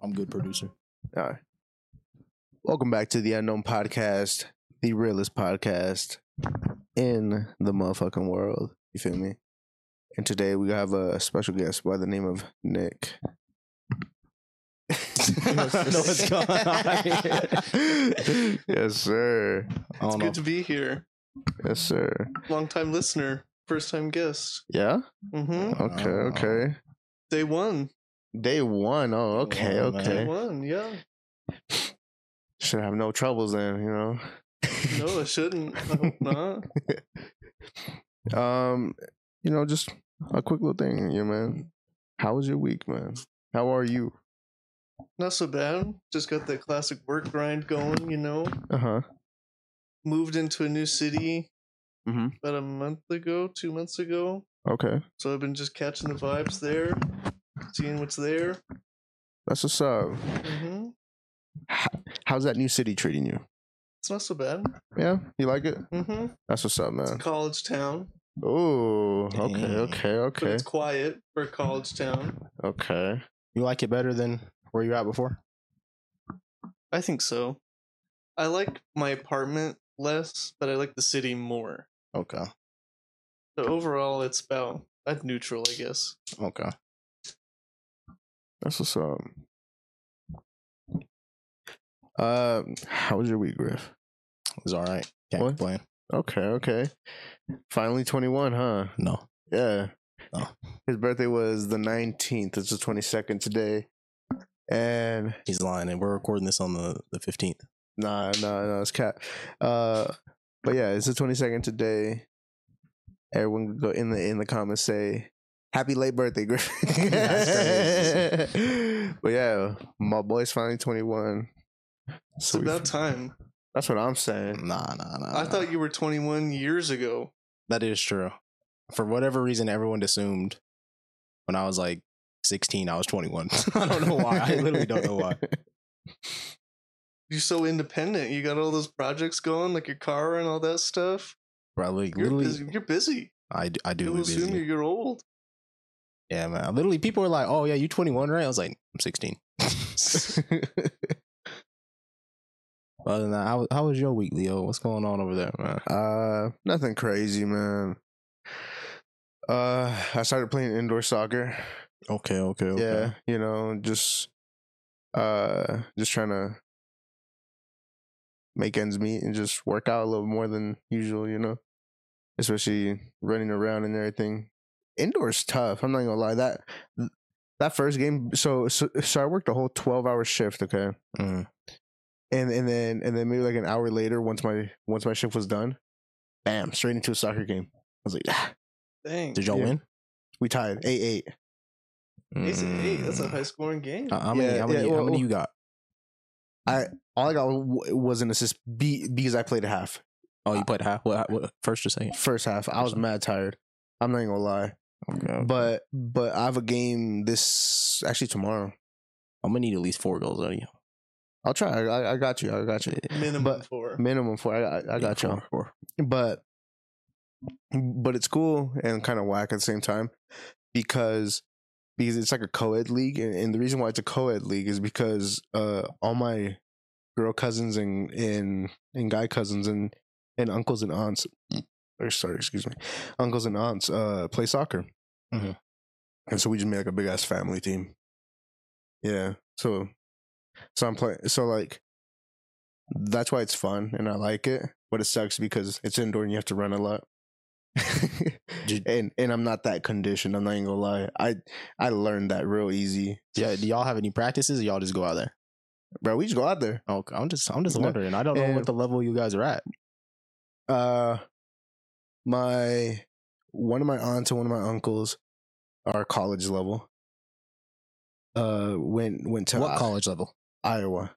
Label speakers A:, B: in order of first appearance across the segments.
A: I'm good producer.
B: All right. Welcome back to the Unknown Podcast, the realest podcast in the motherfucking world. You feel me? And today we have a special guest by the name of Nick.
C: what's going on here?
B: yes,
C: I
B: sir.
D: It's
C: don't know.
D: good to be here.
B: Yes, sir.
D: Long time listener, first time guest.
B: Yeah.
D: hmm
B: Okay.
C: Uh,
B: Okay.
D: Day one.
B: Day one. Oh, okay.
C: Day one, man.
D: Day
B: Okay.
D: one, yeah.
B: Should have no troubles then. You know.
D: No, I shouldn't. I hope not.
B: Um, you know, just a quick little thing, yeah, man. How was your week, man? How are you?
D: Not so bad. Just got that classic work grind going, you know.
B: Uh huh.
D: Moved into a new city
B: Mhm.
D: about a month ago, two months ago.
B: Okay,
D: So I've been just catching the vibes there, seeing what's there.
B: that's what's up.
D: hmm
B: How's that new city treating you?
D: It's not so bad.
B: Yeah, you like it?
D: hmm
B: That's what's up,
D: It's a
B: man.
D: college town,
B: Oh,
C: Dang.
B: okay, okay,
D: but
B: okay,
D: it's quiet for a college town.
B: okay.
C: You like it better than where you were at before?
D: I think so. I like my apartment less, but I like the city more.
C: Okay.
D: So overall, it's about at neutral, I guess.
C: Okay.
B: That's what's up. Uh, how was your week, Griff?
C: It was all right. Can't
B: What?
C: complain.
B: Okay, okay. Finally, twenty-one, huh?
C: No.
B: Yeah.
C: No.
B: His birthday was the 19th. It's the 22nd today. And
C: He's lying. And we're recording this on the, the 15th.
B: nah, nah, nah, it's cat. Uh but yeah, it's the 22nd today. Everyone can go in the in the comments say happy late birthday, Griffin.
C: That's
B: but yeah, my boy's finally 21.
D: It's
B: So we-
D: about time.
B: that's what I'm saying.
C: Nah, nah, nah.
D: I thought you were 21 years ago.
C: That is true. For whatever reason, everyone assumed when I was like 16, I was 21. I don't know why. I literally don't know why.
D: You're so independent. You got all those projects going, like your car and all that stuff.
C: Probably
D: You're
C: literally,
D: busy. You're busy.
C: I, d- I do.
D: People
C: be
D: assume
C: busy.
D: you're- you're old.
C: Yeah, man. Literally, people were like, "Oh yeah, you 21, right?" I was like, "I'm 16." Other than that, how, how was your week, Leo? What's going on over there, man?
B: Uh, nothing crazy, man. Uh, I started playing indoor soccer.
C: Okay, okay,
B: Yeah, you know, just uh, just trying to make ends meet and just work out a little more than usual. You know, especially running around and everything. Indoors tough. I'm not gonna lie that that first game. So so, so I worked a whole twelve hour shift. Okay,
C: Mm.
B: and and then and then maybe like an hour later, once my once my shift was done, bam, straight into a soccer game. I was like, "Ah."
D: Dang.
C: Did y'all
B: Yeah.
C: win?
B: we tied eight eight.
D: He's an eight. That's a
C: Mm.
D: high scoring game.
C: Uh, how many?
B: Yeah,
C: how many?
B: yeah,
C: how
B: well-
C: many you got?
B: All I got w- was an assist be- because I played a half.
C: Oh, you played half. What, what? First or second?
B: first half. I was mad tired. I'm not even gonna lie.
C: Okay. But
B: But but I have a game this actually tomorrow.
C: I'm gonna need at least four goals out of you.
B: I'll try. I, I- I got you. I got you.
D: Minimum
B: but-
D: four.
B: Minimum four. I, I, I got you.
C: Four, four.
B: But but it's cool and kind of whack at the same time because because it's like a co-ed league and, and the reason why it's a co-ed league is because uh all my girl cousins and and and guy cousins and and uncles and aunts or sorry excuse me uncles and aunts uh play soccer
C: Mhm.
B: and so we just made like a big ass family team yeah so so i'm playing so like that's why it's fun and i like it but it sucks because it's indoor and you have to run a lot
C: Did-
B: and and i'm not that conditioned i'm not even gonna lie i i learned that real easy
C: Yeah. Do y'all have any practices? Or y'all just go out there. Oh,
B: bro we just go out there
C: Okay. I'm just. I'm just
B: No.
C: wondering. I don't know
B: And-
C: what the level you guys are at.
B: uh my one of my aunts and one of my uncles are college level uh went went to
C: What
B: I-
C: college level?
B: iowa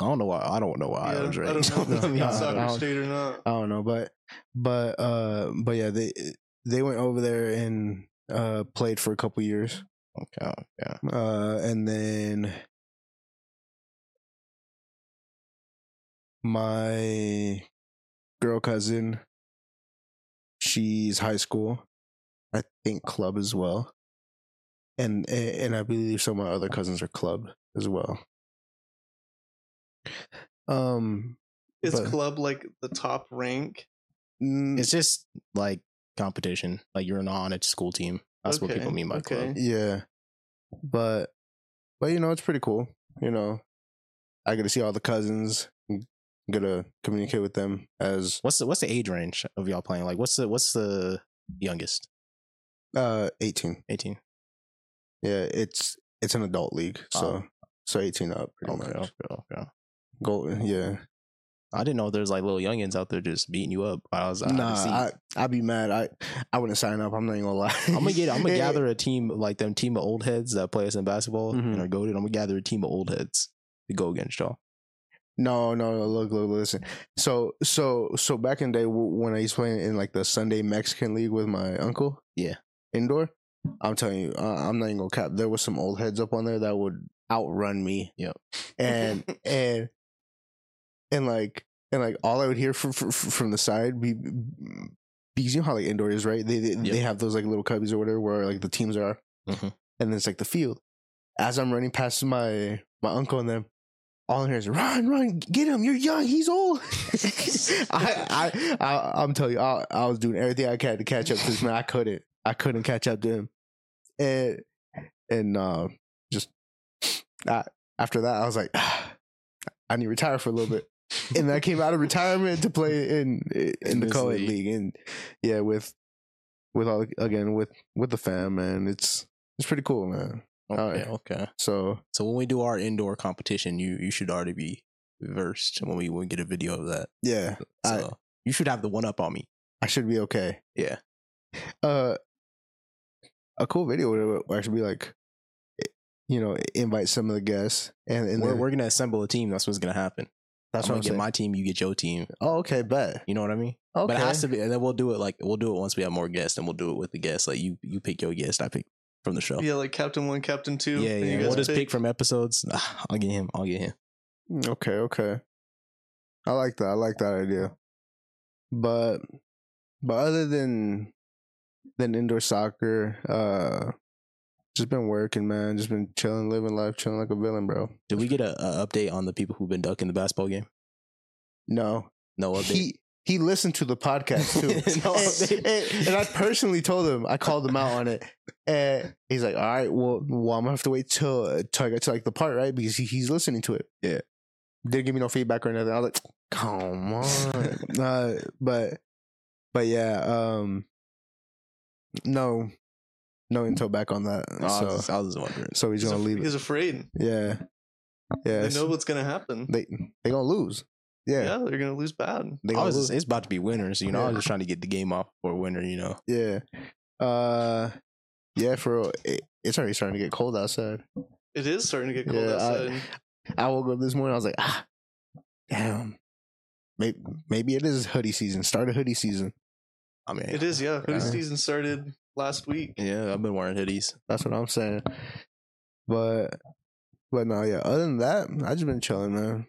C: I don't know why. I don't know
D: Yeah,
C: why I was
D: I
C: raised.
D: don't know if
B: No,
D: it's
B: no,
D: in soccer
B: no.
D: state or not.
B: i don't know but but uh but yeah they they went over there and uh played for a couple years
C: Okay. Yeah.
B: uh and then my girl cousin she's high school i think club as well and and I believe some of my other cousins are club as well. Um,
D: Is
B: But-
D: club like the top rank?
B: n-
C: It's just like competition. Like you're not on a school team. That's what
D: Okay,
C: people mean by
D: okay.
C: club.
B: yeah, but but you know it's pretty cool. You know, I get to see all the cousins. I'm gonna communicate with them as
C: What's the what's the age range of y'all playing? Like what's the what's the youngest?
B: uh 18.
C: Eighteen.
B: Yeah, it's it's an adult league, so
C: Oh.
B: so 18 up pretty
C: Okay, oh.
B: much.
C: okay, okay.
B: Go, yeah.
C: I didn't know there's like little youngins out there just beating you up. I was I
B: nah,
C: see-
B: I I'd be mad. I I wouldn't sign up. I'm not even gonna lie.
C: I'm gonna get. I'm gonna gather a team like them team of old heads that play us in basketball
B: Mhm.
C: and are goaded. I'm gonna gather a team of old heads to go against y'all.
B: No, no, no. Look, look, listen. So, so, so back in the day w- when I used to play in like the Sunday Mexican League with my uncle,
C: Yeah.
B: indoor. I'm telling you, uh, I'm not even gonna cap. There was some old heads up on there that would outrun me.
C: Yep.
B: And and and like and like all I would hear from from, from the side be because you know how like indoor is right. They they,
C: Yep.
B: they have those like little cubbies or whatever where like the teams are,
C: Mhm.
B: and then it's like the field. As I'm running past my my uncle and them, all in here is run, run, get him. You're young. He's old. I, I, I, I'm telling you, I, I was doing everything I could to catch up to this man. I couldn't, I couldn't catch up to him. And, and, uh, just I, after that, I was like, "Ah, I need to retire for a little bit. And I came out of retirement to play in, in,
C: In
B: the
C: this
B: co-ed
C: league.
B: league. And yeah, with, with all, again, with, with the fam, man, it's, it's pretty cool, man.
C: Okay,
B: Alright.
C: Oh, okay.
B: So
C: So when we do our indoor competition, you you should already be versed when we when we get a video of that.
B: yeah, I-
C: So you should have the one up on me.
B: I should be okay.
C: Yeah.
B: Uh, a cool video would would actually be like, you know, invite some of the guests, and, and
C: we're
B: then-
C: we're gonna assemble a team. That's what's gonna happen.
B: that's
C: I'm gonna
B: what
C: get
B: I'm saying.
C: my team. You get your team.
B: oh, okay, bet.
C: You know what I mean?
B: Okay,
C: But it has to be, and then we'll do it like we'll do it once we have more guests, and we'll do it with the guests. Like you you pick your guest, I pick from the show.
D: Yeah, like Captain One, Captain Two.
C: yeah,
D: and
C: yeah.
D: You guys
C: We'll just
D: pick.
C: pick from episodes. I'll get him. I'll get him.
B: Mm, okay, okay. I like that. I like that idea. But, but other than than indoor soccer, uh, just been working, man. Just been chilling, living life, chilling like a villain, bro.
C: Did we get a, a update on the people who've been ducking the basketball game?
B: No,
C: No update.
B: he he listened to the podcast too.
C: No,
B: and, and- and I personally told him, I called him out on it. And he's like, "All right, well, well I'm gonna have to wait till uh, till I get to like the part right because he, he's listening to it."
C: Yeah.
B: didn't give me no feedback or nothing. I was like, "Come on," uh, but but yeah, um, no, no info back on that.
C: No, I, was just,
B: so
C: I was just wondering.
B: so he's
D: He's,
B: gonna
D: af-
B: leave
D: he's
B: it.
D: afraid.
B: Yeah, yeah.
D: They know what's gonna happen.
B: they they gonna lose. Yeah,
D: yeah, they're gonna lose bad.
B: they
C: I
B: gonna
C: was
B: lose.
C: just, it's about to be winter, so you know I
B: Yeah.
C: was just trying to get the game off for winter. You know,
B: Yeah. Uh yeah, for real. It, it's already starting to get cold outside.
D: It is starting to get cold
B: Yeah, I-
D: outside.
B: I woke up this morning, I was like, ah, damn. Maybe, maybe it is hoodie season. Start a hoodie season.
C: I mean
D: It is, yeah. Hoodie
B: Yeah.
D: season started last week.
C: Yeah, I've been wearing hoodies.
B: That's what I'm saying. But but no, yeah. Other than that, I just been chilling, man.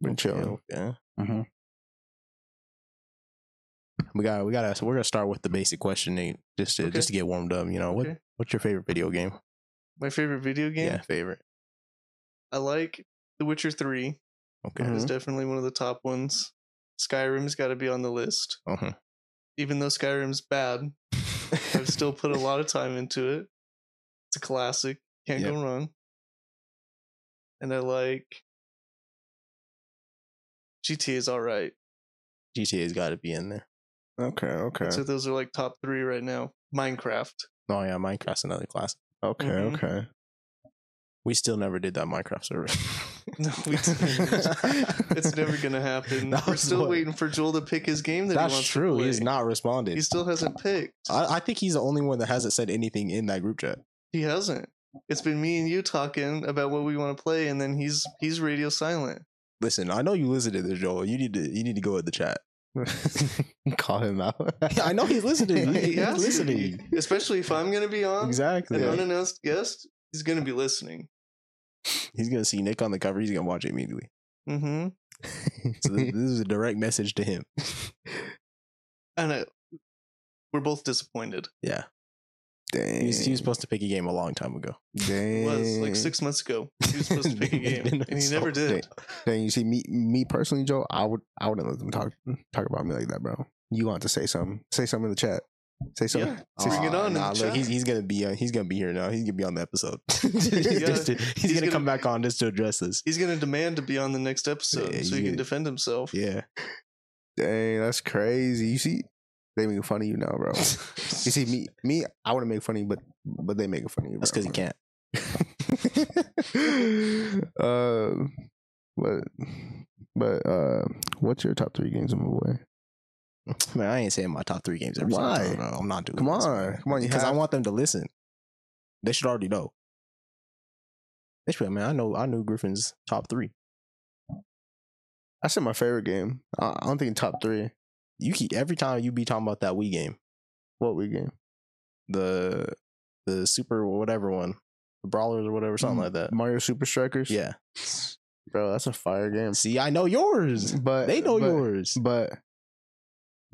B: Been chilling.
C: Yeah,
B: Mhm.
C: we got we got to. We're gonna start with the basic question, Nate, just to
D: Okay.
C: just to get warmed up. You know what
D: Okay.
C: what's your favorite video game?
D: My favorite video game.
C: Yeah, favorite.
D: I like The Witcher Three.
C: Okay.
B: Mm-hmm.
D: It's definitely one of the top ones. Skyrim's got to be on the list.
C: Uh-huh.
D: Even though Skyrim's bad, I've still put a lot of time into it. It's a classic. Can't
C: Yeah.
D: go wrong. And I like GTA is all right.
C: GTA's got to be in there.
B: Okay, okay.
D: So those are like top three right now. Minecraft.
C: Oh yeah, Minecraft's another class.
B: okay,
D: Mhm.
B: okay.
C: Mm-hmm. We still never did that Minecraft server.
D: No, we didn't. it's never gonna happen.
C: That
D: We're
C: was
D: still
C: what-
D: waiting for Joel to pick his game that he
C: That's
D: wants
C: true.
D: to play.
C: He's not responded.
D: He still hasn't picked.
C: I, I think he's the only one that hasn't said anything in that group chat.
D: He hasn't. It's been me and you talking about what we want to play, and then he's he's radio silent.
C: Listen, I know you listened to this, Joel. You need to you need to go at the chat.
B: Call him out.
C: I know he's listening.
D: He
C: He, he's
D: has to
C: listening.
D: be, Especially if I'm gonna be on
C: Exactly.
D: an unannounced guest, he's gonna be listening.
C: He's gonna see Nick on the cover. He's gonna watch it immediately.
D: Mm-hmm.
C: So this, this is a direct message to him.
D: And I, we're both disappointed.
C: Yeah.
B: Dang.
C: He was, he was supposed to pick a game a long time ago.
B: Dang.
D: It was
B: Eh.
D: like six months ago. He was supposed to pick a game,
C: Didn't
D: and he never
C: insult
D: did.
B: Dang, you see me me personally, Joe, I would I wouldn't let them talk talk about me like that, bro. You want to say something. Say something in the chat. Say something.
D: Yeah,
B: say
D: bring
B: something.
D: it on in
C: Nah,
D: the
C: look,
D: chat.
C: he's, he's gonna be uh, he's gonna be here now. He's gonna be on the episode.
D: Yeah.
C: Just to- he's,
D: He's
C: gonna,
D: gonna-
C: come back on just to address this.
D: He's gonna demand to be on the next episode
C: Yeah,
D: so he
C: you-
D: can defend himself.
C: Yeah.
B: Dang, that's crazy. You see they making fun of you now, bro.
C: That's
B: You see me me, I wouldn't make fun of you, but but they making fun of you, bro.
C: because he can't.
B: um, but but uh, what's your top three games in my boy?
C: Man, I ain't saying my top three games every
B: Why?
C: single time. bro. I'm not doing
B: Come
C: this,
B: on,
C: man.
B: come on, you
C: Because I
B: have-
C: want them to listen. They should already know. This way, man. I know I knew Griffin's top three.
B: I said my favorite game. I, I don't think top three.
C: You keep every time you be talking about that Wii game,
B: What we game?
C: the the super whatever one, the brawlers or whatever, something
B: Mm.
C: like that.
B: Mario Super Strikers.
C: Yeah.
B: bro, that's a fire game.
C: See, I know yours.
B: But
C: They know
B: but,
C: yours.
B: But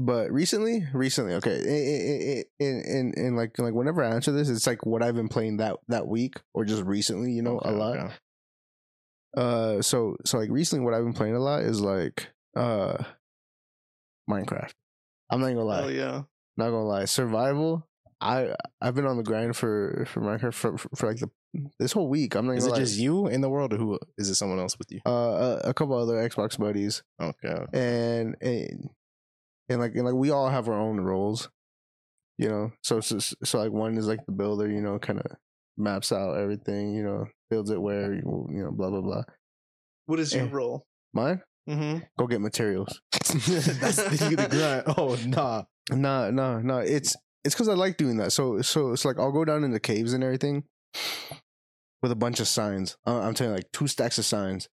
B: but recently, recently, okay, i- i- i- in in in like like whenever I answer this, it's like what I've been playing that that week or just recently. You know, a
C: Okay,
B: lot.
C: okay.
B: Uh, so so like recently, what I've been playing a lot is like uh, Minecraft. I'm not gonna lie.
D: Hell yeah.
B: Not gonna lie. Survival. I I've been on the grind for for Minecraft for, for, for like the this whole week. I'm not
C: Is
B: gonna
C: it
B: lie.
C: just you in the world, or who is it? Someone else with you?
B: uh, a, a couple other Xbox buddies
C: Okay. okay.
B: and and and like and like we all have our own roles, you know. So so, so like one is like the builder, you know, kind of maps out everything, you know, builds it where you you know, blah blah blah.
D: What is your
B: Eh.
D: role?
B: Mine,
D: Mm-hmm.
B: go get materials.
C: That's the, the grunt. Oh nah.
B: No, no, no. It's it's because I like doing that. So so it's like I'll go down in the caves and everything with a bunch of signs. I- I'm telling you, like two stacks of signs,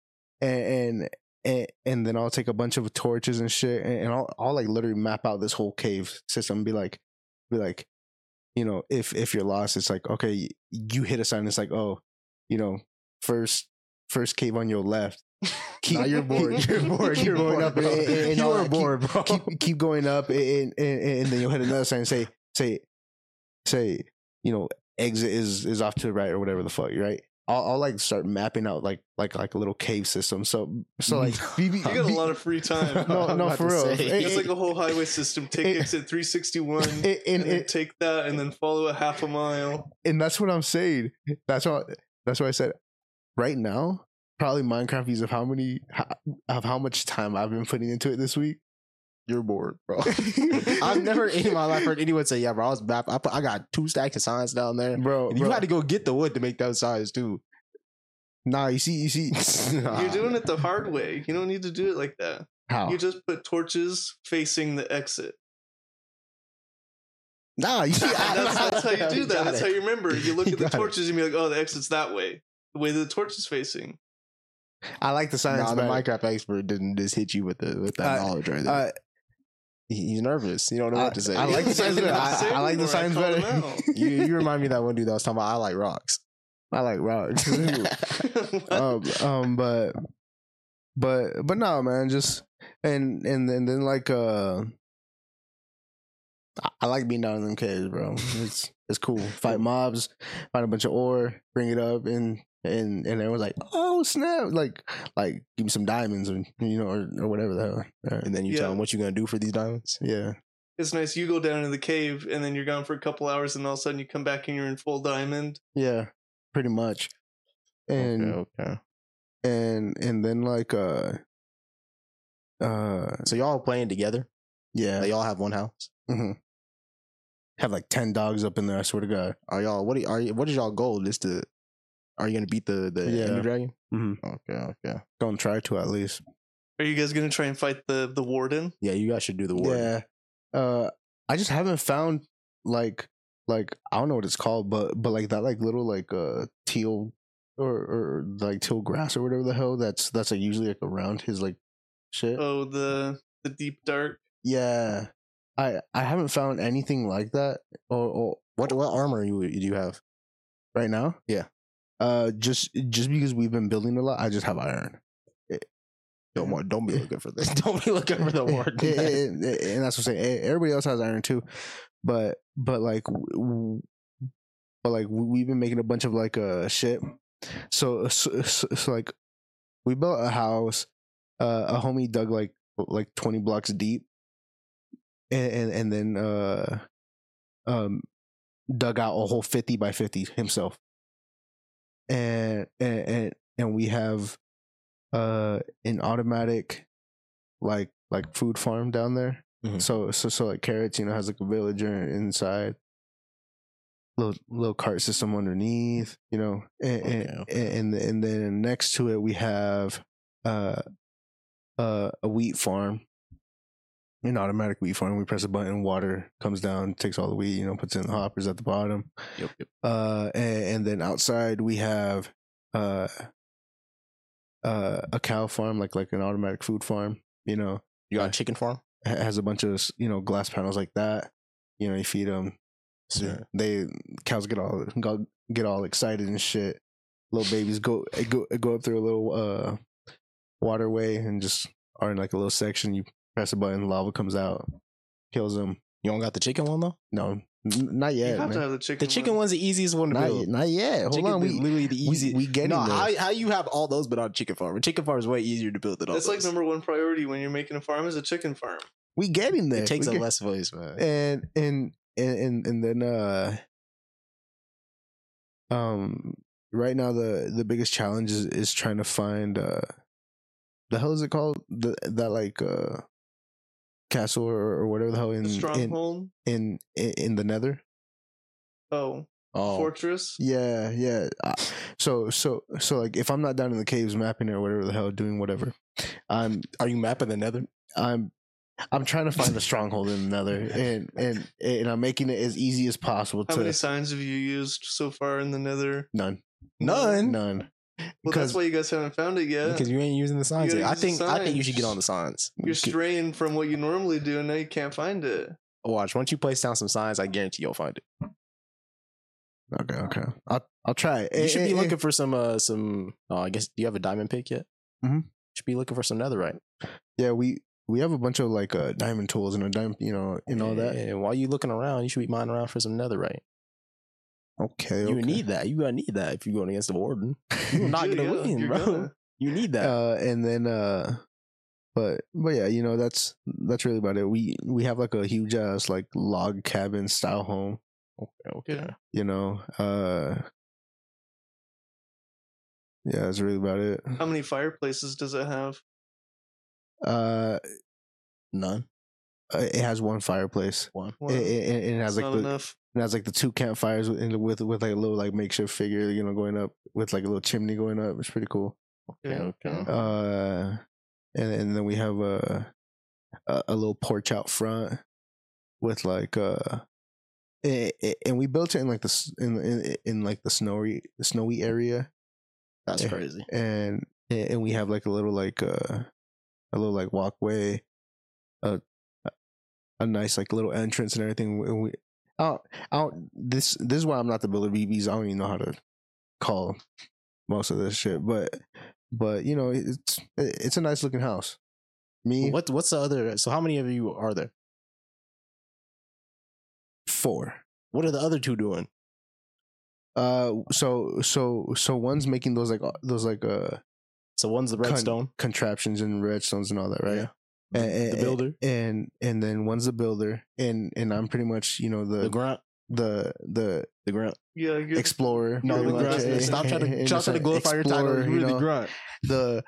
B: and and and, and then I'll take a bunch of torches and shit, and, and I'll I'll like literally map out this whole cave system. And be like, be like, you know, if if you're lost, it's like okay, you hit a sign. It's like oh, you know, first first cave on your left. Keep,
C: Nah, you're bored. You're bored. You're
B: Keep
C: bored,
B: going up
C: bro.
B: and- and- and
C: you
B: all
C: are
B: that. Keep-
C: bored, bro.
B: keep keep going up and, and and then you'll hit another sign and say say say you know exit is is off to the right or whatever the fuck right I'll, I'll like start mapping out like like like a little cave system so so like be- be-
D: You got a lot of free time.
B: No,
C: I'm
B: no,
C: about
B: for
C: to
B: real.
C: say.
B: It-
D: It's like a whole highway system. Take
B: Eh.
D: exit 361.
B: and, and,
D: and then
B: and,
D: take that and then follow it half a mile.
B: and that's what I'm saying that's what that's what I said right now probably Minecraft is of how many how, of how much time I've been putting into it this week you're bored bro
C: I've never in my life heard anyone say, "Yeah, bro, I was back. I, put, I got two stacks of signs down there.
B: bro,
C: And you
B: bro.
C: had to go get the wood to make those signs too.
B: nah you see you see
C: Nah.
D: You're doing it the hard way. You don't need to do it like that.
B: how
D: You just put torches facing the exit.
B: Nah, you see,
D: And
B: I,
D: that's, that's how you do that.
C: Got it.
D: That's how you remember. You look
C: You
D: at the
C: got it.
D: torches and be like, oh, the exit's that way. The way the torch is facing.
B: I like the science.
C: Nah, the
B: better.
C: Minecraft expert didn't just hit you with the with that
B: Uh,
C: knowledge right there.
B: Uh,
C: He- He's nervous. You don't know what to say.
B: I like the science
D: I'm
B: better.
D: not
B: I,
D: saying
B: I like the
D: anymore. I
B: science
D: called
B: better.
C: you, you remind me of that one dude that was talking about I like rocks.
B: I like rocks. um, um, but but but no, man, just and and then then like uh, I, I like being down in them caves, bro. It's it's cool. Fight mobs, find a bunch of ore, bring it up, and and and everyone's like, oh snap, like like give me some diamonds or you know or, or whatever the hell. Right.
C: And then you
D: Yeah.
C: tell him what you gonna do for these diamonds.
B: Yeah,
D: it's nice. You go down in the cave and then you're gone for a couple hours and all of a sudden you come back and you're in full diamond.
B: yeah, pretty much. And
C: okay, okay.
B: and and then like uh uh
C: So y'all playing together?
B: yeah
C: Like, y'all have one house.
B: mhm. have like 10 dogs up in there i swear to god
C: Are y'all what? Are, are you- what is y'all goal? Is to are you gonna beat the the
B: Yeah.
C: Ender Dragon?
B: Mhm.
C: Okay, okay.
B: don't try to at least
D: Are you guys going to try and fight the, the warden?
C: Yeah, you guys should do the war.
B: yeah uh i just haven't found like like i don't know what it's called but but like that like little like uh teal or or like teal grass or whatever the hell that's that's like usually like around his like shit
D: Oh, the the deep dark.
B: yeah i i haven't found anything like that or or
C: What what armor you do you have?
B: right now
C: Yeah.
B: uh just just because we've been building a lot i just have iron
C: Don't wa- don't be looking for this. Don't be looking for the war.
B: Eh, eh, E, eh, eh, and that's what I'm saying. Eh, Everybody else has iron too, but but like w- w- but like we, we've been making a bunch of like uh shit. So so, so, so, like we built a house. Uh, a homie dug like like twenty blocks deep, and and, and then uh um dug out a whole fifty by fifty himself. And and and, and we have uh an automatic like like food farm down there.
C: Mhm.
B: So so so like carrots, you know, has like a villager inside. Little little cart system underneath, you know, and and,
C: Okay.
B: and and then next to it we have uh uh a wheat farm, an automatic wheat farm. We press a button, water comes down, takes all the wheat, you know, puts it in the hoppers at the bottom.
C: Yep, yep.
B: Uh, and, and then outside we have uh, uh, a cow farm, like like an automatic food farm. You know,
C: You got a chicken farm?
B: ha- has a bunch of you know glass panels like that. You know, you feed them.
C: Sure.
B: They cows get all go- get all excited and shit. Little babies go eh, go go up through a little uh waterway and just are in like a little section. You press a button, lava comes out, kills them.
C: You don't got the chicken one though?
B: No, n- not
D: you
B: yet,
D: have to
B: man.
D: have the chicken.
C: The chicken one's the easiest one to
B: Not,
C: build.
B: yet- not yet. Hold
C: chicken
B: on,
C: is
B: we
C: literally the
B: we,
C: easiest.
B: we getting
C: no,
B: there.
C: how, how you have all those but on chicken farm? A chicken farm is way easier to build than all
D: That's like
C: those.
D: number one priority when you're making a farm is a chicken farm.
B: we getting there.
C: it takes
B: we
C: up
B: get-
C: less space, man.
B: and and and and, and then uh um right now the the biggest challenge is, is trying to find uh the hell is it called the that like uh castle or, or whatever the hell in
D: The
B: in,
D: stronghold.
B: in in in the nether
D: Oh,
C: oh,
D: fortress.
B: yeah yeah Uh, so so so like if i'm not down in the caves mapping or whatever the hell doing whatever i'm
C: are you mapping the nether?
B: I'm I'm trying to find the stronghold in another, and and and I'm making it as easy as possible
D: How
B: to
D: many signs have you used so far in the Nether?
B: none,
C: None.
B: none.
D: Well,
B: Because-
D: that's why you guys haven't found it yet.
C: Because you ain't using the signs.
D: You
C: yet.
D: gotta
C: I
D: use the
C: think I think you
D: signs.
C: should get on the signs.
D: You're straying from what you normally do, and now you can't find it.
C: Watch once you place down some signs, I guarantee you'll find it.
B: Okay, okay. I'll I'll try. it.
C: You
B: Eh,
C: should
B: eh,
C: be
B: eh.
C: looking for some uh some. Oh, I guess do you have a diamond pick yet?
B: Mhm.
C: Should be looking for some netherite
B: Yeah, we we have a bunch of like uh, diamond tools and a diamond, you know, and all that.
C: And while you looking around, you should be mining around for some netherite.
B: Okay,
C: You
B: okay.
C: need that. You gonna need that if you're going against the warden. You're not
D: Yeah,
C: gonna
D: yeah,
C: win,
D: you're
C: bro.
D: gonna.
C: You need that.
B: Uh, and then uh, but but yeah, you know that's that's really about it. We we have like a huge ass like log cabin style home.
C: okay.
D: yeah.
B: You know, uh, yeah, that's really about it.
D: How many fireplaces does it have?
B: Uh,
C: None.
B: it has one fireplace.
C: One.
D: Wow,
B: It, it, it- and it has
D: that's
B: like
D: not
B: the,
D: enough.
B: and it has like the two campfires with, and with with like a little like makeshift figure, you know, going up with like a little chimney going up. It's pretty cool.
D: Yeah, yeah.
B: Uh, and and then we have a a, a little porch out front with like uh, eh, eh, and we built it in like the s- in in, in like the snowy snowy area,
C: That's
B: Yeah.
C: crazy.
B: and and we have like a little like uh a little like walkway a a nice like little entrance and everything and we out out this this is why i'm not the builder bb's i don't even know how to call most of this shit but but you know it's it's a nice looking house me
C: What what's the other? So how many of you are there?
B: four
C: What are the other two doing?
B: uh so so so one's making those like uh, those like uh
C: So one's the
B: Cunt.
C: redstone,
B: contraptions and redstones and all that right
C: Yeah.
B: And- and-
C: the builder,
B: and and then one's the builder and and i'm pretty much you know
C: the
B: the
C: grunt,
B: the the
C: the grunt.
D: Yeah, you're,
B: explorer
C: No,
B: pretty
C: the
B: much,
C: grunt.
B: eh,
C: Stop trying
B: eh,
C: to
B: eh,
C: stop trying to
B: innocent
C: glorify your title.
B: explorer,
C: You're
B: you
C: the
B: know,
C: grunt.
B: the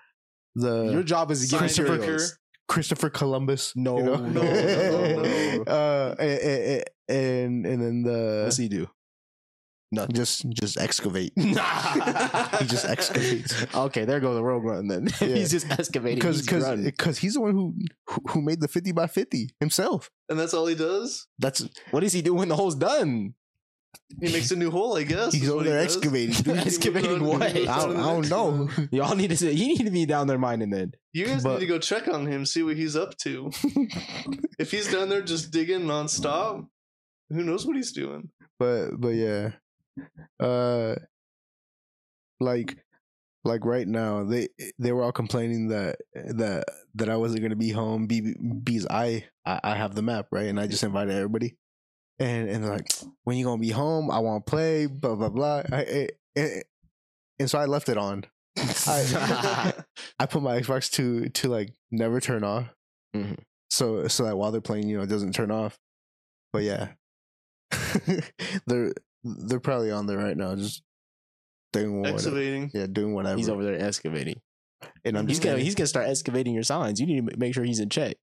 B: the
C: Your job is to give
D: Sign
B: Christopher-
D: maker.
C: materials.
B: christopher columbus
C: No,
B: you know?
C: no, no,
D: no.
B: uh eh, eh, eh, and and then
C: What's
B: the
C: he do? Nothing.
B: just just excavate
C: he
B: just excavates.
C: Okay, there goes the road grunt. Then
B: Yeah.
C: he's just excavating.
B: because
C: he's grunting.
B: because he's the one who who- who made the 50 by 50 himself
D: and that's all he does.
B: that's
C: what does he do when the hole's done?
D: He makes a new hole, I guess.
B: he's
D: is
B: over
D: what he
B: there
D: does.
B: excavating
D: He
B: dude.
D: moves
C: Excavating
D: on- he
C: what?
D: moves
B: I
D: on
B: don't,
D: to the
B: I don't
D: next
B: know.
D: one.
C: Y'all need to. Say, he need to be down there mining. Then
D: You guys
B: But-
D: need to go check on him, see what he's up to. if he's down there just digging nonstop, who knows what he's doing?
B: but but yeah uh like like right now they they were all complaining that that that i wasn't going to be home B- because I, I i have the map right and i just invited everybody and and they're like, when you gonna be home? I want to play. Blah blah blah. I, I, I- and so I left it on. I- I put my Xbox to to like never turn off.
C: Mhm.
B: So so that while they're playing, you know, it doesn't turn off. But yeah, they're they're probably on there right now, just doing whatever.
D: Excavating.
B: Yeah, doing whatever.
C: he's over there excavating.
B: and I'm
C: He's
B: just
C: gonna
B: kidding.
C: he's gonna start excavating your signs. You need to make sure he's in check.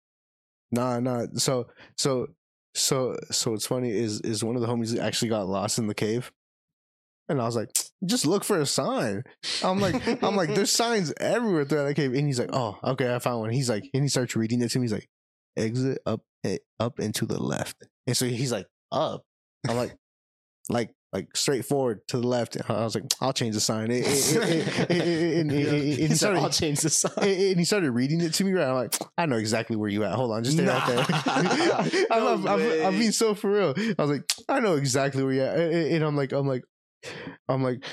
B: Nah, nah. So, so, so, so what's funny is is one of the homies actually got lost in the cave, and I was like, just look for a sign. I'm like, I'm like, there's signs everywhere throughout that cave, and he's like, oh, okay, I found one. He's like, and he starts reading it to me. He's like, exit up, eh, up and to the left, and so he's like, up. I'm like, like. Like straight forward to the left. And I was like, I'll change the sign. It- it- it- it- it- and- and-
C: Yeah.
B: and
C: He
B: he
C: said,
B: started-
C: I'll change the sign.
B: and, and he started reading it to me. Right, I'm like, I know exactly where you at. Hold on, just stay right
C: Nah.
B: there. I'm, I'm, I'm,
D: No
B: I'm
D: way.
B: being so for real. I was like, I know exactly where you at, and, and- and I'm like, I'm like, I'm like,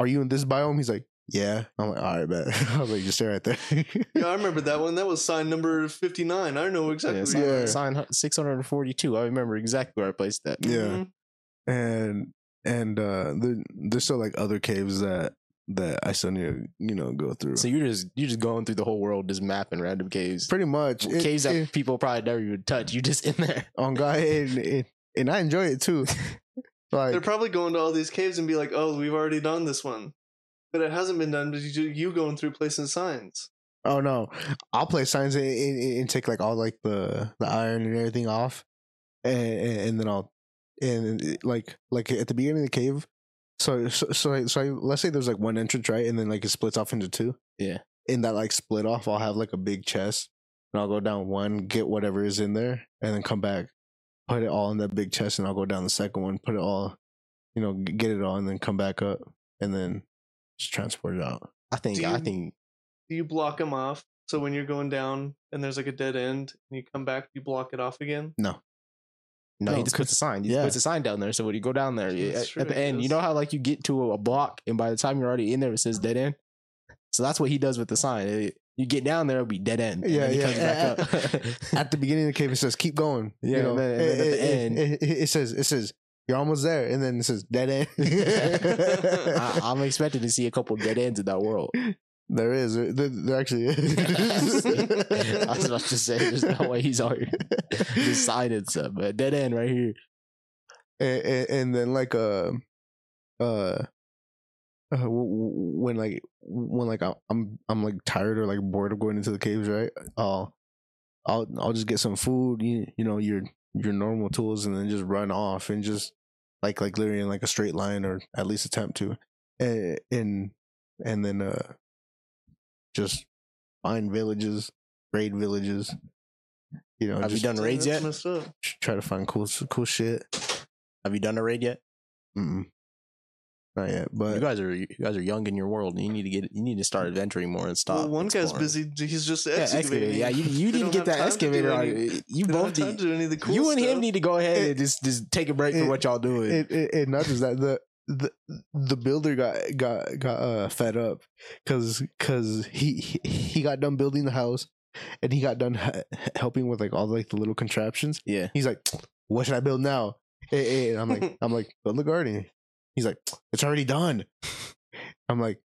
B: are you in this biome? He's like, yeah. I'm like, all right, man. I was like, just stay right there.
D: Yeah, I remember that one. That was sign number 59. I know exactly.
C: Yeah,
D: what
C: sign,
D: you
B: Yeah.
D: mean.
C: sign six hundred and forty-two. I remember exactly where I placed that.
B: Yeah.
D: Mhm.
B: and and uh, there, there's still like other caves that that I still need to you know go through.
C: So you're just you're just going through the whole world, just mapping random caves,
B: Pretty much it-
C: caves that
B: it-
C: people probably never even touch. You just in there.
B: on God, and, and, and I enjoy it too. Like
D: They're probably going to all these caves and be like, oh, we've already done this one. But it hasn't been done, but you, you going through placing signs.
B: Oh no, I'll play signs and, and, and- and take like all like the the iron and everything off, and and, and then I'll and it- like like at the beginning of the cave. So so so, I, so I, let's say there's like one entrance right, and then like it splits off into two.
C: Yeah.
B: In that like split off, I'll have like a big chest, and I'll go down one, get whatever is in there, and then come back, put it all in that big chest, and I'll go down the second one, put it all, you know, g- get it all, and then come back up, and then just transport it out.
C: I think
D: Do
C: I
D: you-
C: think
D: Do you block them off? So when you're going down and there's like a dead end and you come back, you block it off again?
C: no,
B: No,
C: he just puts a sign. He just
B: yeah.
C: puts a sign down there. So when you go down there
D: That's
C: at,
D: true,
C: at the
D: I
C: end, you
D: guess.
C: know how like you get to a, a block, and by the time you're already in there, it says dead end. So that's what he does with the sign. It- you get down there, it'll be dead end. and
B: Yeah,
C: then he
B: yeah.
C: Comes back up.
B: at the beginning of the cave it says keep going
C: Yeah,
B: you know
C: and then- and then
B: it,
C: at the
B: it-
C: end-
B: it, it- it says it says you're almost there and then it says dead
C: I,
B: end
C: I'm expecting to see a couple dead ends in that world.
B: there is there, there actually is
C: I was about to say, there's no way he's already decided stuff, but dead end right here.
B: and, and, and then like uh uh, uh w- w- when like when like I- i'm i'm like tired or like bored of going into the caves right i'll i'll i'll just get some food you, you know your your normal tools and then just run off and just like like literally in like a straight line or at least attempt to and and, and then uh just find villages raid villages you know
C: Have you
B: just
C: done raids
D: That's
C: yet?
D: messed up.
B: try to find cool cool shit
C: Have you done a raid yet?
B: Mm-mm. Not yet,
C: you
B: but
C: guys are you guys are young in your world, and you need to get you need to start adventuring more and stop.
D: well, one guy's
C: exploring.
D: busy. He's just
C: Yeah,
D: excavating.
C: excavator. Yeah, you, you
D: They
C: need to
D: don't
C: get
D: have
C: that
D: time to
C: excavator.
D: do
C: on.
D: any-
C: You
D: They don't
C: both
D: have time
C: need,
D: to do any of the cool
C: you and
D: stuff.
C: him need to go ahead
B: It-
C: and just just take a break from
B: it-
C: what y'all doing.
B: it, it, it not just that the the the builder got got got uh, fed up because because he he- he got done building the house and he got done he- helping with like all like the little contraptions.
C: yeah,
B: He's like, "What should I build now?" Eh, eh, And I'm like, "I'm like build the garden." He's like, "It's already done." I'm like,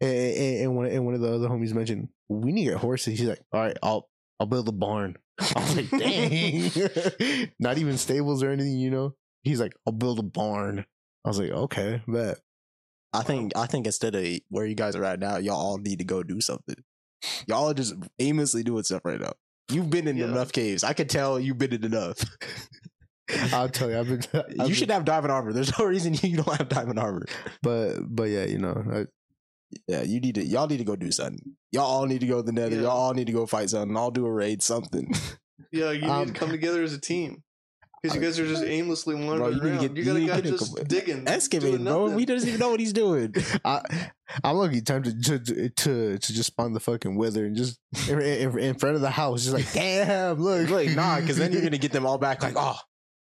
B: eh, eh, eh, and one and one of the other homies mentioned we need to get horses. He's like, "All right, I'll I'll build a barn." I was like, dang. Not even stables or anything, you know? He's like, I'll build a barn. I was like, okay, bet.
C: I think I think instead of where you guys are at now, y'all all need to go do something. Y'all are just aimlessly doing stuff right now. You've been in
D: Yeah.
C: enough caves. I could tell you've been in enough.
B: I'll tell you, I've been. I've
C: you
B: been-
C: should have diamond armor. There's no reason you don't have diamond armor.
B: But, but yeah, you know, I,
C: Yeah, you need to. Y'all need to go do something. Y'all all need to go to the nether.
D: Yeah.
C: Y'all all need to go fight something. I'll do a raid. Something.
D: Yeah, you
B: Um,
D: need to come together as a team because you guys are just aimlessly wandering
C: Bro, you need to
D: around.
C: get-
D: you
C: you
D: got
C: need
D: a
C: to
D: guy
C: get a
D: just
C: couple-
D: digging,
C: Excavating,
D: doing
C: bro.
D: nothing.
C: He doesn't even know what he's doing.
B: I, I'm lucky time to, to to to just spawn the fucking wither and just in, in, in front of the house, just like, damn, look,
C: Like, nah, because then you're gonna get them all back. Like, oh,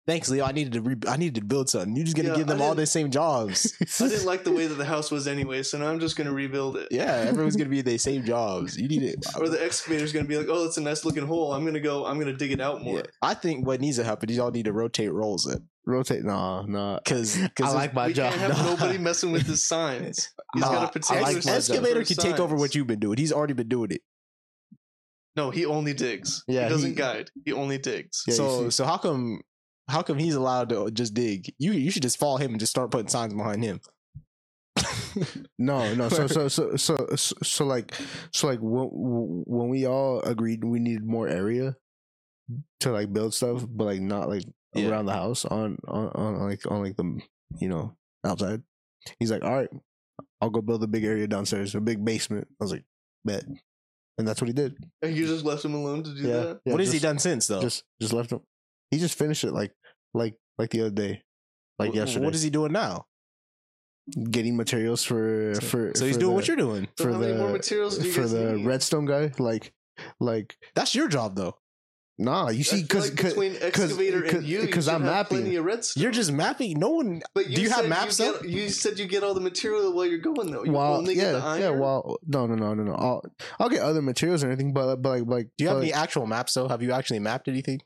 C: Thanks, Leo. I needed to re- I needed to build something. You're just gonna
D: Yeah,
C: give them
D: I
C: all
D: didn't-
C: the same jobs.
D: I didn't like the way that the house was anyway, so now I'm just gonna rebuild it.
C: yeah, everyone's gonna be the same jobs. You need it.
D: Or the excavator's gonna be like, oh, that's a nice looking hole. I'm gonna go. I'm gonna dig it out more.
C: Yeah. I think what needs to happen is y'all need to rotate roles in
B: Rotate. Nah, nah.
C: because
B: I like my
D: we
B: job.
D: can't have
C: Nah.
D: nobody messing with his signs. He's
C: Nah,
D: got a
C: I
D: particular
C: like
D: system
C: excavator
D: for
C: can take over
D: signs.
C: what you've been doing. He's already been doing it.
D: No, he only digs.
C: Yeah,
D: he doesn't
C: he-
D: guide. He only digs.
B: Yeah, you
C: so
B: see-
C: so how come how come he's allowed to just dig? You you should just follow him and just start putting signs behind him.
B: No, no. So, so, so, so, so, so, like, so, like, when when we all agreed we needed more area to like build stuff, but like not like
C: Yeah.
B: around the house on on on like on like the you know outside. He's like, all right, I'll go build a big area downstairs, a big basement. I was like, bet, and that's what he did.
D: And you just left him alone to do that.
C: what has he
B: just-
C: done since though?
B: Just just left him. He just finished it like like like the other day, like
C: Wh-
B: yesterday.
C: What is he doing now?
B: getting materials for for?
C: so he's doing
B: for the-
C: what you're doing.
D: So
B: For
D: how many more
B: the-
D: materials do you
B: for
D: guys
B: the
D: need?
B: redstone guy like like
C: That's your job though.
B: nah you
D: I
B: see
D: feel
B: because
D: like between excavator
B: cause-
D: and you, you
B: 'cause
D: should
B: I'm
D: have
B: mapping.
D: plenty of redstone.
C: You're just mapping. No one.
D: But
C: do you have
D: said
C: maps
D: you
C: up?
D: get, You said you get all the material while you're going though. You
B: while
D: only get the
B: yeah
D: iron.
B: yeah while no no no no no I'll, I'll get other materials and everything but but like like
C: Do you have
B: but-
C: any actual maps though? Have you actually mapped anything?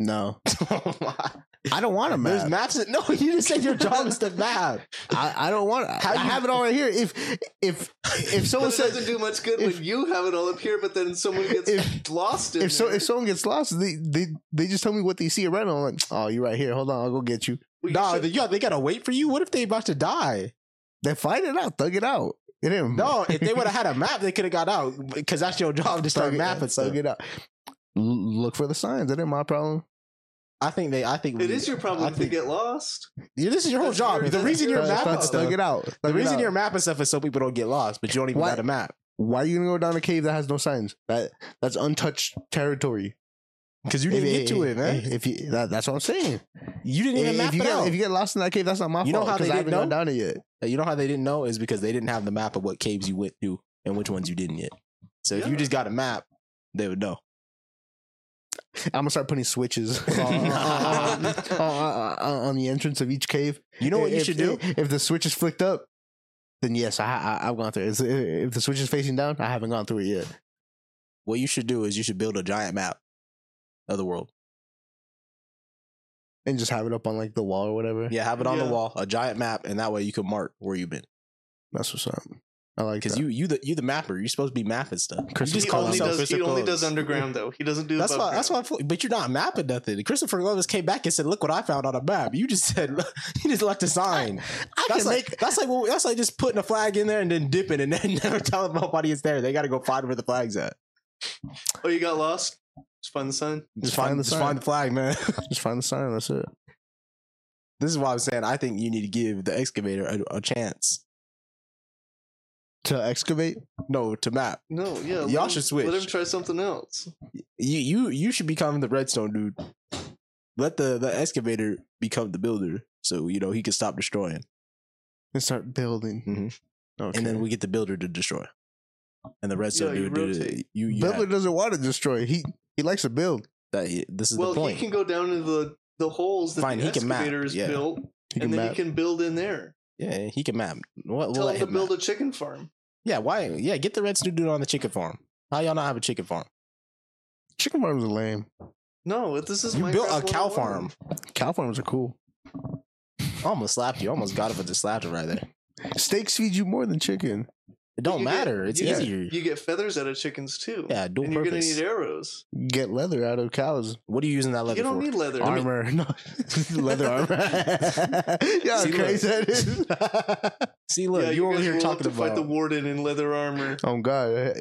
B: no
C: oh my.
B: I don't want a map
C: There's maps. that- no, you just said your job is to map.
B: I, I don't want
C: How
B: I
C: you-
B: have it all right here if if if
D: But
B: someone
D: it
B: says
D: doesn't do much good
B: if-
D: when you have it all up here, but then someone gets
B: If-
D: lost in
B: if so
D: there.
B: if someone gets lost they they they just tell me what they see around I'm like oh you're right here hold on I'll go get you
D: Well, you
C: No,
D: should-
C: they, yeah, they gotta wait for you. What if they about to die?
B: then fight it out thug it out it didn't
C: No, if they would have had a map, they could have got out because that's your job to start
B: thug, it,
C: mapping stuff.
B: thug it out L- look for the signs that ain't my problem
C: I think they. I think
D: it
C: we-
D: is your
C: I
D: problem if they
C: think-
D: get lost.
C: Yeah, this is your whole
D: That's
C: job.
D: your-
C: the
D: that's
C: reason
D: your
C: you're
D: job.
C: mapping
D: Thug-
C: stuff.
B: thug it out
C: The reason
B: you're
C: you're mapping stuff is so people don't get lost, but you don't even
B: Why-
C: got a map
B: why are you gonna go down a cave that has no signs? That that's untouched territory.
C: because you didn't get
B: If-
C: to
B: if-
C: it, man.
B: If you that, that's what I'm saying.
C: you didn't even
B: If-
C: map
B: if you
C: it
B: get,
C: out.
B: If you get lost in that cave, that's not my
C: You know
B: fault
C: how
B: because
C: they
B: I haven't
C: didn't
B: gone
C: know?
B: down it yet.
C: you know how they didn't know is because they didn't have the map of what caves you went through and which ones you didn't yet. So if you
D: Yeah.
C: just got a map, they would know.
B: I'm gonna start putting switches on, on- on- on- on- on- on the entrance of each cave.
C: You know what you
B: If-
C: should do?
B: If, if the switch is flicked up, then yes, I, I I've gone through. it. If the switch is facing down, I haven't gone through it yet.
C: What you should do is you should build a giant map of the world.
B: And just have it up on like the wall or whatever.
C: Yeah, have it on the
D: Yeah.
C: wall, a giant map, and that way you can mark where you've been.
B: that's what's up. I like
C: Because
B: that.
C: you you the you the mapper. You're supposed to be mapping stuff. You
B: Christopher
C: just
D: he
C: call
D: only
C: yourself
D: does he
C: Christopher
D: only does
C: Columbus.
D: underground though. He doesn't do
C: That's
D: above
C: why. That's why.
D: ground.
C: I feel- But you're not mapping nothing. Christopher Columbus came back and said, "Look what I found on a map." You just said you just left a sign.
B: I
C: that's
B: can
C: like
B: make
C: that's like well, that's like just putting a flag in there and then dipping and then never telling nobody it's there. They got to go find where the flag's at.
D: Oh, you got lost? Just find the sign.
C: Just find,
B: the
C: just
B: sign.
C: find the flag, man.
B: just find the sign. That's it.
C: this is why I'm saying I think you need to give the excavator a, a chance.
B: To excavate.
C: No, to map.
D: No, yeah. let
C: Y'all
D: him-
C: should switch.
D: Let him try something else.
C: You you you should become the redstone dude. Let the the excavator become the builder, so you know he can stop destroying,
B: and start building.
C: Mhm.
B: Okay.
C: and then we get the builder to destroy, and the redstone
D: Yeah, you
C: dude. do-
D: rotate.
C: you you
B: Butler
C: have-
B: doesn't want to destroy. He he likes to build.
C: that, this is
D: Well,
C: the
D: he
C: point.
D: can go down to the the holes that
C: Fine,
D: the
C: he can map,
D: excavator is
C: yeah.
D: built,
B: He
D: and
B: can
D: then
B: map.
D: he can build in there.
C: yeah, he can map. What,
D: Tell
C: let
D: him to
C: him
D: build
C: map.
D: a chicken farm.
C: Yeah, why? Yeah, get the redstone dude on the chicken farm. How y'all not have a chicken farm?
B: Chicken farms are lame.
D: No, this is
C: You built a
D: Minecraft
C: cow
D: 101.
C: farm.
B: Cow farms are cool.
C: Almost slapped you. Almost got it, but just slapped it right there.
B: Steaks feed you more than chicken.
C: It
D: But
C: don't
D: you get-
C: matter. it's
D: you get-
C: easier.
D: You get feathers out of chickens too.
C: yeah, dual
D: and you're gonna
C: purpose.
D: need arrows.
B: Get leather out of cows.
C: what are you using that leather
D: you don't
C: for?
D: need leather.
B: armor. no. leather armor. yeah,
C: See,
B: crazy that is.
C: See, look,
D: yeah,
C: you,
D: you
C: over
D: guys
C: here
D: will have
C: talking
D: to fight
C: about
D: the warden in leather armor.
B: oh god.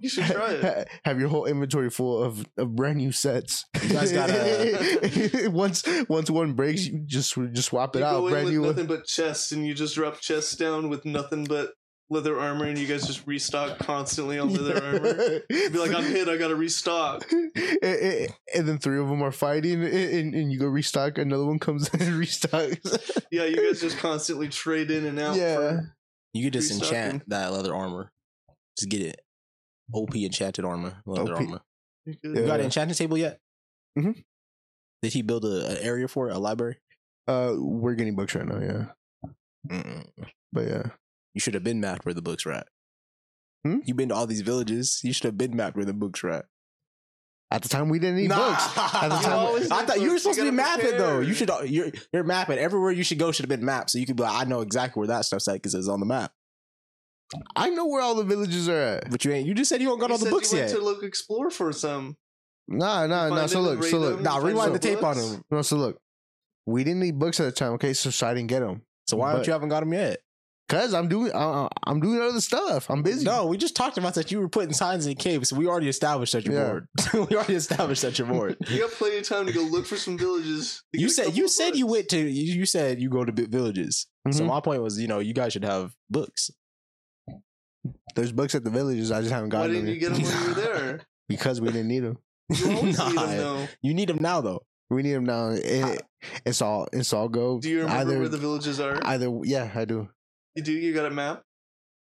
D: You should try it.
B: Have your whole inventory full of, of brand new sets.
C: You guys
D: gotta-
B: once once one breaks, you just just swap it
D: you
B: out.
D: go in
B: Brand
D: with
B: new.
D: nothing but chests, and you just drop chests down with nothing but leather armor, and you guys just restock constantly on leather armor. You'd be like, I'm hit, I gotta restock.
B: and, and- and then three of them are fighting, and, and, and you go restock. Another one comes in and restocks.
D: Yeah, you guys just constantly trade in and out.
B: yeah,
D: for-
C: you could
D: Three
C: disenchant
D: stocking.
C: that leather armor. Just get it. OP enchanted armor. Leather
B: OP.
C: armor.
D: you
C: You
D: could-
C: got
B: Yeah.
C: an enchanted table yet?
B: Mhm.
C: Did he build a, an area for it, a library?
B: Uh, we're getting books right now, yeah.
C: Mm-mm.
B: But yeah,
C: You should have been mapped where the books were at.
B: Hmm?
C: You've been to all these villages. You should have been mapped where the books were at.
B: at the time we didn't need books. At the
D: You
B: time-
D: always
C: I
D: need
C: thought you
D: books.
C: were supposed to
D: You
C: be
D: gotta
C: mapping though.
D: prepare.
C: You should uh, you're you're mapping everywhere you should go should have been mapped, so you could be like, I know exactly where that stuff's at because it's on the map.
B: I know where all the villages are at.
C: But you ain't. You just said you don't got
D: You
C: all the
D: said
C: books
D: you
C: yet.
D: Went to look explore for some.
B: Nah, nah, nah.
D: find
B: So
D: them
B: look,
D: and
B: so
D: rate
B: look,
D: them?
C: Nah,
D: find
C: rewind
D: some
C: the tape on
D: books?
C: him.
B: no, so look. We didn't need books at the time, okay? So, so I didn't get them
C: So why don't
B: But-
C: you haven't got them yet?
B: because I'm doing, I, I'm doing other stuff. I'm busy.
C: No, we just talked about that. You were putting signs in caves. So we already established that you're
B: Yeah.
C: bored. we already established that you're bored.
D: You got plenty of time to go look for some villages. to
C: you
D: get a
C: said
D: couple
C: you
D: of
C: said
D: books.
C: you went to you, you said you go to bi- villages. So
D: Mm-hmm.
B: Mhm.
C: my point was, you know, you guys should have books.
B: there's books at the villages. I just haven't
D: Why
B: gotten
D: didn't
B: them
D: you
B: yet.
D: get them when you were there?
B: because we didn't need them.
D: You always need
C: Nah.
D: them though.
C: You need them now though.
B: We need them now. It, it's all, it's all go.
D: Do you remember
B: either,
D: where the villages are?
B: either? Yeah, I do.
D: you do. You got a map.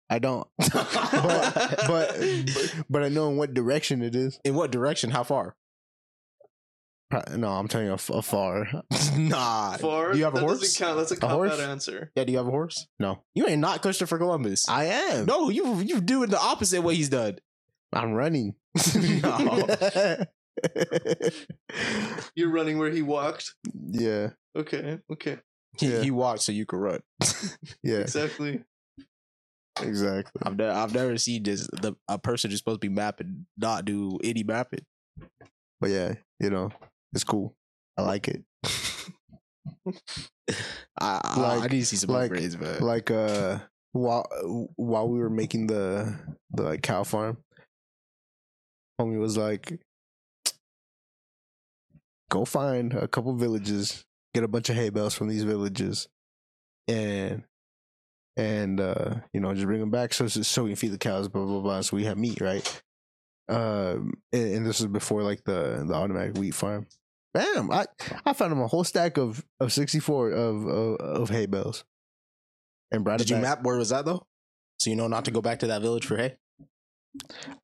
B: I don't, but, but, but I know in what direction it is.
C: In what direction? How far?
B: Pro- No, I'm telling you, af- afar.
C: nah.
D: Far.
C: Do you have a
D: that
C: horse?
D: Doesn't count. That's a,
C: A horse?
D: cop-out answer.
C: Yeah, do you have a horse?
B: No,
C: You ain't not Christopher Columbus.
B: I am.
C: no, you you doing the opposite way he's done.
B: I'm running.
C: no.
D: You're running where he walked.
B: yeah,
D: Okay. Okay.
C: He,
B: Yeah.
C: he walked so you could run.
B: yeah,
D: Exactly.
B: exactly.
C: I've never I've never seen this the a person who's supposed to be mapping not do any mapping.
B: But yeah, you know, it's cool. I like it.
C: I, I- I
B: Like-
C: need to see some
B: like-
C: upgrades, but
B: Like uh, while while we were making the the like cow farm, homie was like, "Go find a couple villages, get a bunch of hay bales from these villages, and and uh, you know, just bring them back so so so we can feed the cows, blah blah blah, so we have meat, right?" Um, and, and this was before like the the automatic wheat farm. Bam! I I found him a whole stack of of sixty four of, of of hay bales. And brought
C: did
B: it
C: you
B: back.
C: map where was that though? So you know not to go back to that village for hay.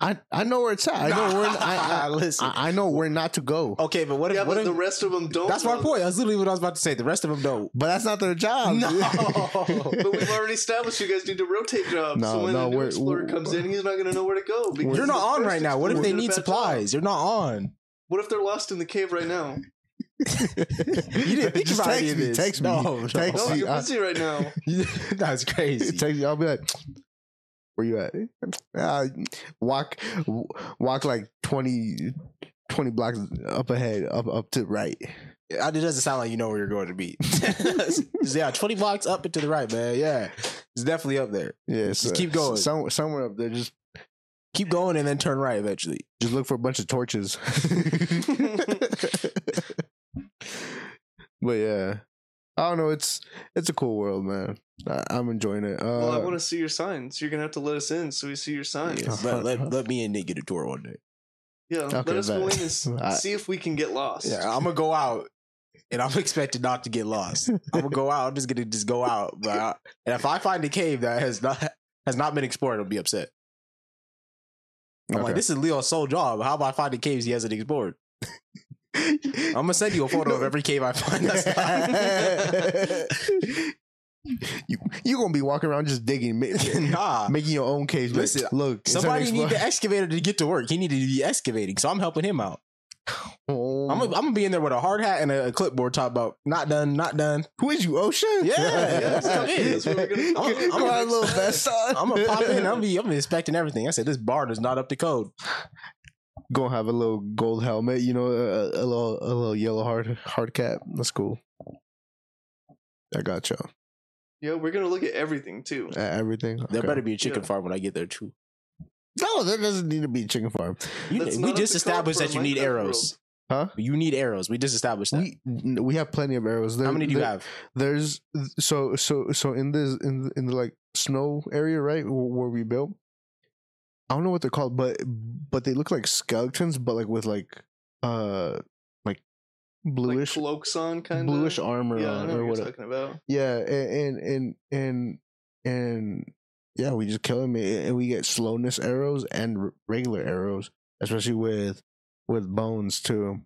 B: I I know where it's at. I know where I,
C: listen.
B: I, I know where not to go.
C: okay, but what if
D: Yeah,
C: what
D: but
C: if
D: the rest of them don't.
C: that's my
D: know.
C: point? That's literally what I was about to say. The rest of them don't.
B: But that's not their job.
C: No.
D: But we've already established you guys need to rotate jobs.
B: No,
D: so when
B: no,
D: the new
B: we're-
D: explorer comes in, he's not going to know where to go. because
C: You're not
D: the
C: on
D: first
C: right now. What if
D: explorer
C: they
D: did a
C: need
D: bad job?
C: supplies? You're not on.
D: What if they're lost in the cave right now?
C: You didn't think
B: Just
C: about
B: text
C: any of
B: me,
C: this.
B: Text me.
C: No, no.
B: Text
D: No,
B: me.
D: you're
B: I-
D: busy right now.
C: That's crazy.
B: text me. I'll be like, where you at? Uh, walk, w- walk like 20, 20 blocks up ahead, up up to right.
C: I- it doesn't sound like you know where you're going to be. yeah, 20 blocks up and to the right, man. Yeah, it's definitely up there.
B: Yeah,
C: Just keep going.
B: Some, somewhere up there. Just
C: Keep going and then turn right eventually.
B: just look for a bunch of torches. but yeah, I don't know. It's it's a cool world, man. I, I'm enjoying it. Uh,
D: well, I want to see your signs. You're going to have to let us in so we see your signs.
C: Yeah, let, let, let me and Nick get a tour one day.
D: Yeah, let
B: Okay,
D: us go in
B: bet.
D: and s-
B: I-
D: see if we can get lost.
C: Yeah, I'm gonna go out, and I'm expected not to get lost. I'm gonna go out. I'm just gonna just go out. But I, and if I find a cave that has not has not been explored, I'll be upset. I'm like, this is Leo's sole job. How about finding caves he hasn't explored? I'm gonna send you a photo of every cave I find. That's not-
B: you you gonna be walking around just digging, ma-
C: nah.
B: making your own cave.
C: Listen,
B: look, it's
C: Somebody
B: an
C: need the
B: explo-
C: excavator to get to work. He needed to be excavating, so I'm helping him out.
B: Oh.
C: I'm gonna, I'm gonna be in there with a hard hat and a clipboard. Talk about not done, not done.
B: Who is you, Oh, Ocean?
C: Yeah, yeah, just come in.
D: That's what we're gonna-
C: I'm-
B: I'm,
C: I'm
B: gonna have
C: gonna-
B: a little vest on.
C: I'm gonna pop in. I'm be I'm inspecting everything. I said this bar is not up to code.
B: gonna have a little gold helmet, you know, a, a little a little yellow hard hard cap. That's cool. I got you
D: Yeah, we're going to look at everything too.
B: everything.
C: There
B: Okay.
C: better be a chicken
D: Yeah.
C: farm when I get there too.
B: no, there doesn't need to be a chicken farm.
C: You,
D: That's
C: we
D: not up
C: just
D: to code
C: established
D: for a
C: that you need
D: Minecraft
C: arrows.
B: world. Huh?
C: You need arrows. We just established that.
B: We we have plenty of arrows. There,
C: How many do you
B: there-
C: have?
B: There's so so so in this in in the like snow area, right, wh- where we built. I don't know what they're called, but but they look like skeletons, but like with like uh like
D: Like
B: bluish
D: cloaks on, kind of.
B: bluish armor
D: Yeah, I
B: on
D: know
B: or
D: what you're
B: whatever.
D: talking about.
B: Yeah, and and and and, and yeah, we just kill him, a- and we get slowness arrows and r- regular arrows, especially with with bones too.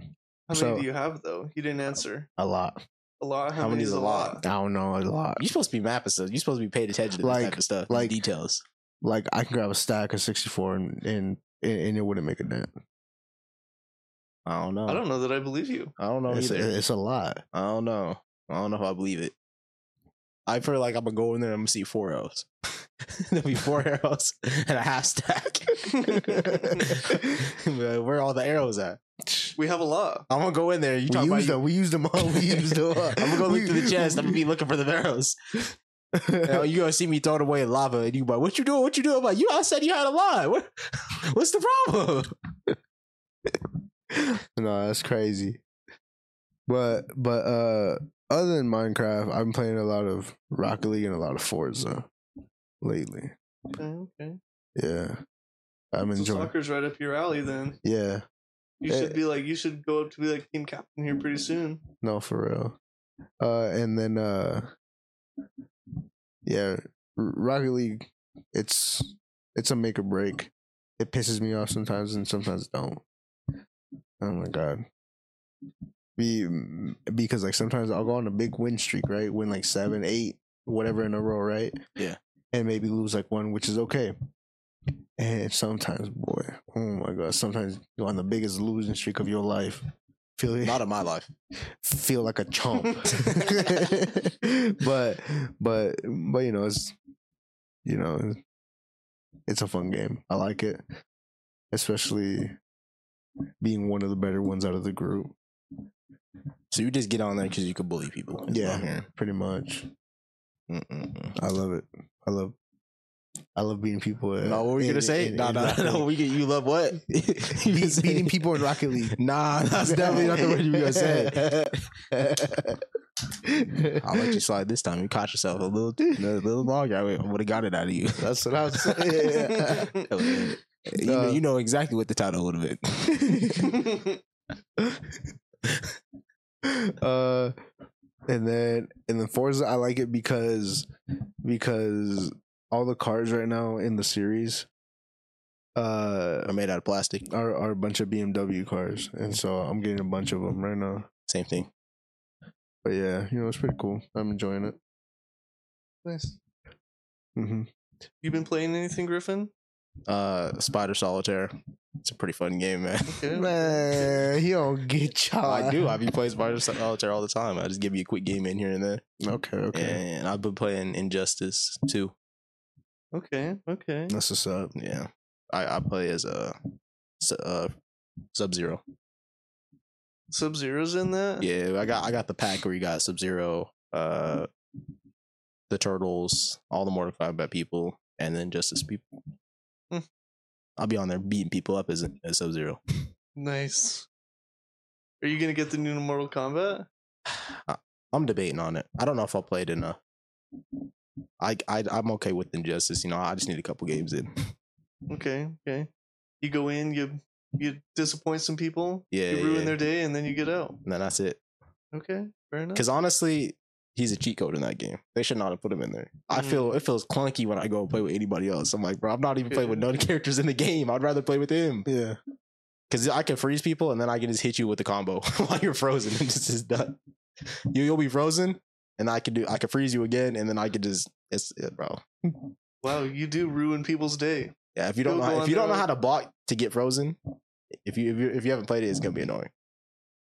D: How many
B: So-
D: do you have though? You didn't answer.
C: A lot.
D: A lot. How,
C: How
D: many is a lot?
B: I don't know a lot.
C: You're supposed to be mapping stuff. You're supposed to be paying attention to this
B: Like-
C: type of stuff. Like
B: like-
C: details.
B: Like I can grab a stack of sixty four and, and and it wouldn't make a dent.
C: I don't know.
D: I don't know that I believe you.
C: I don't know
B: it's,
C: either.
B: it's a lot.
C: I don't know. I don't know if I believe it. I feel like I'm gonna go in there and I'm gonna see four arrows. There'll be four arrows and a half stack. But Where are all the arrows at?
D: We have a lot.
C: I'm gonna go in there. You
B: we
C: talk about
B: used
C: you.
B: them. We used them all. We used them all.
C: I'm gonna go look
B: We-
C: through the chest. I'm gonna be looking for the arrows. You know, you gonna see me throwing away lava, and you be like, "What you doing? What you doing?" I'm like, "You, I said you had a lot. What, what's the problem?"
B: no, that's crazy. But but uh other than Minecraft, I've been playing a lot of Rocket League and a lot of Forza lately.
D: Okay, okay.
B: Yeah. I'm
D: So
B: enjoying
D: soccer's right up your alley then.
B: Yeah.
D: You
B: Eh.
D: should be like you should go up to be like team captain here pretty soon.
B: No, for real. Uh and then uh Yeah, R- Rocket League it's it's a make or break. It pisses me off sometimes and sometimes it don't. Oh my god. Be because like sometimes I'll go on a big win streak, right? Win like seven, eight, whatever in a row, right?
C: Yeah.
B: And maybe lose like one, which is okay. And sometimes, boy, oh my god, sometimes you're on the biggest losing streak of your life. Feel
C: Not in my life.
B: feel like a chump. but but but you know it's you know it's a fun game. I like it, especially being one of the better ones out of the group.
C: So you just get on there because you can bully people. That's what I'm
B: Yeah,
C: hearing.
B: pretty much.
C: Mm-mm-mm.
B: I love it. I love I love beating people. uh,
C: No, what were you
B: in-
C: gonna say?
B: in-
C: No,
B: in
C: no,
B: Rocket
C: no.
B: League.
C: We get you love what? You
B: Beat-
C: say-
B: beating people in Rocket League.
C: Nah, that's definitely not the word you were gonna say. I'll let you slide this time. You caught yourself a little, a little longer. I would have got it out of you.
B: That's what I was saying.
C: you, know,
B: Uh,
C: you know exactly what the title would have been.
D: That's
B: uh and then and then Forza I like it because because all the cars right now in the series uh
C: Are made out of plastic.
B: are are a bunch of BMW cars and so I'm getting a bunch of them right now.
C: Same thing.
B: But yeah, you know it's pretty cool. I'm enjoying it.
D: nice.
B: hmm
D: You been playing anything, Griffin?
C: Uh, Spider Solitaire. It's a pretty fun game, man.
D: Okay.
B: Man, you don't get
D: Oh,
B: y'all.
C: I do. I be playing Spider Solitaire all the time. I just give you a quick game in here and there.
B: Okay, okay.
C: And I've been playing Injustice too.
D: Okay. Okay.
B: That's what's up.
C: Yeah, I, I play as a s- uh, Sub Zero.
D: Sub Zero's in that.
C: Yeah, I got I got the pack where you got Sub Zero, uh, the Turtles, all the Mortal Kombat people, and then Justice people.
D: Hmm.
C: I'll be on there beating people up as, as Sub Zero.
D: Nice. Are you gonna get the new Mortal Kombat?
C: I'm debating on it. I don't know if I'll play it enough. I I I'm okay with Injustice. You know, I just need a couple games in.
D: Okay. Okay. You go in. You you disappoint some people.
C: Yeah,
D: You ruin
C: yeah.
D: their day, and then you get out.
C: And then that's it.
D: Okay. Fair enough.
C: Because honestly, he's a cheat code in that game. They should not have put him in there. I feel it feels clunky when I go play with anybody else. I'm like, bro, I'm not even playing with
D: Yeah.
C: none characters in the game. I'd rather play with him.
B: Yeah.
C: Cause I can freeze people and then I can just hit you with the combo while you're frozen and just is done. You you'll be frozen and I can do I can freeze you again and then I can just it's it, bro.
D: Wow, you do ruin people's day.
C: Yeah, if you don't
D: You'll
C: know
D: go
C: how,
D: on
C: if you don't know
D: the-
C: how to block to get frozen, if you if you if you haven't played it, it's gonna be annoying.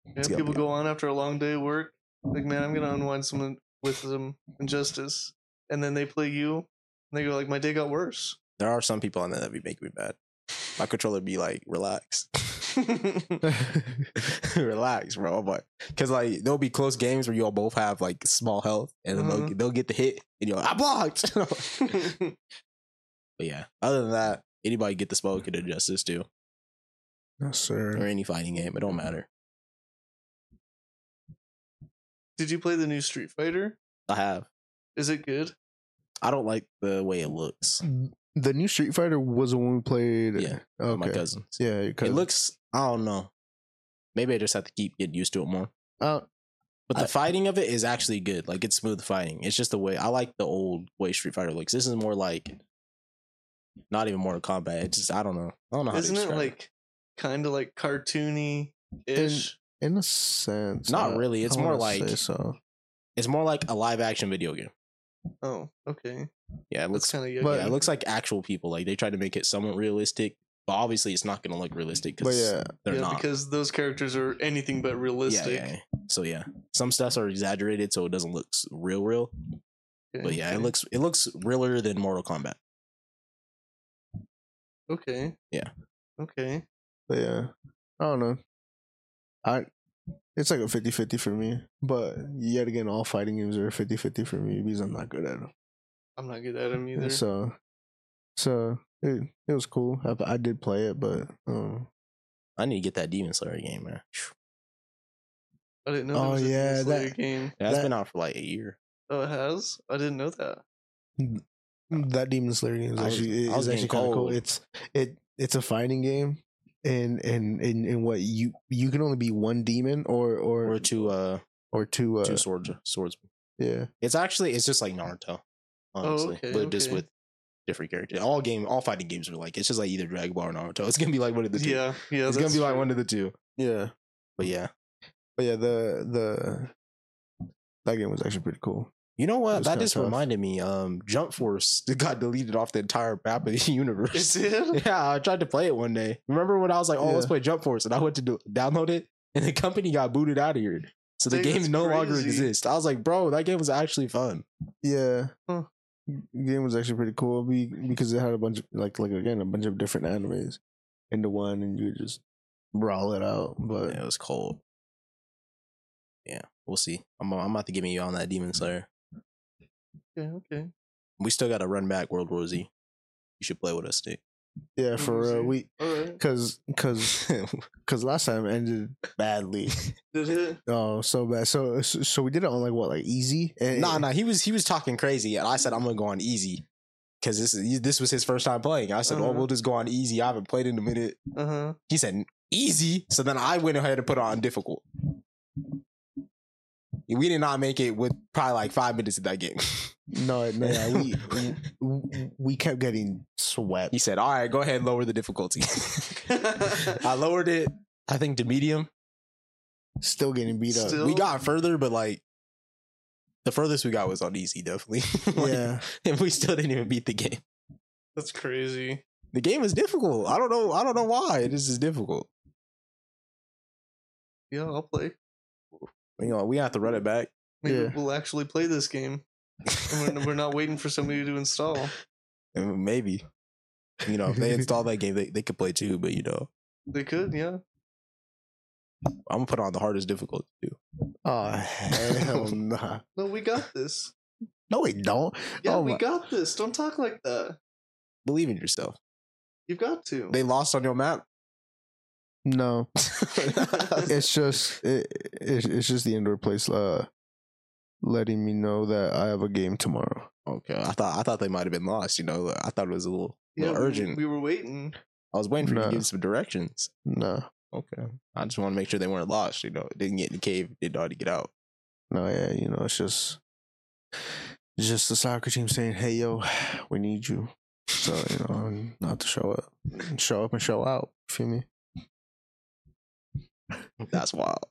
D: Yeah,
C: It's gotta
D: people
C: be-
D: go on after a long day of work. Like, man, I'm gonna unwind someone with some injustice, and then they play you, and they go like, my day got worse.
C: There are some people on there that be making me mad. My controller be like, relax. relax, bro. I'm like, cause like there'll be close games where you'll both have like small health and then they'll,
D: Mhm.
C: they'll get the hit and you're like, I blocked. but yeah, other than that, anybody get the smoke and injustice too,
B: Yes,
C: or
B: sir.
C: any fighting game. It don't matter.
D: Did you play the new Street Fighter?
C: I have.
D: Is it good?
C: I don't like the way it looks.
B: The new Street Fighter was the one we played.
C: Yeah,
B: Okay.
C: My cousins.
B: Yeah,
C: It
B: because
C: looks. I don't know. Maybe I just have to keep getting used to it more.
B: uh,
C: But the
B: I-
C: fighting of it is actually good. Like it's smooth fighting. It's just the way I like the old way Street Fighter looks. This is more like not even Mortal Kombat. It's just I don't know. I don't know. How
D: Isn't
C: to
D: it
C: describe
D: like kind of like cartoony ish?
B: in a sense.
C: Not
B: uh,
C: really, it's
B: I
C: more
B: wouldn't
C: like-
B: say so.
C: It's more like a live action video game.
D: Oh, okay.
C: Yeah, it
D: Looks
C: looks
D: kind of
B: but-
C: yeah, it looks like actual people. Like they tried to make it somewhat realistic, but obviously it's not gonna look realistic
B: But
C: because
B: yeah,
C: they're
D: yeah,
C: not.
D: because those characters are anything but
C: yeah,
D: realistic.
C: yeah, yeah. So yeah, some stuffs are exaggerated, so it doesn't look s- real, real. But yeah, it
D: okay.
C: looks it looks realer than Mortal Kombat.
D: okay.
C: Yeah.
D: Okay.
B: but yeah, I don't know. I it's like a 50-50 for me, but yet again, all fighting games are 50-50 for me because I'm not good at them.
D: I'm not good at them either.
B: So, so it it was cool. I, I did play it, but um,
C: I need to get that Demon Slayer game, man.
D: I didn't know.
B: Oh,
D: there was a Demon
B: yeah,
D: Slayer
B: that-
D: game.
C: That's
B: That-
C: been out for like a year.
D: Oh, it has. I didn't know that.
B: that Demon Slayer game is
C: I was-
B: actually
C: I was
B: is
C: getting
B: actually kind of cool.
C: cold.
B: It's it it's a fighting game, and and and and what you you can only be one demon or or
C: Or two uh
B: or two. Uh,
C: two swords swords.
B: yeah,
C: It's actually it's just like Naruto, honestly,
D: Oh, okay,
C: but just
D: okay.
C: with different characters. All game all fighting games are like it's just like either Dragon Ball or Naruto. It's gonna be like one of the two.
D: Yeah, yeah.
C: it's gonna
D: that's
C: be like
D: true.
C: one of the two.
B: yeah.
C: But yeah,
B: But yeah, the the that game was actually pretty cool.
C: you know
B: It
C: what?
B: was
C: That
B: kinda
C: just
B: tough.
C: reminded me. Um, Jump Force got deleted off the entire map of the
D: It
C: universe.
D: did.
C: Yeah, I tried to play it one day. Remember when I was like, "Oh, let's
B: Yeah.
C: play Jump Force," and I went to do- download it, and the company got booted out of here. So the
D: Dude,
C: game
D: that's
C: no longer
D: crazy.
C: exists. I was like, "Bro, that game was actually fun."
B: Yeah.
D: Huh.
B: The game was actually pretty cool be- because it had a bunch of like like again a bunch of different animes into one and you could just brawl it out. But
C: Yeah, it was cold. Yeah, we'll see. I'm I'm about to get me on that Demon Slayer.
D: Okay, okay.
C: We still got to run back World War Z. You should play with us, Nick.
B: yeah, for real, we
D: All right.
B: because because because last time ended badly.
D: Did it?
B: oh, so bad. So so we did it on like what like easy. And
C: nah, nah. He was he was talking crazy, and I said I'm gonna go on easy because this is this was his first time playing. I said, "Oh,
D: Uh-huh.
C: we'll just go on easy. I haven't played in a minute."
D: Uh huh.
C: He said easy, so then I went ahead and put it on difficult. We did not make it with probably like five minutes of that game.
B: no, no, yeah, we, we we kept getting swept.
C: he said, "All right, go ahead, and lower the difficulty." I lowered it, I think, to medium.
B: Still getting beat up.
D: Still-
C: We got further, but like the furthest we got was on easy, definitely. Like,
B: yeah,
C: and we still didn't even beat the game.
D: That's crazy.
C: The game is difficult. I don't know. I don't know why it is just difficult.
D: Yeah, I'll play.
C: You know, we have to run it back.
D: Maybe
B: Yeah.
D: we'll actually play this game. And we're, we're not waiting for somebody to install.
C: And Maybe. You know, if they install that game, they, they could play too. But you know,
D: They could, yeah.
C: I'm gonna put on the hardest difficulty too.
B: Oh hell nah.
D: No, we got this.
B: No, we don't.
D: Yeah,
B: Oh
D: we
B: my-
D: got this. Don't talk like that.
C: Believe in yourself.
D: You've got to.
C: They lost on your map.
B: No, it's just it, it, it's just the indoor place uh, letting me know that I have a game tomorrow.
C: okay, I thought I thought they might have been lost. You know, I thought it was a little,
D: yeah,
C: little
D: we-
C: urgent.
D: We, were waiting.
C: I was waiting for you
B: No.
C: to give some directions.
B: No,
C: Okay, I just want to make sure they weren't lost. You know, didn't get in the cave, didn't know how to get out.
B: no, yeah, you know, it's just it's just the soccer team saying, "Hey, yo, we need you." So you know, not to show up, show up and show out. You feel me?
C: That's wild.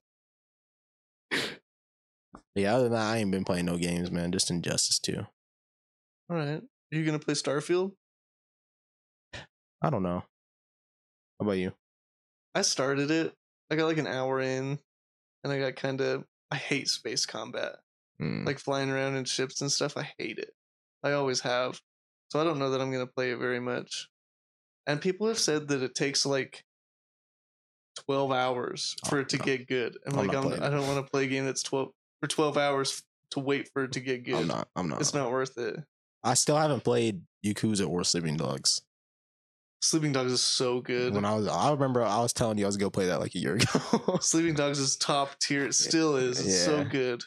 C: Yeah, other than that, I ain't been playing no games, man. Just Injustice 2.
D: All right. Are you going to play Starfield?
C: I don't know. How about you?
D: I started it. I got like an hour in, and I got kind of. I hate space combat.
C: Mm.
D: Like flying around in ships and stuff. I hate it. I always have. So I don't know that I'm going to play it very much. And people have said that it takes like 12 hours for it to
C: Oh, no.
D: get good. I'm,
C: I'm
D: like,
C: not
D: I'm,
C: playing
D: I
C: it.
D: don't want to play a game that's 12 for 12 hours to wait for it to get good.
C: I'm not. I'm not.
D: It's not worth it.
C: I still haven't played Yakuza or Sleeping Dogs.
D: Sleeping Dogs is so good.
C: When I was, I remember I was telling you I was gonna play that like a year ago.
D: Sleeping Dogs is top tier. It still is. It's so
C: Yeah.
D: good.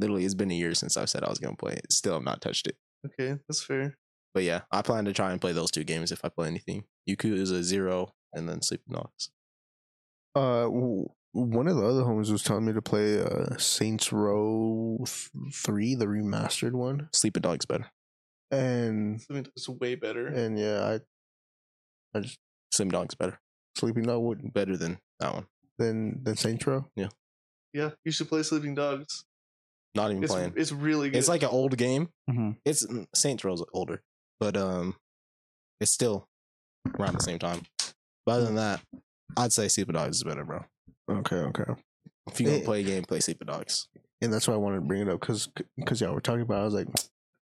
C: Literally, it's been a year since I said I was gonna play it. Still, I've not touched it.
D: Okay, that's fair.
C: But yeah, I plan to try and play those two games if I play anything. Yakuza Zero and then Sleeping Dogs.
B: Uh, w- one of the other homies was telling me to play uh Saints Row th- Three, the remastered one,
C: Sleeping Dogs better.
B: and
D: Sleeping Dogs is way better.
B: and yeah, I
C: Sleeping Dogs better.
B: Sleeping Dog wouldn't.
C: Better than that one.
B: than than Saints Row?
D: Yeah, you should play Sleeping Dogs.
C: Not even
D: It's,
C: playing.
D: it's really good.
C: It's like an old game.
A: Mhm.
C: It's mm, Saints Row's older, but um, it's still around the same time. But other than that, I'd say Super Dogs is better, bro.
B: Okay, okay.
C: If you gonna
B: Eh.
C: play a game, play Super Dogs.
B: And that's why I wanted to bring it up because because y'all were talking about. it. I was like,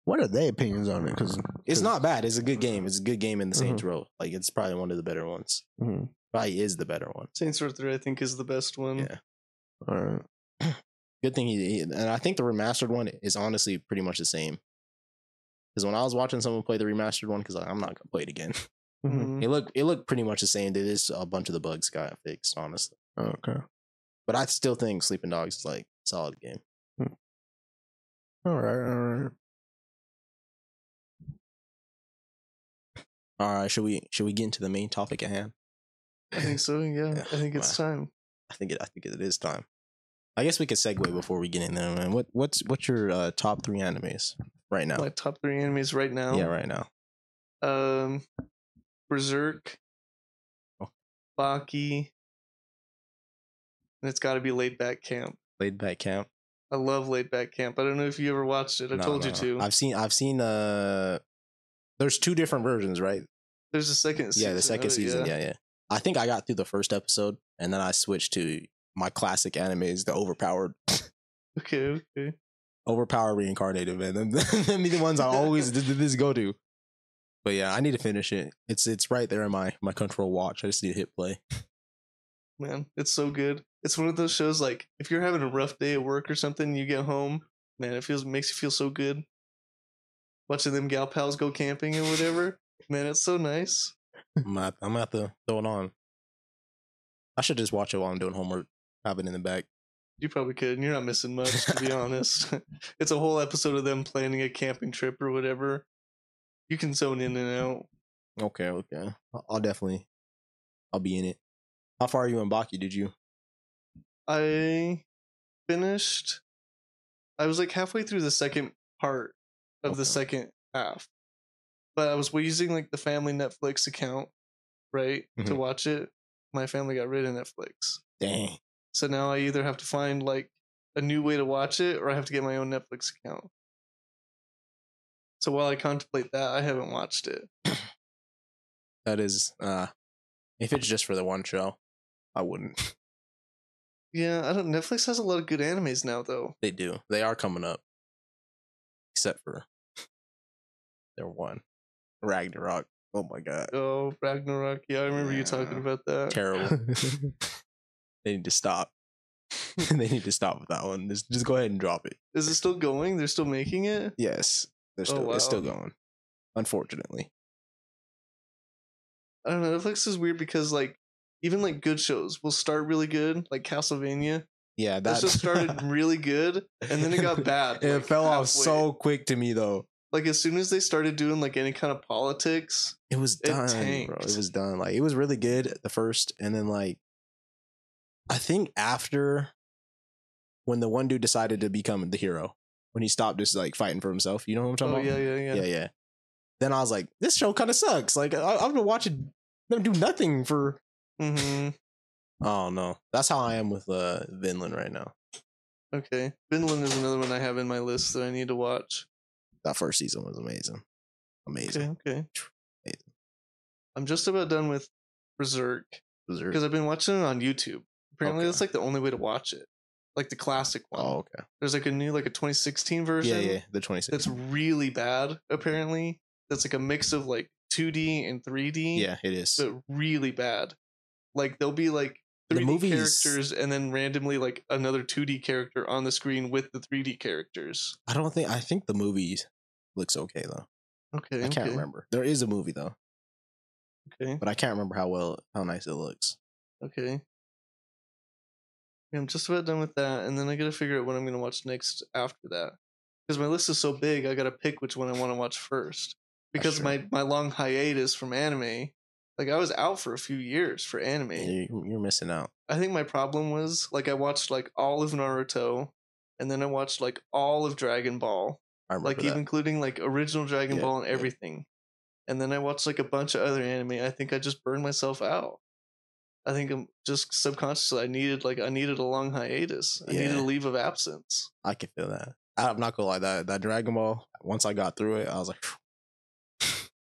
B: what are their opinions on it? Because
C: It's not bad. It's a good game. It's a good game in the Saints Row. Like it's probably one of the better ones.
B: Mhm.
C: Probably is the better one.
D: Saints Row 3, I think, is the best one.
C: Yeah.
B: all right,
C: Good thing he, he- and I think the remastered one is honestly pretty much the same. Because when I was watching someone play the remastered one, because I'm not gonna play it again.
B: Mhm.
D: Mhm.
C: It looked it looked pretty much the same. There is a bunch of the bugs got fixed, honestly.
B: okay,
C: But I still think Sleeping Dogs is like a solid game.
B: all right, all right.
C: All right, should we should we get into the main topic at hand?
D: I think so. Yeah, I think it's time.
C: I think it I think it is time. I guess we could segue before we get in there, man. What what's what's your uh, top three animes right now?
D: My top three enemies right now.
C: Yeah, right now.
D: Um, Berserk,
C: Oh.
D: Baki, and it's got to be Laid Back Camp.
C: Laid back camp.
D: I love Laid Back Camp. I don't know if you ever watched it. I
C: No,
D: told
C: no,
D: you
C: no.
D: to.
C: I've seen I've seen uh there's two different versions, right?
D: There's a second season. oh,
C: yeah, the second
D: of it,
C: season. Yeah. yeah, I think I got through the first episode and then I switched to my classic animes, the overpowered
D: Okay, okay.
C: overpowered reincarnated, man. Them, them be the ones I always did this go to. But yeah, I need to finish it. It's it's right there in my my control watch. I just need to hit play.
D: Man, it's so good. It's one of those shows like if you're having a rough day at work or something, you get home, man, it feels makes you feel so good. Watching them gal pals go camping or whatever. man, it's so nice.
C: I'm gonna, I'm gonna have to throw it on. I should just watch it while I'm doing homework. Have it in the back.
D: You probably could, and you're not missing much, to be honest. It's a whole episode of them planning a camping trip or whatever. You can zone in and out.
C: Okay, okay. I'll, I'll definitely. I'll be in it. How far are you in Baki? Did you?
D: I finished. I was like halfway through the second part of the
C: Okay.
D: second half, but I was using like the family Netflix account, right, to
C: Mhm.
D: watch it. My family got rid of Netflix,
C: Dang.
D: so now I either have to find like a new way to watch it, or I have to get my own Netflix account. So while I contemplate that, I haven't watched it.
C: That is. uh If it's just for the one show, I wouldn't.
D: Yeah, I don't. Netflix has a lot of good animes now, though.
C: They do. They are coming up. Except for their one, Ragnarok. Oh my god,
D: Oh, Ragnarok. Yeah, I remember you talking
C: Yeah.
D: about that.
C: terrible. they need to stop. they need to stop with that one. Just just go ahead and drop it.
D: Is it still going? They're still making it?
C: Yes, they're
D: Oh,
C: still it's still
D: wow.
C: going. Unfortunately,
D: I don't know. Netflix is weird because like even like good shows will start really good, like Castlevania.
C: yeah,
D: That just started really good, and then it got bad.
C: It
D: like,
C: fell off
D: halfway.
C: so quick to me though.
D: like as soon as they started doing like any kind of politics.
C: It was
D: It
C: done, bro.
D: tanked.
C: It was done. Like it was really good at the first, and then like I think after when the one dude decided to become the hero, when he stopped just like fighting for himself, you know what I'm talking
D: Oh
C: about?
D: yeah, yeah, yeah,
C: yeah, yeah. Then I was like, this show kind of sucks. Like I, I've been watching them do nothing for.
D: hmm
C: Oh no, that's how I am with uh Vinland right now.
D: Okay, Finland is another one I have in my list that I need to watch.
C: That first season was amazing, amazing.
D: Okay, okay.
C: Amazing.
D: I'm just about done with Berserk
C: Berserk.
D: because I've been watching it on YouTube. Apparently,
C: Okay.
D: that's like the only way to watch it, like the classic one.
C: Oh okay.
D: There's like a new like a 2016 version.
C: Yeah, yeah. The 26th.
D: that's really bad apparently that's like a mix of like 2d and 3d
C: Yeah, it is.
D: but really bad like there'll be like
C: The
D: 3d
C: movies-
D: characters and then randomly like another 2d character on the screen with the 3d characters
C: I don't think I think the movie looks okay though.
D: okay
C: I can't
D: okay,
C: remember. There is a movie though,
D: okay
C: but I can't remember how well how nice it looks.
D: okay Yeah, i'm just about done with that and then i gotta figure out what i'm gonna watch next after that because my list is so big i gotta pick which one i want to watch first because
C: true.
D: my my long hiatus from anime like i was out for a few years for anime
C: You're, you're missing out.
D: I think my problem was like I watched like all of Naruto, and then I watched like all of Dragon Ball,
C: I remember
D: like
C: that.
D: even including like original Dragon
C: Yeah,
D: Ball and
C: yeah.
D: everything. And then I watched like a bunch of other anime. I think I just burned myself out. I think I'm just subconsciously I needed like I needed a long hiatus. I needed
C: Yeah.
D: a leave of absence.
C: I can feel that. I'm not gonna lie, that that Dragon Ball. Once I got through it, I was like, phew.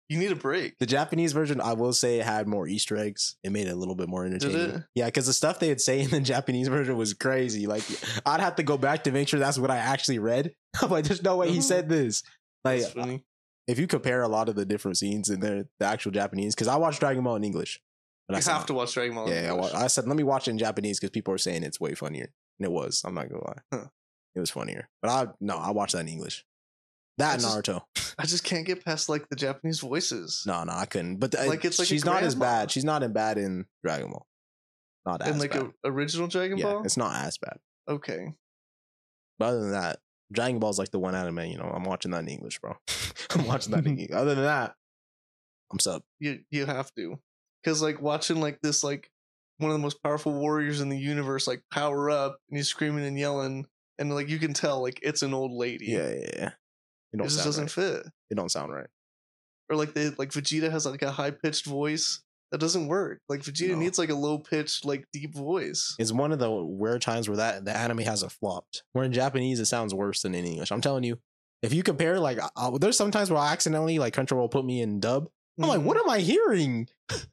D: You need a break.
C: the Japanese version. I will say it had more Easter eggs. It made it a little bit more entertaining.
D: it?
C: Yeah, because the stuff they would say in the Japanese version was crazy. Like, I'd have to go back to make sure that's what I actually read. I'm like, there's no way he said this. Like,
D: Mm-hmm. That's funny.
C: if you compare a lot of the different scenes in there, the actual Japanese, because I watched Dragon Ball in English. But
D: You
C: I said-
D: have to watch Dragon Ball. in
C: Yeah, I, wa-
D: English.
C: I said let me watch it in Japanese because people are saying it's way funnier, and it was. I'm not gonna lie,
D: Huh.
C: it was funnier. But I no, I watched that in English. That and
D: That's just-
C: Naruto.
D: I just can't get past like the Japanese voices.
C: No, no, I couldn't. But the, uh,
D: Like, it's like a
C: she's not as
D: grandma.
C: bad. She's not in bad in Dragon Ball. Not as
D: and like
C: bad.
D: a original Dragon
C: yeah,
D: Ball.
C: it's not as bad.
D: Okay,
C: But other than that, Dragon Ball's like the one anime. You know, I'm watching that in English, bro. I'm watching that in English. Other than that, I'm sub.
D: you you have to, because like watching like this like one of the most powerful warriors in the universe like power up and he's screaming and yelling and like you can tell like it's an old lady.
C: Yeah, yeah, yeah. It
D: it
C: don't
D: just
C: sound
D: doesn't
C: right.
D: fit.
C: It don't sound right.
D: Or like they like Vegeta has like a high pitched voice that doesn't work. Like Vegeta
C: No.
D: needs like a low pitched like deep voice.
C: It's one of the rare times where that the anime hasn't flopped. Where in Japanese it sounds worse than in English. I'm telling you, if you compare, like, I, I- there's sometimes where I accidentally like Crunchyroll will put me in dub. I'm like,
D: Mhm.
C: what am I hearing?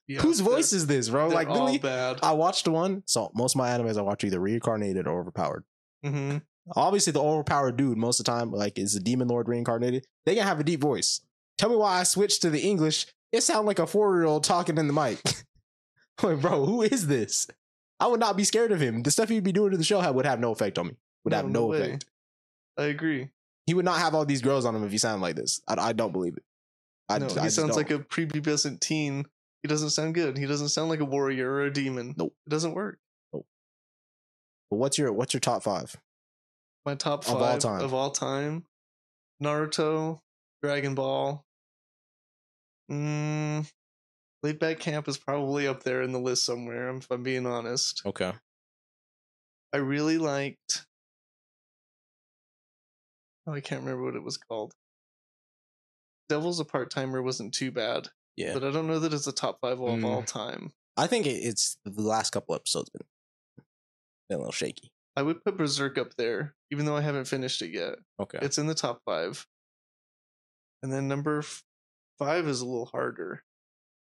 D: Yeah,
C: Whose
D: they're-
C: voice is this, bro?
D: they're
C: Like,
D: all
C: literally,
D: bad.
C: I watched one. So most of my animes I watch are either reincarnated or overpowered.
D: hmm
C: Obviously, the overpowered dude most of the time, like, is the demon lord reincarnated. They can have a deep voice. Tell me why I switched to the English. It sounds like a four year old talking in the mic. like, bro, who is this? I would not be scared of him. The stuff he'd be doing to the show ha- would have no effect on me. Would
D: No,
C: have
D: no
C: no,
D: way.
C: effect.
D: I agree.
C: He would not have all these girls on him if he sounded like this. I, I don't believe it. I,
D: no,
C: d-
D: he
C: I just
D: sounds
C: don't.
D: like a prepubescent teen. He doesn't sound good. He doesn't sound like a warrior or a demon.
C: Nope.
D: It doesn't work.
C: But what's your what's your top five?
D: My top
C: Of
D: five
C: all time.
D: of all time Naruto, Dragon Ball. Mm, Laid Back Camp is probably up there in the list somewhere, if I'm being honest.
C: Okay.
D: I really liked. Oh, I can't remember what it was called. Devil's a Part Timer wasn't too bad,
C: Yeah.
D: but I don't know that it's a top five of
C: Mm.
D: all time.
C: I think it, it's the last couple episodes been, been a little shaky.
D: I would put Berserk up there, even though I haven't finished it yet.
C: Okay.
D: It's in the top five. And then number f- five is a little harder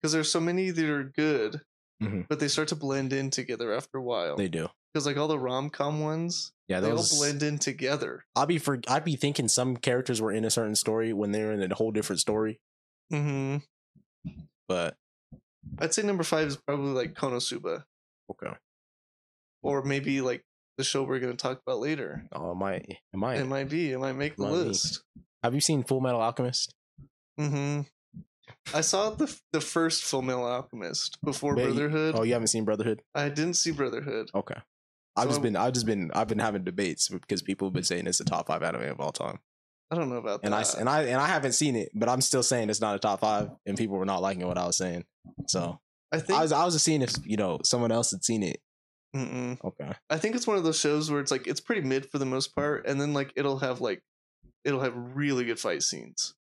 D: because there's so many that are good,
C: Mhm.
D: but they start to blend in together after a while.
C: they do.
D: Because like all the rom com ones,
C: Yeah,
D: they all
C: those
D: blend in together.
C: I'd be for I'd be thinking some characters were in a certain story when they're in a whole different story.
D: hmm
C: But
D: I'd say number five is probably like Konosuba,
C: okay,
D: or maybe like the show we're going to talk about later.
C: oh, am I? Am I?
D: It might be. It might make the
C: Might be.
D: list.
C: Have you seen Full Metal Alchemist?
D: hmm I saw the f- the first Full Metal Alchemist before
C: Bet you-
D: Brotherhood.
C: Oh, you haven't seen Brotherhood?
D: I didn't see Brotherhood.
C: Okay. I've
D: So
C: just
D: I-
C: been, I've just been, I've been having debates because people have been saying it's the top five anime of all time,
D: I don't know about
C: and
D: that.
C: I s- and I and I haven't seen it, but I'm still saying it's not a top five, and people were not liking what I was saying. So
D: I think
C: I was, I was just seeing if you know someone else had seen it.
D: Mm-mm.
C: Okay.
D: I think it's one of those shows where it's like it's pretty mid for the most part, and then like it'll have like it'll have really good fight scenes.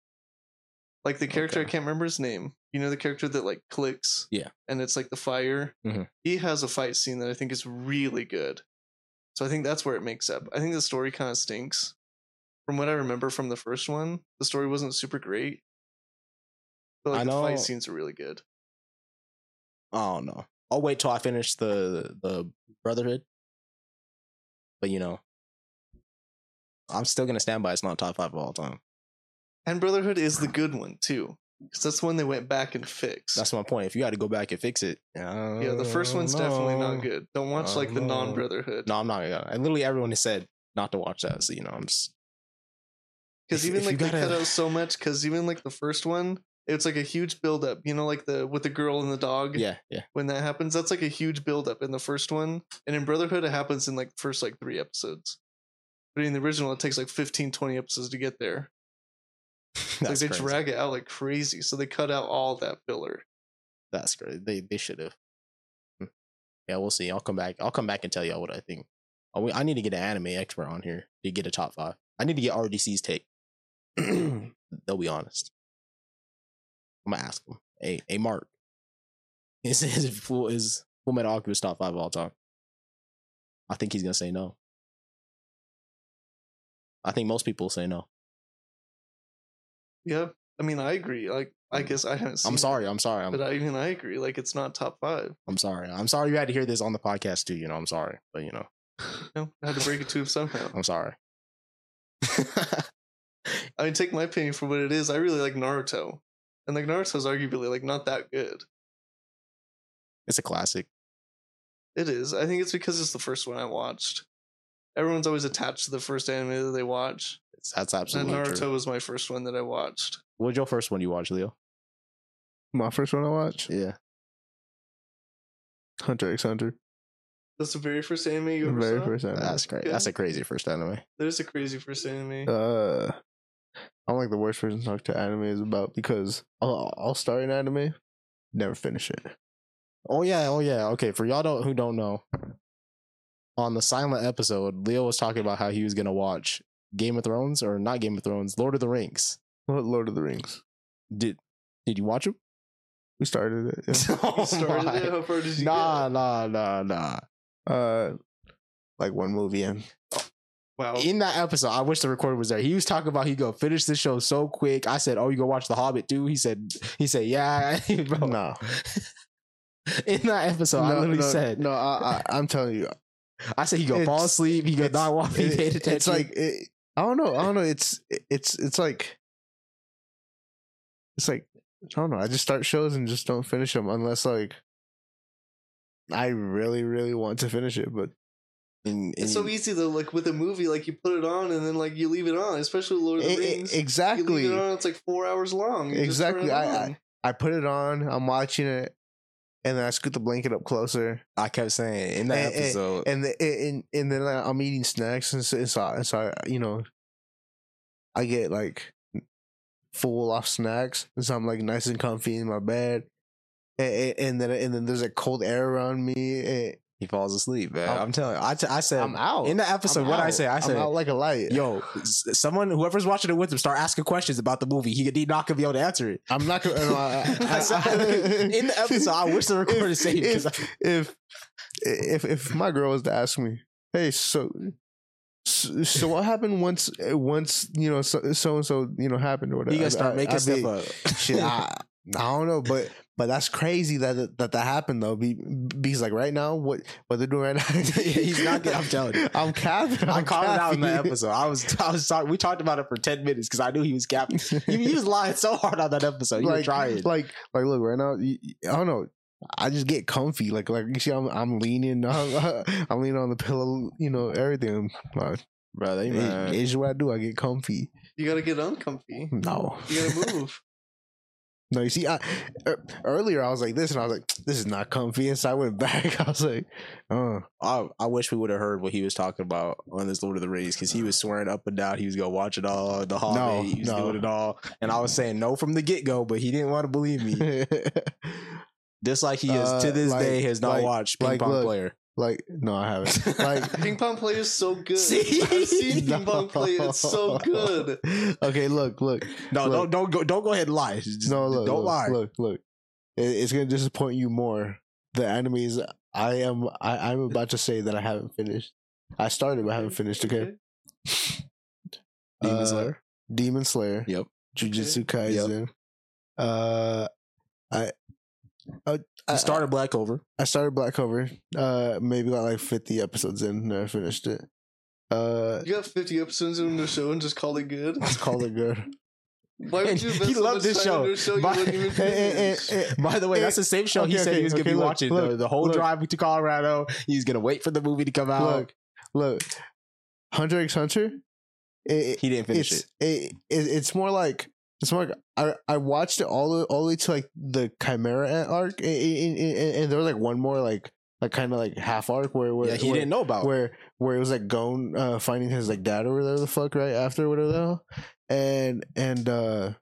D: Like the character, I
C: Okay.
D: can't remember his name. You know the character that like clicks,
C: Yeah.
D: and it's like the fire.
C: Mhm.
D: He has a fight scene that I think is really good. So I think that's where it makes up. I think the story kind of stinks. From what I remember from the first one, the story wasn't super great. But like
C: I
D: the
C: know-
D: fight scenes are really good.
C: I don't know. I'll wait till I finish the the Brotherhood. But you know, I'm still gonna stand by. It's not top five of all time.
D: And Brotherhood is the good one too, because that's the one they went back and fixed.
C: That's my point. If you got to go back and fix it,
D: Yeah, the first one's definitely not good. Don't watch
C: Uh,
D: like the
C: no.
D: non Brotherhood.
C: No, I'm not. gonna- And literally everyone has said not to watch that. So you know, I'm just
D: Because
C: if-
D: even
C: if
D: like
C: you
D: they cut
C: gotta-
D: out so much. Because even like the first one, it's like a huge buildup. You know, like the with the girl and the dog.
C: yeah, yeah.
D: When that happens, that's like a huge buildup in the first one, and in Brotherhood, it happens in like first like three episodes. But in the original, it takes like 15, 20 episodes to get there. It's
C: That's
D: like they
C: crazy.
D: drag it out like crazy. So they cut out all that filler.
C: That's crazy. They they should have. Hmm. Yeah, we'll see. I'll come back. I'll come back and tell y'all what I think. I, I need to get an anime expert on here to get a top five. I need to get RDC's take. They'll be honest. I'm gonna ask them. Hey, hey, Mark. Is is full is Full Metal Alchemist top five of all time. I think he's gonna say no. I think most people say no.
D: Yeah, I mean, I agree. Like, I guess I haven't. Seen
C: Mm. I'm sorry. I'm sorry.
D: it,
C: I'm,
D: but I, even I agree. Like, it's not top five.
C: I'm sorry. I'm sorry you had to hear this on the podcast too. You know, I'm sorry, but you know,
D: No, I had to break it to him somehow.
C: I'm sorry.
D: I mean, take my opinion for what it is. I really like Naruto, and like Naruto's arguably like not that good.
C: it's a classic.
D: It is. I think it's because it's the first one I watched. Everyone's always attached to the first anime that they watch.
C: It's, that's
D: And
C: absolutely
D: Naruto
C: true.
D: was my first one that I watched.
C: What was your first one you watched, Leo?
B: My first one I watched,
C: Yeah,
B: Hunter x Hunter.
D: That's the very first anime you
B: The
D: ever
B: very
D: saw.
B: first anime.
C: that's great. That's a crazy first anime.
D: That is a crazy first anime.
B: Uh, I'm like the worst person to talk to anime is about because I'll, I'll start an anime, never finish it.
C: Oh yeah, oh yeah. Okay, for y'all don't, who don't know, on the silent episode, Leo was talking about how he was gonna watch Game of Thrones or not Game of Thrones, Lord of the Rings.
B: Lord Lord of the Rings.
C: Did did you watch him?
B: We started it. yeah.
C: Oh
D: You started it. How far did you
C: Nah,
D: get?
C: nah, nah, nah.
B: uh, like one movie in.
D: Wow.
C: In that episode, I wish the recorder was there. He was talking about he go finish this show so quick. I said, "Oh, you go watch The Hobbit too?" He said, "He said, yeah." Bro.
B: No.
C: In that episode, I
B: no,
C: literally
B: no,
C: said,
B: no. I, I, I'm telling you,
C: "I said he go fall
B: It's-
C: asleep. He go
B: it's-
C: not walk. He
B: it-
C: paid attention."
B: it's like it, I don't know. I don't know. It's it's it's like it's like I don't know. I just start shows and just don't finish them unless like I really really want to finish it. But
C: And-
D: it's so
C: and-
D: easy though, like with a movie, like you put it on and then like you leave it on, especially Lord of the
B: I- I-
D: Rings.
B: exactly,
D: You leave it on, it's like four hours long. You just turn
B: Exactly,
D: it
B: I-
D: on.
B: I put it on. I'm watching it, and then I scoot the blanket up closer,
C: I kept saying in that
B: And- and-
C: episode.
B: and the, and and then like, I'm eating snacks, and so, and so and so I, you know, I get like full off snacks, and so I'm like nice and comfy in my bed, and, and, and then and then there's like cold air around me. And
C: He falls asleep, man.
B: I'm-
C: I'm, telling you. I, t- I said
B: I'm out.
C: in the episode,
B: I'm
C: what I
B: out.
C: say, I
B: I'm
C: said,
B: out like a light.
C: yo, s- someone, whoever's watching it with him, start asking questions about the movie. He, he not gonna be able to answer it.
B: I'm not gonna. no, I- I-
C: I said- in the episode, I wish the recorder
B: If-
C: saved it, 'cause
B: If, if if if my girl was to ask me, hey, so so, so what happened once once you know so so and so you know happened or whatever?
C: He gonna start making
B: I'd be-
C: stuff up.
B: Shit, I, I don't know, but but that's crazy that that that, that happened though. Be, because like right now, what what they're doing right now?
C: he's not getting- I'm telling you.
B: I'm capping.
C: I
B: I'm
C: called it out in that
B: capping.
C: episode. I was, I was sorry. We talked about it for ten minutes because I knew he was capping. He, he was lying so hard on that episode. Uh, You were
B: like,
C: trying.
B: like, like, look, right now, y- y- I don't know. I just get comfy, like, like you see, I'm, I'm leaning, I'm, I'm leaning on the pillow, you know, everything. Like,
C: bro, they
B: it-
C: mad.
B: it's what I do. I get comfy.
D: You gotta get uncomfy.
B: No,
D: You gotta move.
B: no, you see, I, er- earlier I was like this, and I was like, this is not comfy, and so I went back. I was like, uh,
C: I, I wish we would have heard what he was talking about on this Lord of the Rings because he was swearing up and down he was gonna watch it all, the Hobbit,
B: No,
C: he was
B: no.
C: doing it all, and I was saying no from the get go, but he didn't want to believe me. Just like he is
B: Uh,
C: to this
B: like-
C: day has not
B: like-
C: watched Ping
B: like,
C: Pong
B: look.
C: Player.
B: like, no, I haven't. Like,
D: Ping pong play is so good.
C: See?
D: I've seen ping pong play. It's so
B: No.
D: good.
B: okay, look, look,
C: No,
B: Look.
C: don't don't go don't go ahead and lie. Just
B: no, look,
C: don't
B: look,
C: lie.
B: Look, look, It- it's gonna disappoint you more. The enemies I am, I, I'm about to say that I haven't finished. I started, but I haven't finished. Okay,
C: Demon
B: Uh,
C: Slayer.
B: Demon Slayer.
C: Yep.
B: Jujutsu
C: Okay. Yep.
B: Kaisen. Uh, I, uh, I
C: You started Black Over.
B: I started Black Clover. Uh, maybe got like fifty episodes in. Never finished it. Uh,
D: You got 50 episodes in the show and just call it good?
B: let's call it good.
D: Why would
C: And
D: you
C: he
D: invest so
C: loved
D: much
C: this
D: time
C: show.
D: into a show you
C: Bye.
D: wouldn't even
B: Eh, eh, eh,
D: finish?
B: eh.
C: By the way, that's the same show he
B: Okay,
C: said
B: okay,
C: he was gonna
B: okay,
C: be
B: look,
C: watching the,
B: look,
C: the whole
B: look.
C: drive to Colorado. He's gonna wait for the movie to come out.
B: Look, look, Hunter x Hunter. It,
C: he didn't finish
B: it's
C: it.
B: it, it it's more like it's more like I I watched it all the all the way to like the Chimera Ant arc, and, and, and- and there was like one more like like kind of like half arc where where
C: yeah, he
B: where,
C: didn't know about.
B: where where it was like Gon uh, finding his like dad or whatever the fuck right after whatever the hell, and and uh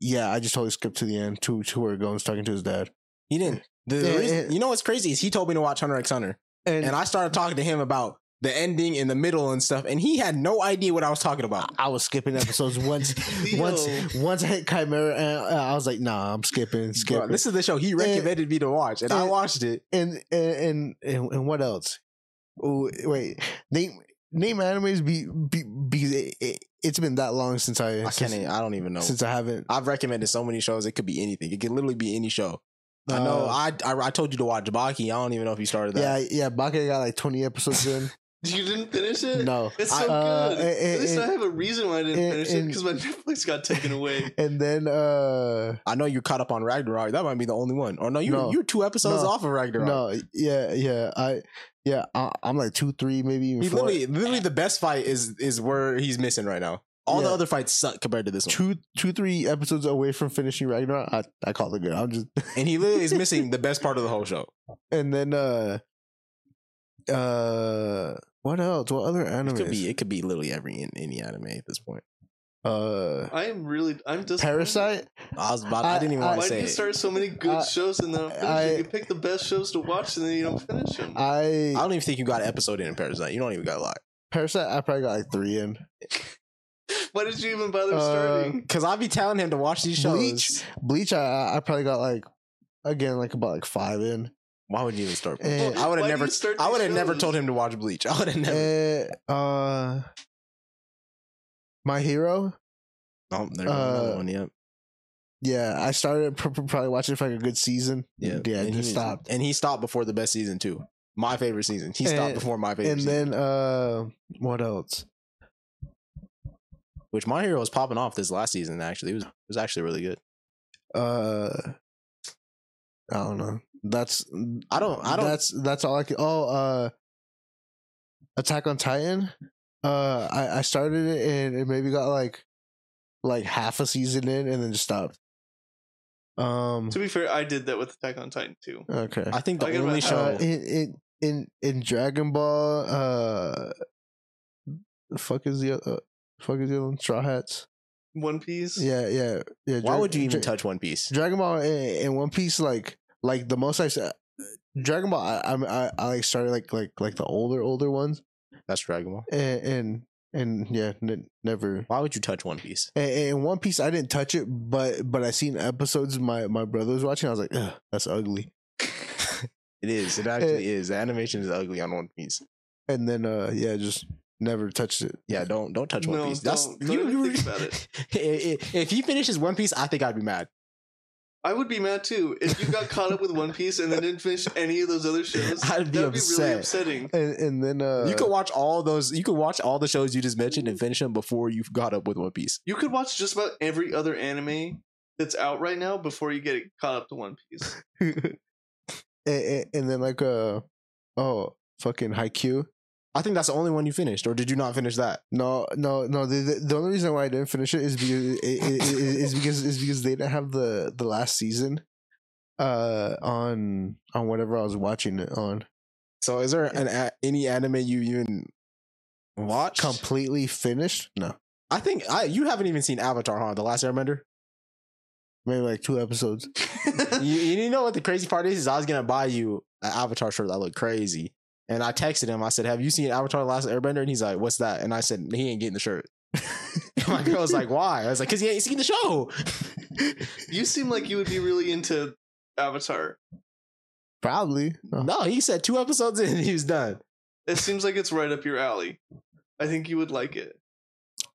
B: yeah, I just totally skipped to the end to to where Gon's talking to his dad,
C: He didn't. The
B: Yeah,
C: reason,
B: and-
C: you know what's crazy is he told me to watch Hunter X Hunter, and I started talking to him about the ending and the middle and stuff, and he had no idea what I was talking about.
B: I was skipping episodes once,
D: Leo.
B: eh, once, once I hit Chimera, and uh, I was like, "Nah, I'm skipping,
C: Bro,
B: skipping."
C: this is the show he recommended me to watch, and I
B: Eh.
C: watched it.
B: and, and and and and what else? Oh, wait, name name animes be, be because it, it, it's been that long since I,
C: I
B: since,
C: can't. I don't even know.
B: since I haven't.
C: I've recommended so many shows. It could be anything. It could literally be any show. I know.
B: Uh,
C: I, I I told you to watch Baki. I don't even know if you started that.
B: yeah, yeah. Baka got like 20 episodes in.
D: You didn't finish it?
B: No,
D: It's so
B: Uh,
D: good.
B: and-
D: At least
B: and-
D: I have a reason why I didn't
B: and-
D: finish it
B: eh, and-
D: because my Netflix got taken away.
B: and then uh
C: I know you caught up on Ragnarok. That might be the only one. Or no, you
B: No.
C: you're two episodes
B: No.
C: off of Ragnarok.
B: no yeah yeah i yeah I, i'm like two three maybe even
C: He
B: four
C: literally, literally the best fight is is where he's missing right now. All the
B: Yeah.
C: other fights suck compared to this one.
B: two two three episodes away from finishing ragnarok i, I call it good i'm just
C: And he literally is missing the best part of the whole show.
B: and then uh uh what else what other
C: It
B: anime
C: could be it could be literally every in any anime at this point.
B: uh
D: I am really. I'm just
B: parasite
C: I was about, I,
B: I-
C: didn't even
B: I-
C: want
D: Why
C: to
D: do
C: say
D: you
C: it.
D: start so many good
B: I-
D: shows and then
B: I-
D: I, you pick the best shows to watch and then you don't finish them?
B: i
C: I don't even think you got an episode in in Parasite. You don't even got a lot.
B: parasite i probably got like three in
D: why did you even bother
B: Uh,
D: starting?
C: Cause I be telling him to watch these shows.
B: Bleach? bleach i I- i probably got like again like about like five in
C: Why would you even start? Bleach?
B: and
C: Oh, Eh, I would have
D: Why do
C: never.
D: you start
C: I
D: these
C: would have never
D: shows?
C: told him to watch Bleach. I would have never.
B: and, uh my hero
C: oh, there goes another
B: uh,
C: one. Yep.
B: Yeah, I started pr- pr- probably watching for like a good season.
C: Yeah.
B: yeah,
C: and
B: just
C: he,
B: stopped.
C: And he stopped before the best season too. My favorite season. He stopped
B: And-
C: before my favorite.
B: And
C: season.
B: then uh, what else?
C: which My Hero was popping off this last season. Actually, it was it was actually really good.
B: Uh, I don't know. That's
C: I don't. I don't.
B: That's that's all I can. Oh, uh, Attack on Titan. Uh, I I started it and it maybe got like like half a season in and then just stopped. Um.
D: To be fair, I did that with Attack on Titan too.
B: Okay.
C: I think the
D: I get
C: only
D: my-
C: show.
B: Uh, in in in in Dragon Ball, uh, the fuck is the uh, fuck is the other one? Straw Hats?
D: One Piece.
B: Yeah, yeah, yeah.
C: why
B: Dra-
C: would you even
B: Dra-
C: touch One Piece?
B: Dragon Ball and, and One Piece? Like, like the most I've s- Dragon Ball. I, I'm- I I like started like like like the older older ones,
C: That's Dragon Ball.
B: and and, and yeah, n- never.
C: Why would you touch One Piece?
B: And, and One Piece, I didn't touch it, but but I seen episodes my my brother was watching. I was like, Ugh, that's ugly.
C: It is. It actually is. The animation is ugly on One Piece.
B: And then uh, yeah, just never touched it.
C: Yeah, don't don't touch One
D: No,
C: Piece. That's
D: don't. Don't even think about it.
C: I- I- if he finishes One Piece, I think I'd be mad.
D: I would be mad too if you got caught up with One Piece and then didn't finish any of those other shows.
C: I'd be
D: that'd be
C: upset.
D: really upsetting.
B: And and then uh,
C: you could watch all those. You could watch all the shows you just mentioned and finish them before you got up with One Piece.
D: You could watch just about every other anime that's out right now before you get caught up to One Piece.
B: and, and, and then like uh oh fucking haiku
C: I think that's the only one you finished, or did you not finish that?
B: no no no the, the, the only reason why i didn't finish it is because i- i- i- is because is because they didn't have the the last season uh on on whatever i was watching it on
C: So, is there an, a, any anime you even watched?
B: completely finished no
C: I think I you haven't even seen Avatar, huh? The Last Airbender.
B: maybe like two episodes
C: you, you know what the crazy part is? Is I was gonna buy you an Avatar shirt that looked crazy, and I texted him. I said, "Have you seen Avatar: The Last Airbender?" And he's like, "What's that?" And I said, "He ain't getting the shirt." My girl was like, "Why?" I was like, "Cause he ain't seen the show."
D: you seem like you would be really into Avatar.
B: probably no.
C: no, he said two episodes in, and he was done.
D: It seems like it's right up your alley. I think you would like it.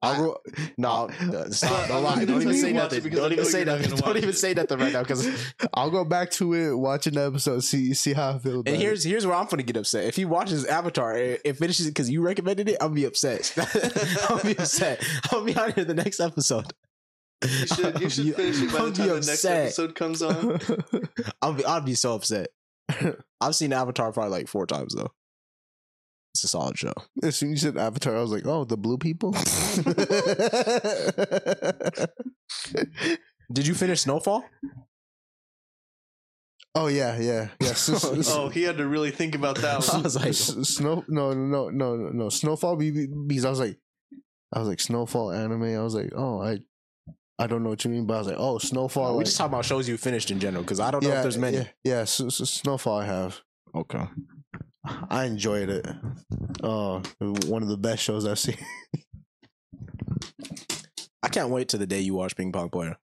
C: I, wrote no, no, stop,
D: But
C: don't
D: Oh. I'm not
C: lie.
D: gonna
C: Don't even
D: tell you
C: say
D: to watch it
C: nothing.
D: because I
C: Don't even
D: know
C: say
D: you're not
C: nothing.
D: gonna
C: Don't
D: watch
C: even
D: it.
C: say nothing right now. Because
B: i'll go back to it watch an episode see see how i feel about
C: and here's here's where I'm gonna get upset. If he watches Avatar and it finishes because you recommended it, I'll be upset. I'll be upset. I'll be out here the next episode.
D: You should, you should finish it by the time the next episode comes on.
B: it
C: I'll be I'd be so upset. I've seen Avatar probably like four times though. It's a solid show.
B: As soon as you said Avatar, I was like, oh, the blue people?
C: Did you finish Snowfall?
B: oh, yeah, yeah, yeah. S- s- s-
D: Oh, he had to really think about that
C: I
D: one.
C: was like,
B: s- Snow, no, no, no, no, no, no. Snowfall, be- be- because I was like, I was like, Snowfall anime. I was like, oh, I I don't know what you mean, but I was like, oh, Snowfall.
C: we
B: like-
C: just talk about shows you finished in general because I don't know if there's many.
B: Yeah, yeah s- s- Snowfall I have.
C: Okay.
B: I enjoyed it. Oh, one of the best shows I've seen.
C: I can't wait to the day you watch Ping Pong Player.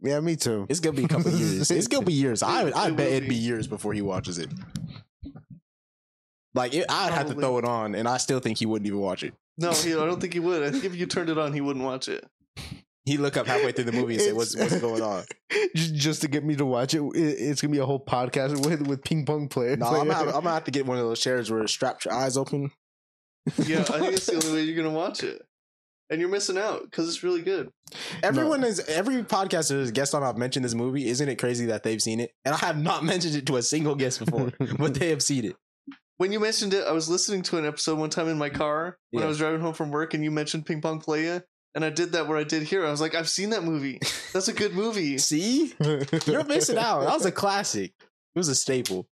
B: yeah, me too.
C: It's gonna be a couple years. It's gonna be years. I
D: It-
C: I
D: it
C: bet
D: will
C: it'd be
D: be.
C: years before he watches it. Like it, I'd have to
D: Probably.
C: throw it on, and I still think he wouldn't even watch it.
D: No, he, I don't think he would. I think if you turned it on, he wouldn't watch it.
C: He'd look up halfway through the movie and say, "What's
B: It's-
C: what's going on?"
B: Just, just to get me to watch it, it- it's gonna be a whole podcast with with ping pong players.
C: No, I'm gonna, I'm gonna have to get one of those chairs where it straps your eyes open.
D: Yeah, I think it's the only way you're gonna watch it, and you're missing out because it's really good.
C: Everyone is every podcast that is guest on. I've mentioned this movie. Isn't it crazy that they've seen it? And I have not mentioned it to a single guest before, but they have seen it.
D: When you mentioned it, I was listening to an episode one time in my car when
C: Yeah.
D: I was driving home from work, and you mentioned Ping Pong Playa, and I did that where I did here. I was like, I've seen that movie. That's a good movie.
C: See, you're missing out. That was a classic. It was a staple.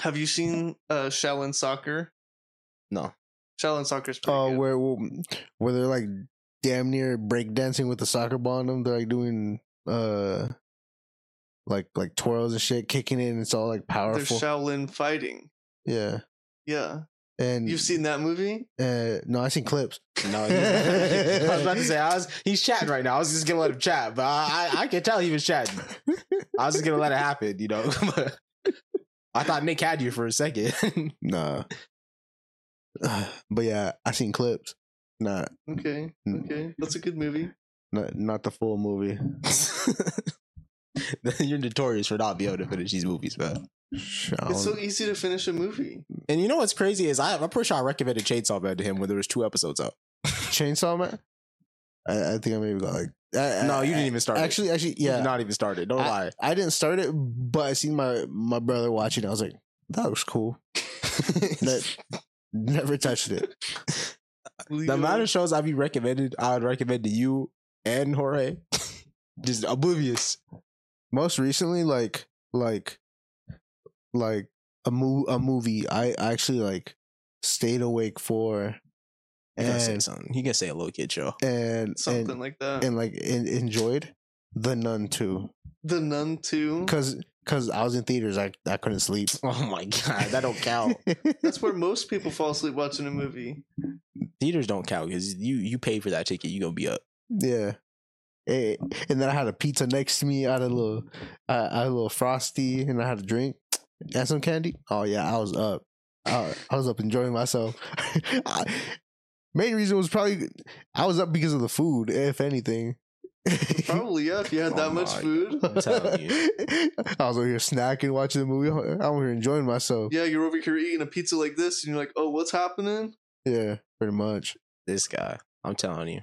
D: Have you seen uh, Shaolin Soccer?
C: No.
D: Shaolin Soccer's pretty
B: Oh,
C: uh,
D: good.
B: where where they're like damn near breakdancing with the soccer ball on them. They're like doing uh like like twirls and shit, kicking it. and It's all like
D: They're
B: powerful.
D: Shaolin fighting.
B: yeah,
D: Yeah,
B: and
D: you've seen that movie.
B: Uh, no, I seen clips.
C: No, he's I was about to say I was. He's chatting right now. I was just gonna let him chat, but I, I, I can tell he was chatting. I was just gonna let it happen, you know. I thought Nick had you for a second.
B: Nah, but yeah, I seen clips. Not
D: Okay, okay, that's a good movie.
B: not not the full movie.
C: You're notorious for not being able to finish these movies, man.
B: Sh- I
D: It's so
B: don't-
D: easy to finish a movie.
C: And you know what's crazy is I, I'm pretty sure I recommended Chainsaw Man to him when there was two episodes out.
B: Chainsaw Man. I, I think I maybe got like I,
C: No,
B: I-
C: you didn't even start.
B: Actually, actually,
C: it. you
B: yeah,
C: did not even start it. Don't lie.
B: I didn't start it, but I seen my my brother watching. it. I was like, that looks cool. that never touched it.
C: The amount of shows I'd be recommended, I would recommend to you and Jorge. Just oblivious.
B: Most recently, like like like a mo- a movie. I actually like stayed awake for
C: He gonna say
B: and
C: something. He gonna say a little kid show.
B: and
D: something
B: and,
D: like that.
B: and like en- enjoyed the nun too
D: the Nun Two.
B: because because I was in theaters. I I couldn't sleep.
C: Oh my god, that don't count.
D: That's where most people fall asleep watching a movie.
C: Theaters don't count because you you pay for that ticket. You gonna be up.
B: Yeah. Eh, and then I had a pizza next to me. I had a little, I, I had a little frosty, and I had a drink and some candy. Oh yeah, I was up. I, I was up enjoying myself. I, main reason was probably I was up because of the food, if anything.
D: Probably yeah, if you had
C: Oh
D: that much
C: my
D: food.
C: I'm telling you.
B: I was over here snacking, watching the movie. I'm over here enjoying myself.
D: Yeah, you're over here eating a pizza like this, and you're like, "Oh, what's happening?"
B: Yeah, pretty much.
C: This guy, I'm telling you.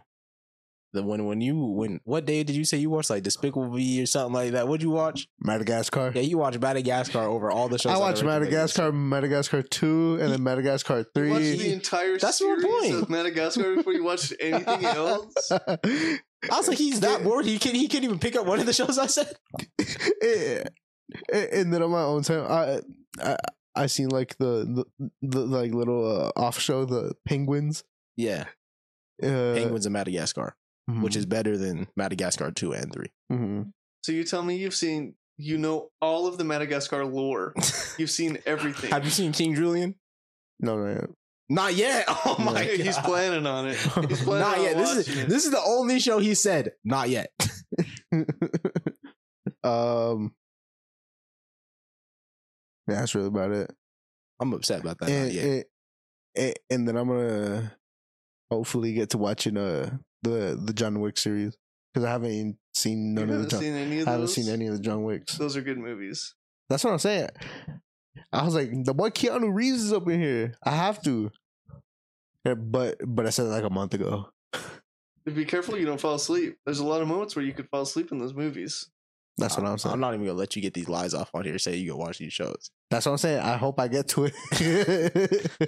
C: The when when you when what day did you say you watched like Despicable Me or something like that? What'd you watch?
B: Madagascar.
C: Yeah, you watched Madagascar over all the shows.
B: I
C: that
B: watched
C: recommended.
B: Madagascar, Madagascar two, and then Madagascar
D: You watched the
B: three.
D: entire
C: That's my
D: series
C: point.
D: of Madagascar before you watched anything else.
C: I was like, he's that bored. He can he can't even pick up one of the shows I said.
B: Eh, eh, and then on my own time, I I I seen like the the, the like little uh, off show the penguins.
C: Yeah,
B: Uh, mm-hmm,
C: Penguins of Madagascar, which
D: hmm.
C: is better than Madagascar two and three.
B: mhm.
D: So you tell me you've seen, you know, all of the Madagascar lore. You've seen everything.
C: Have you seen King Julian?
B: no no.
C: Not yet. Oh
B: No.
C: my god,
D: He's planning on it. He's planning
C: Not
D: on
C: yet. This is
D: watching it.
C: this is the only show he said. Not yet.
B: no. um, yeah, that's really about it.
C: I'm upset about that.
B: And,
C: yeah.
B: and, and, and then I'm gonna hopefully get to watching uh the the John Wick series because I haven't seen
D: You
B: none of the
D: haven't
B: John.
D: seen any of
B: I
D: those.
B: haven't seen any of the John Wicks.
D: Those are good movies.
B: That's what I'm saying. I was like, the boy Keanu Reeves is up in here. I have to. Yeah, But but I said it like a month ago.
D: Be careful you don't fall asleep. There's a lot of moments where you could fall asleep in those movies.
B: That's what I'm saying.
C: I'm not even gonna let you get these lies off on here. Say you go watch these shows.
B: That's what I'm saying. I hope I get to it.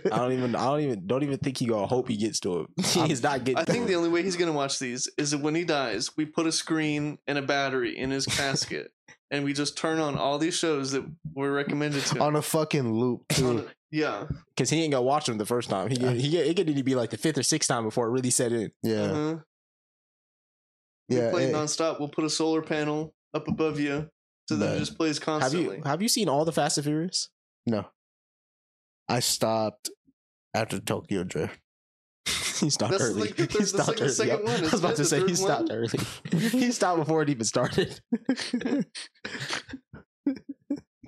C: I don't even. I don't even. Don't even think he gonna hope he gets to it. He's not getting.
D: I think
C: to
D: the only way he's gonna watch these is that when he dies, we put a screen and a battery in his casket, and we just turn on all these shows that were recommended to him.
B: On a fucking loop, too.
D: On- yeah,
C: because he ain't gonna watch them the first time. He get- he get- it could need to be like the fifth or sixth time before it really set in.
B: Yeah.
D: uh-huh. we
B: Yeah.
D: play
B: eh,
C: Uh,
D: nonstop. We'll put a solar panel up above you, So then it
B: But-
D: just plays
C: Have
D: constantly.
C: you have you seen all the Fast and Furious?
B: No. I stopped after Tokyo Drift.
C: He stopped
D: That's
C: early.
D: like the third-
C: he
D: that's
C: stopped
D: like the
C: early.
D: second
C: Yep.
D: one.
C: I was
D: Isn't
C: about
D: that
C: to
D: the
C: say he
D: third
C: stopped
D: one?
C: early. he stopped before it even started.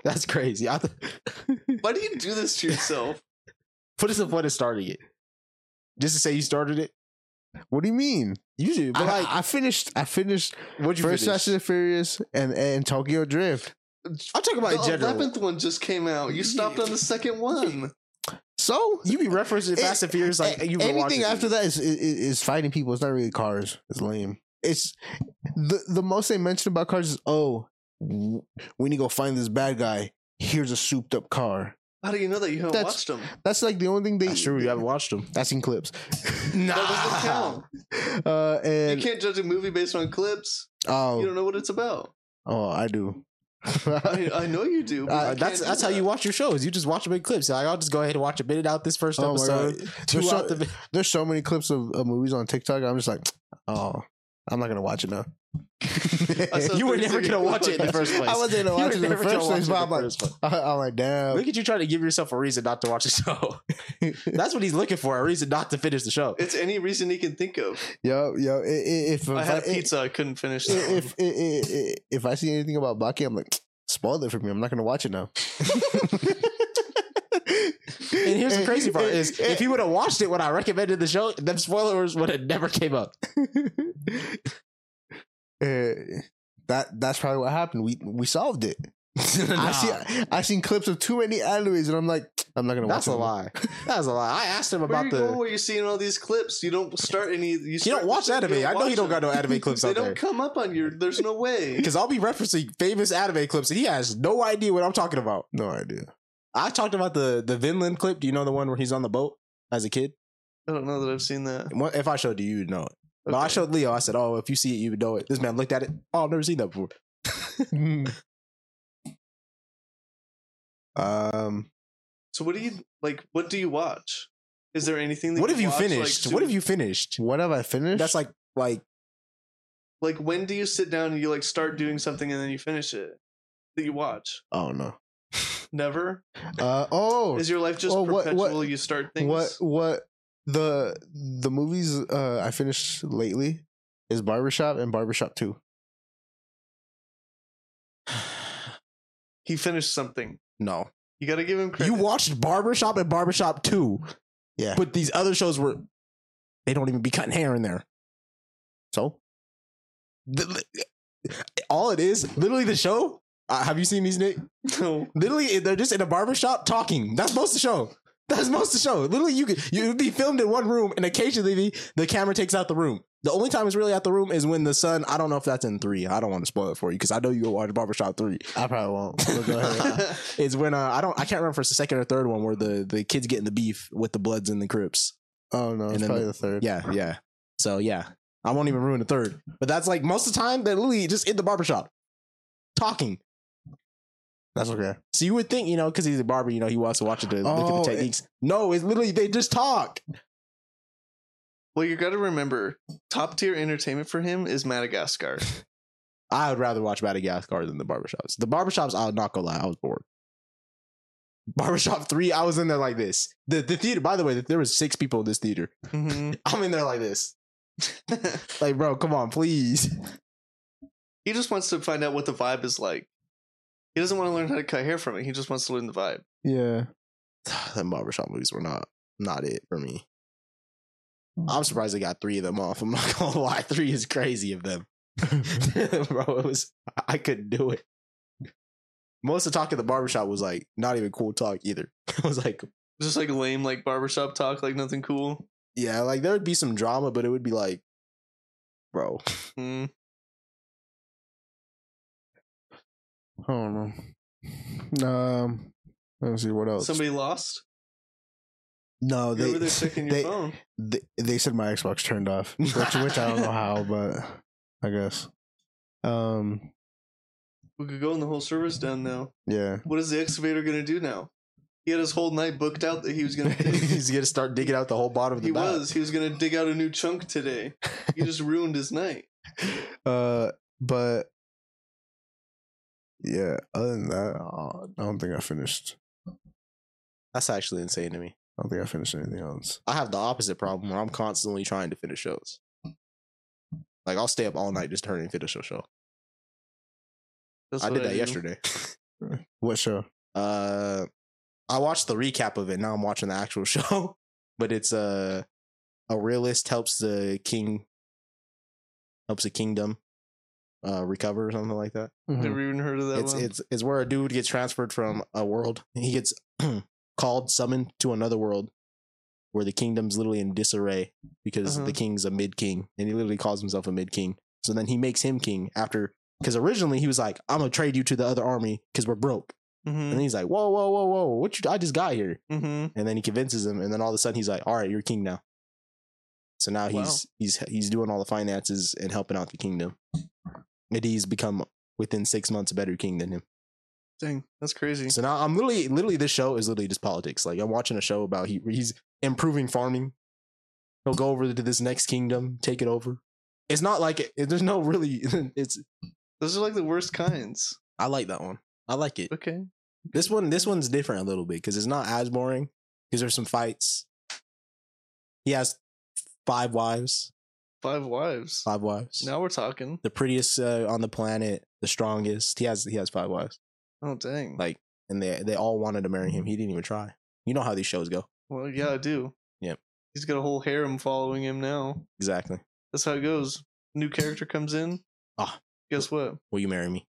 C: That's crazy. I th-
D: Why do you do this to yourself?
C: what is the point of starting it? Just to say you started it?
B: What do you mean?
C: You do, but
B: I,
C: like,
B: I finished. I finished
C: what'd you
B: first
C: finish?
B: Fast and the Furious and and Tokyo Drift.
C: I'm talking about in
D: the
C: general.
D: eleventh one just came out. You stopped on the second one.
B: So
C: You be referencing
B: A-
C: Fast and Furious like
B: A-
C: you were watching
B: anything after
C: these.
B: that is, is is fighting people. It's not really cars. It's lame. It's the the most they mention about cars is oh we need to go find this bad guy. Here's a souped up car.
D: How do you know that you haven't
B: That's-
D: watched them?
C: ah.
B: That's like the only thing they.
C: That's true. You haven't watched them.
B: That's in clips.
C: Nah.
D: That doesn't count.
B: Uh,
D: You
B: and
D: can't judge a movie based on clips. You
B: oh
D: don't know what it's about.
B: oh I do.
D: I, I know you do. but
B: Uh,
D: you
C: Uh,
D: can't
C: that's
D: do
C: that's how
D: that.
C: you watch your shows. You just watch them in clips. Like, I'll just go ahead and watch a minute out this first
B: Oh my
C: episode. Two
B: There's so-
C: out the
B: There's so many clips of, of movies on TikTok. I'm just like, oh, I'm not gonna watch it now.
D: I saw
C: You were
D: 30
C: never
D: second
C: gonna
D: clip
C: watch it in
D: on
C: the first place.
B: I wasn't gonna
C: You were
B: watch it in the
C: never gonna
B: first place,
C: watch
B: but
C: it in
B: I'm
C: the
B: like,
C: first place.
B: I, I'm like, damn.
C: Look at you trying to give yourself a reason not to watch the show. That's what he's looking for—a reason not to finish the show.
D: It's any reason you can think of.
B: Yo, yo, i- i- if, if
D: I had a
B: I- i-
D: pizza. I couldn't finish
B: i-
D: that. one.
B: if i- i- i- if I see anything about Baki, I'm like, spoil it for me. I'm not gonna watch it now.
C: And here's the crazy part:
B: and-
C: is
B: and-
C: if he would have watched it when I recommended the show, them spoilers would have never came up.
B: Uh, that that's probably what happened. We we solved it. I
C: Nah.
B: see I seen clips of too many animes and I'm like, I'm not gonna watch
C: That's a
B: it.
C: lie. That's a lie. I asked him
D: where are
C: about
D: you
C: the.
D: going? Where you seeing all these clips? You don't start any. You,
C: He
D: start
C: don't watch
D: the show,
C: anime. I know he
D: watch
C: don't got
D: them.
C: no anime clips
D: They
C: out
D: don't
C: there.
D: come up on your. There's no way.
C: Because I'll be referencing famous anime clips, and he has no idea what I'm talking about.
B: No idea.
C: I talked about the the Vinland clip. Do you know the one where he's on the boat as a kid?
D: I don't know that I've seen that.
C: One- If I showed you, you'd know it. But I
D: Okay.
C: showed Leo. I said, "Oh, if you see it, you would know it." This man looked at it. Oh, I've never seen that before.
B: um
D: So what do you like? What do you watch? Is there anything? That
C: What have you
D: watch, like,
C: finished?
D: soon-
C: What have you finished?
B: what have I finished?
C: That's like like
D: like? When do you sit down and you like start doing something and then you finish it? That you watch
B: oh no.
D: never.
B: Uh oh
D: Is your life just
B: Oh, what-
D: perpetual?
B: what-
D: you start things.
B: what what the the movies uh I finished lately is Barbershop and Barbershop 2.
D: He finished something.
C: no.
D: You got to give him credit.
C: You watched Barbershop and Barbershop Two.
B: Yeah.
C: but these other shows were they don't even be cutting hair in there.
B: So
C: The- all it is literally the show. Uh, have you seen these, Nick?
D: No.
C: Literally, they're just in a barbershop talking. That's most of the show. That's most of the show. Literally, you could you would be filmed in one room, and occasionally the, the camera takes out the room. The only time it's really out the room is when the sun. I don't know if that's in three. I don't want to spoil it for you because I know you go watch barbershop three.
B: I probably won't. But Oh, go ahead.
C: Is when uh, I don't I can't remember if it's the second or third one where the the kids get in the beef with the Bloods and the Crips.
B: Oh no,
C: And
B: it's
C: then
B: probably
C: the-
B: the, third.
C: Yeah, yeah. So yeah, I won't even ruin the third. But that's like most of the time they're literally just in the barbershop talking.
B: That's okay.
C: So you would think, you know, because he's a barber, you know, he wants to watch it to look at
B: Oh,
C: the
B: it-
C: techniques. no, it's literally they just talk.
D: well, you got to remember, top tier entertainment for him is Madagascar.
C: I would rather watch Madagascar than the barbershops. The barbershops, I'll not gonna lie, I was bored. Barbershop three, I was in there like this. The the theater, by the way, there was six people in this theater.
D: Mhm.
C: I'm in there like this. Like, bro, come on, please.
D: he just wants to find out what the vibe is like. He doesn't want to learn how to cut hair from it. He just wants to learn the vibe.
B: Yeah.
C: the barbershop movies were not not it for me. I'm surprised they got three of them off. I'm not gonna lie, three is crazy of them, bro. It was I couldn't do it. Most of the talk at the barbershop was like not even cool talk either. It was like,
D: Just like lame, like barbershop talk, like nothing cool.
C: yeah, like there would be some drama, but it would be like, bro,
D: Mm.
B: I don't know. Um, let's see
C: Oh,
B: what else.
D: Somebody lost.
B: no,
D: You're
B: they
D: over there checking your
B: they,
D: phone.
B: they they said my Xbox turned off, which, which I don't know how, but I guess. Um,
D: We could go and the whole server's down now.
B: yeah.
D: What is the excavator going to do now? He had his whole night booked out that he was going to dig.
C: he's gonna start digging out the whole bottom of the
D: he
C: bath.
D: was. He was going to dig out a new chunk today. He just ruined his night.
B: Uh, but yeah. Other than that, uh, I don't think I finished.
C: That's actually insane to me.
B: I don't think I finished anything else.
C: I have the opposite problem where I'm constantly trying to finish shows. Like I'll stay up all night just turning to finish a show.
D: That's
C: I
D: what
C: did that
D: do.
C: yesterday.
B: What show?
C: Uh, I watched the recap of it. Now I'm watching the actual show, but it's uh, a realist helps the king, helps the kingdom, uh, recover or something like that.
B: Mm-hmm.
D: Never even heard of that
C: it's
D: one.
C: it's it's where a dude gets transferred from a world. He gets called, summoned to another world, where the kingdom's literally in disarray because
D: Uh-huh.
C: the king's a mid king, and he literally calls himself a mid king. So then he makes him king after because originally he was like, "I'm gonna trade you to the other army because we're broke," and
D: mm-hmm.
C: then he's like, "Whoa, whoa, whoa, whoa! What you? I just got here."
D: Mm-hmm.
C: And then he convinces him, and then all of a sudden he's like, "All right, you're king now." So now
D: Wow.
C: he's he's he's doing all the finances and helping out the kingdom, and he's become within six months a better king than him.
D: Dang, that's crazy.
C: So now I'm literally, literally, this show is literally just politics. Like I'm watching a show about he he's improving farming. He'll go over to this next kingdom, take it over. It's not like it, there's no really. It's
D: Those are like the worst kinds.
C: I like that one. I like it.
D: Okay.
C: This one, this one's different a little bit because it's not as boring. Because there's some fights. He has five wives.
D: Five wives.
C: Five wives.
D: Now we're talking.
C: The prettiest uh, on the planet, the strongest. He has he has five wives,
D: Oh dang.
C: Like- and they they all wanted to marry him. He didn't even try. You know how these shows go.
D: well, yeah, I do.
C: Yep.
D: He's got a whole harem following him now.
C: Exactly.
D: That's how it goes. New character comes in.
C: Ah.
D: Guess what?
C: Will you marry me?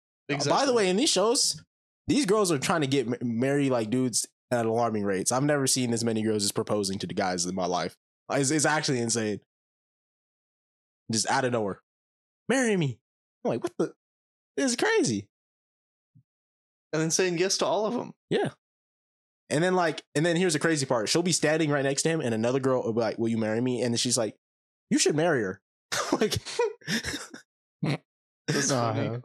C: By the way, in these shows, these girls are trying to get ma- married like dudes at alarming rates. I've never seen this many girls just proposing to the guys in my life. It's, it's actually insane. Just out of nowhere, marry me. I'm like, what the? This is crazy.
D: and then saying yes to all of them.
C: And then like, and then here's the crazy part. She'll be standing right next to him, and another girl will be like, "Will you marry me?" And then she's like, "You should marry her." like,
D: That's
C: Nah,
D: funny.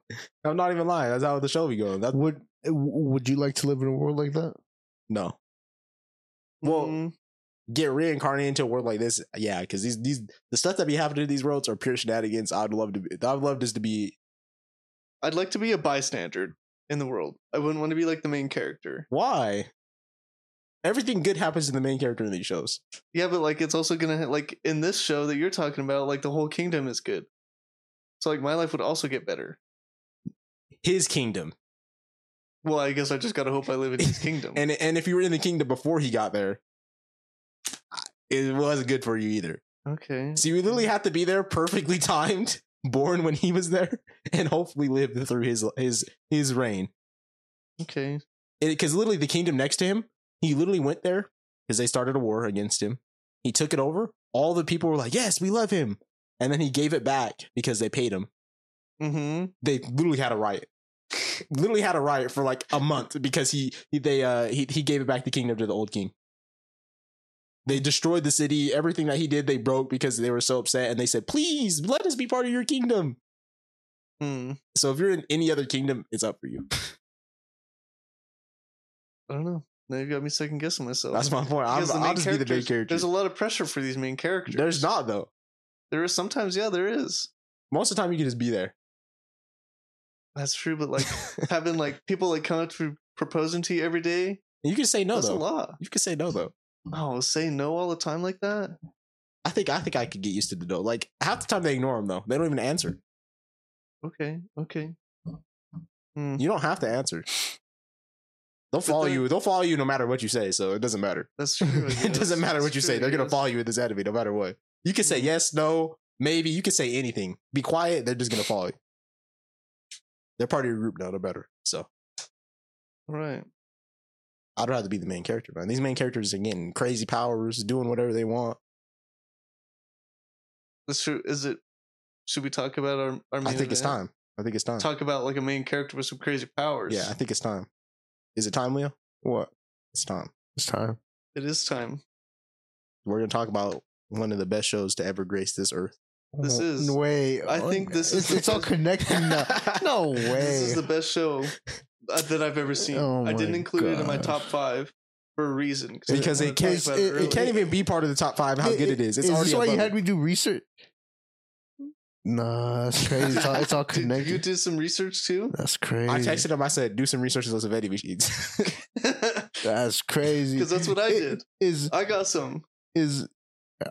C: I'm not even lying. That's how the show be going. That's
B: Would eh, Would you like to live in a world like that?
C: no. Well,
D: Mm,
C: get reincarnated into a world like this, yeah, because these these the stuff that be happening in these worlds are pure shenanigans. I'd love to. Be, I'd love just to be.
D: I'd like to be a bystander in the world. I wouldn't want to be like the main character.
C: Why? Everything good happens to the main character in these shows.
D: Yeah, but like it's also gonna like in this show that you're talking about, like the whole kingdom is good. So like my life would also get better.
C: His kingdom,
D: Well, I guess I just gotta hope I live in his kingdom.
C: and and if you were in the kingdom before he got there, it wasn't good for you either.
D: okay.
C: So you literally have to be there perfectly timed, born when he was there, and hopefully live through his his his reign.
D: Okay.
C: because literally the kingdom next to him, he literally went there because they started a war against him. He took it over. All the people were like, "Yes, we love him," and then he gave it back because they paid him.
D: Mm-hmm.
C: They literally had a riot. literally had a riot for like a month because he, he they uh he he gave it back the kingdom to the old king. They destroyed the city. Everything that he did, they broke because they were so upset, and they said, "Please let us be part of your kingdom."
D: Hmm.
C: So if you're in any other kingdom, it's up for you.
D: I don't know. Now you've got me second guessing myself.
C: That's my point. I'm,
D: Because the
C: I'll
D: main
C: just be the main
D: characters-
C: character.
D: There's a lot of pressure for these main characters.
C: there's not though.
D: There is sometimes, yeah, there is.
C: most of the time you can just be there.
D: That's true, but like having like people like come up to proposing to you every day.
C: You can say no
D: that's
C: though.
D: a lot.
C: You can say no though.
D: Oh, say no all the time like that?
C: I think I think I could get used to the no. Like half the time they ignore them though. They don't even answer.
D: Okay, okay. Hmm.
C: You don't have to answer. They'll follow
D: they're-
C: you. They'll follow you no matter what you say. So it doesn't matter.
D: That's true. I
C: it
D: guess.
C: doesn't matter
D: That's
C: what you
D: true,
C: say.
D: I
C: They're gonna
D: guess.
C: follow you in this enemy no matter what. You can say
D: Mhm.
C: yes, no, maybe. You can say anything. Be quiet. They're just gonna follow you. They're part of your group now. No matter. So
D: Right.
C: I'd rather be the main character, man. These main characters are getting crazy powers, doing whatever they want.
D: That's true. Is it? Should we talk about our?
C: I
D: our main
C: think it's
D: event?
C: time. I think it's time.
D: Talk about like a main character with some crazy powers.
C: Yeah, I think it's time. Is it time, Leo?
B: What?
C: It's time.
B: It's time.
D: it is time.
C: We're gonna talk about one of the best shows to ever grace this earth.
D: This is-
B: Wait.
D: I think this
B: It's,
D: is
B: it's all
D: the-
B: connected now. No way.
D: This is the best show uh, that I've ever seen.
B: Oh
D: I didn't
B: my
D: include it in my
B: gosh.
D: top five for a reason I
C: Because
D: didn't
C: it
D: wanna
C: can't, it,
D: talk about
C: it
D: earlier.
C: can't even be part of the top five. How good it is! It's
B: is
C: already.
B: this why you
C: above
B: had
C: it.
B: me do research? Nah, that's crazy. It's all, it's all
D: Did
B: connected.
D: you did some research too?
B: that's crazy.
C: I texted him. I said, "Do some research on those vending machines."
D: Because
B: That's crazy.
D: that's what I
B: It-
D: did.
B: Is
D: I got some.
B: is uh,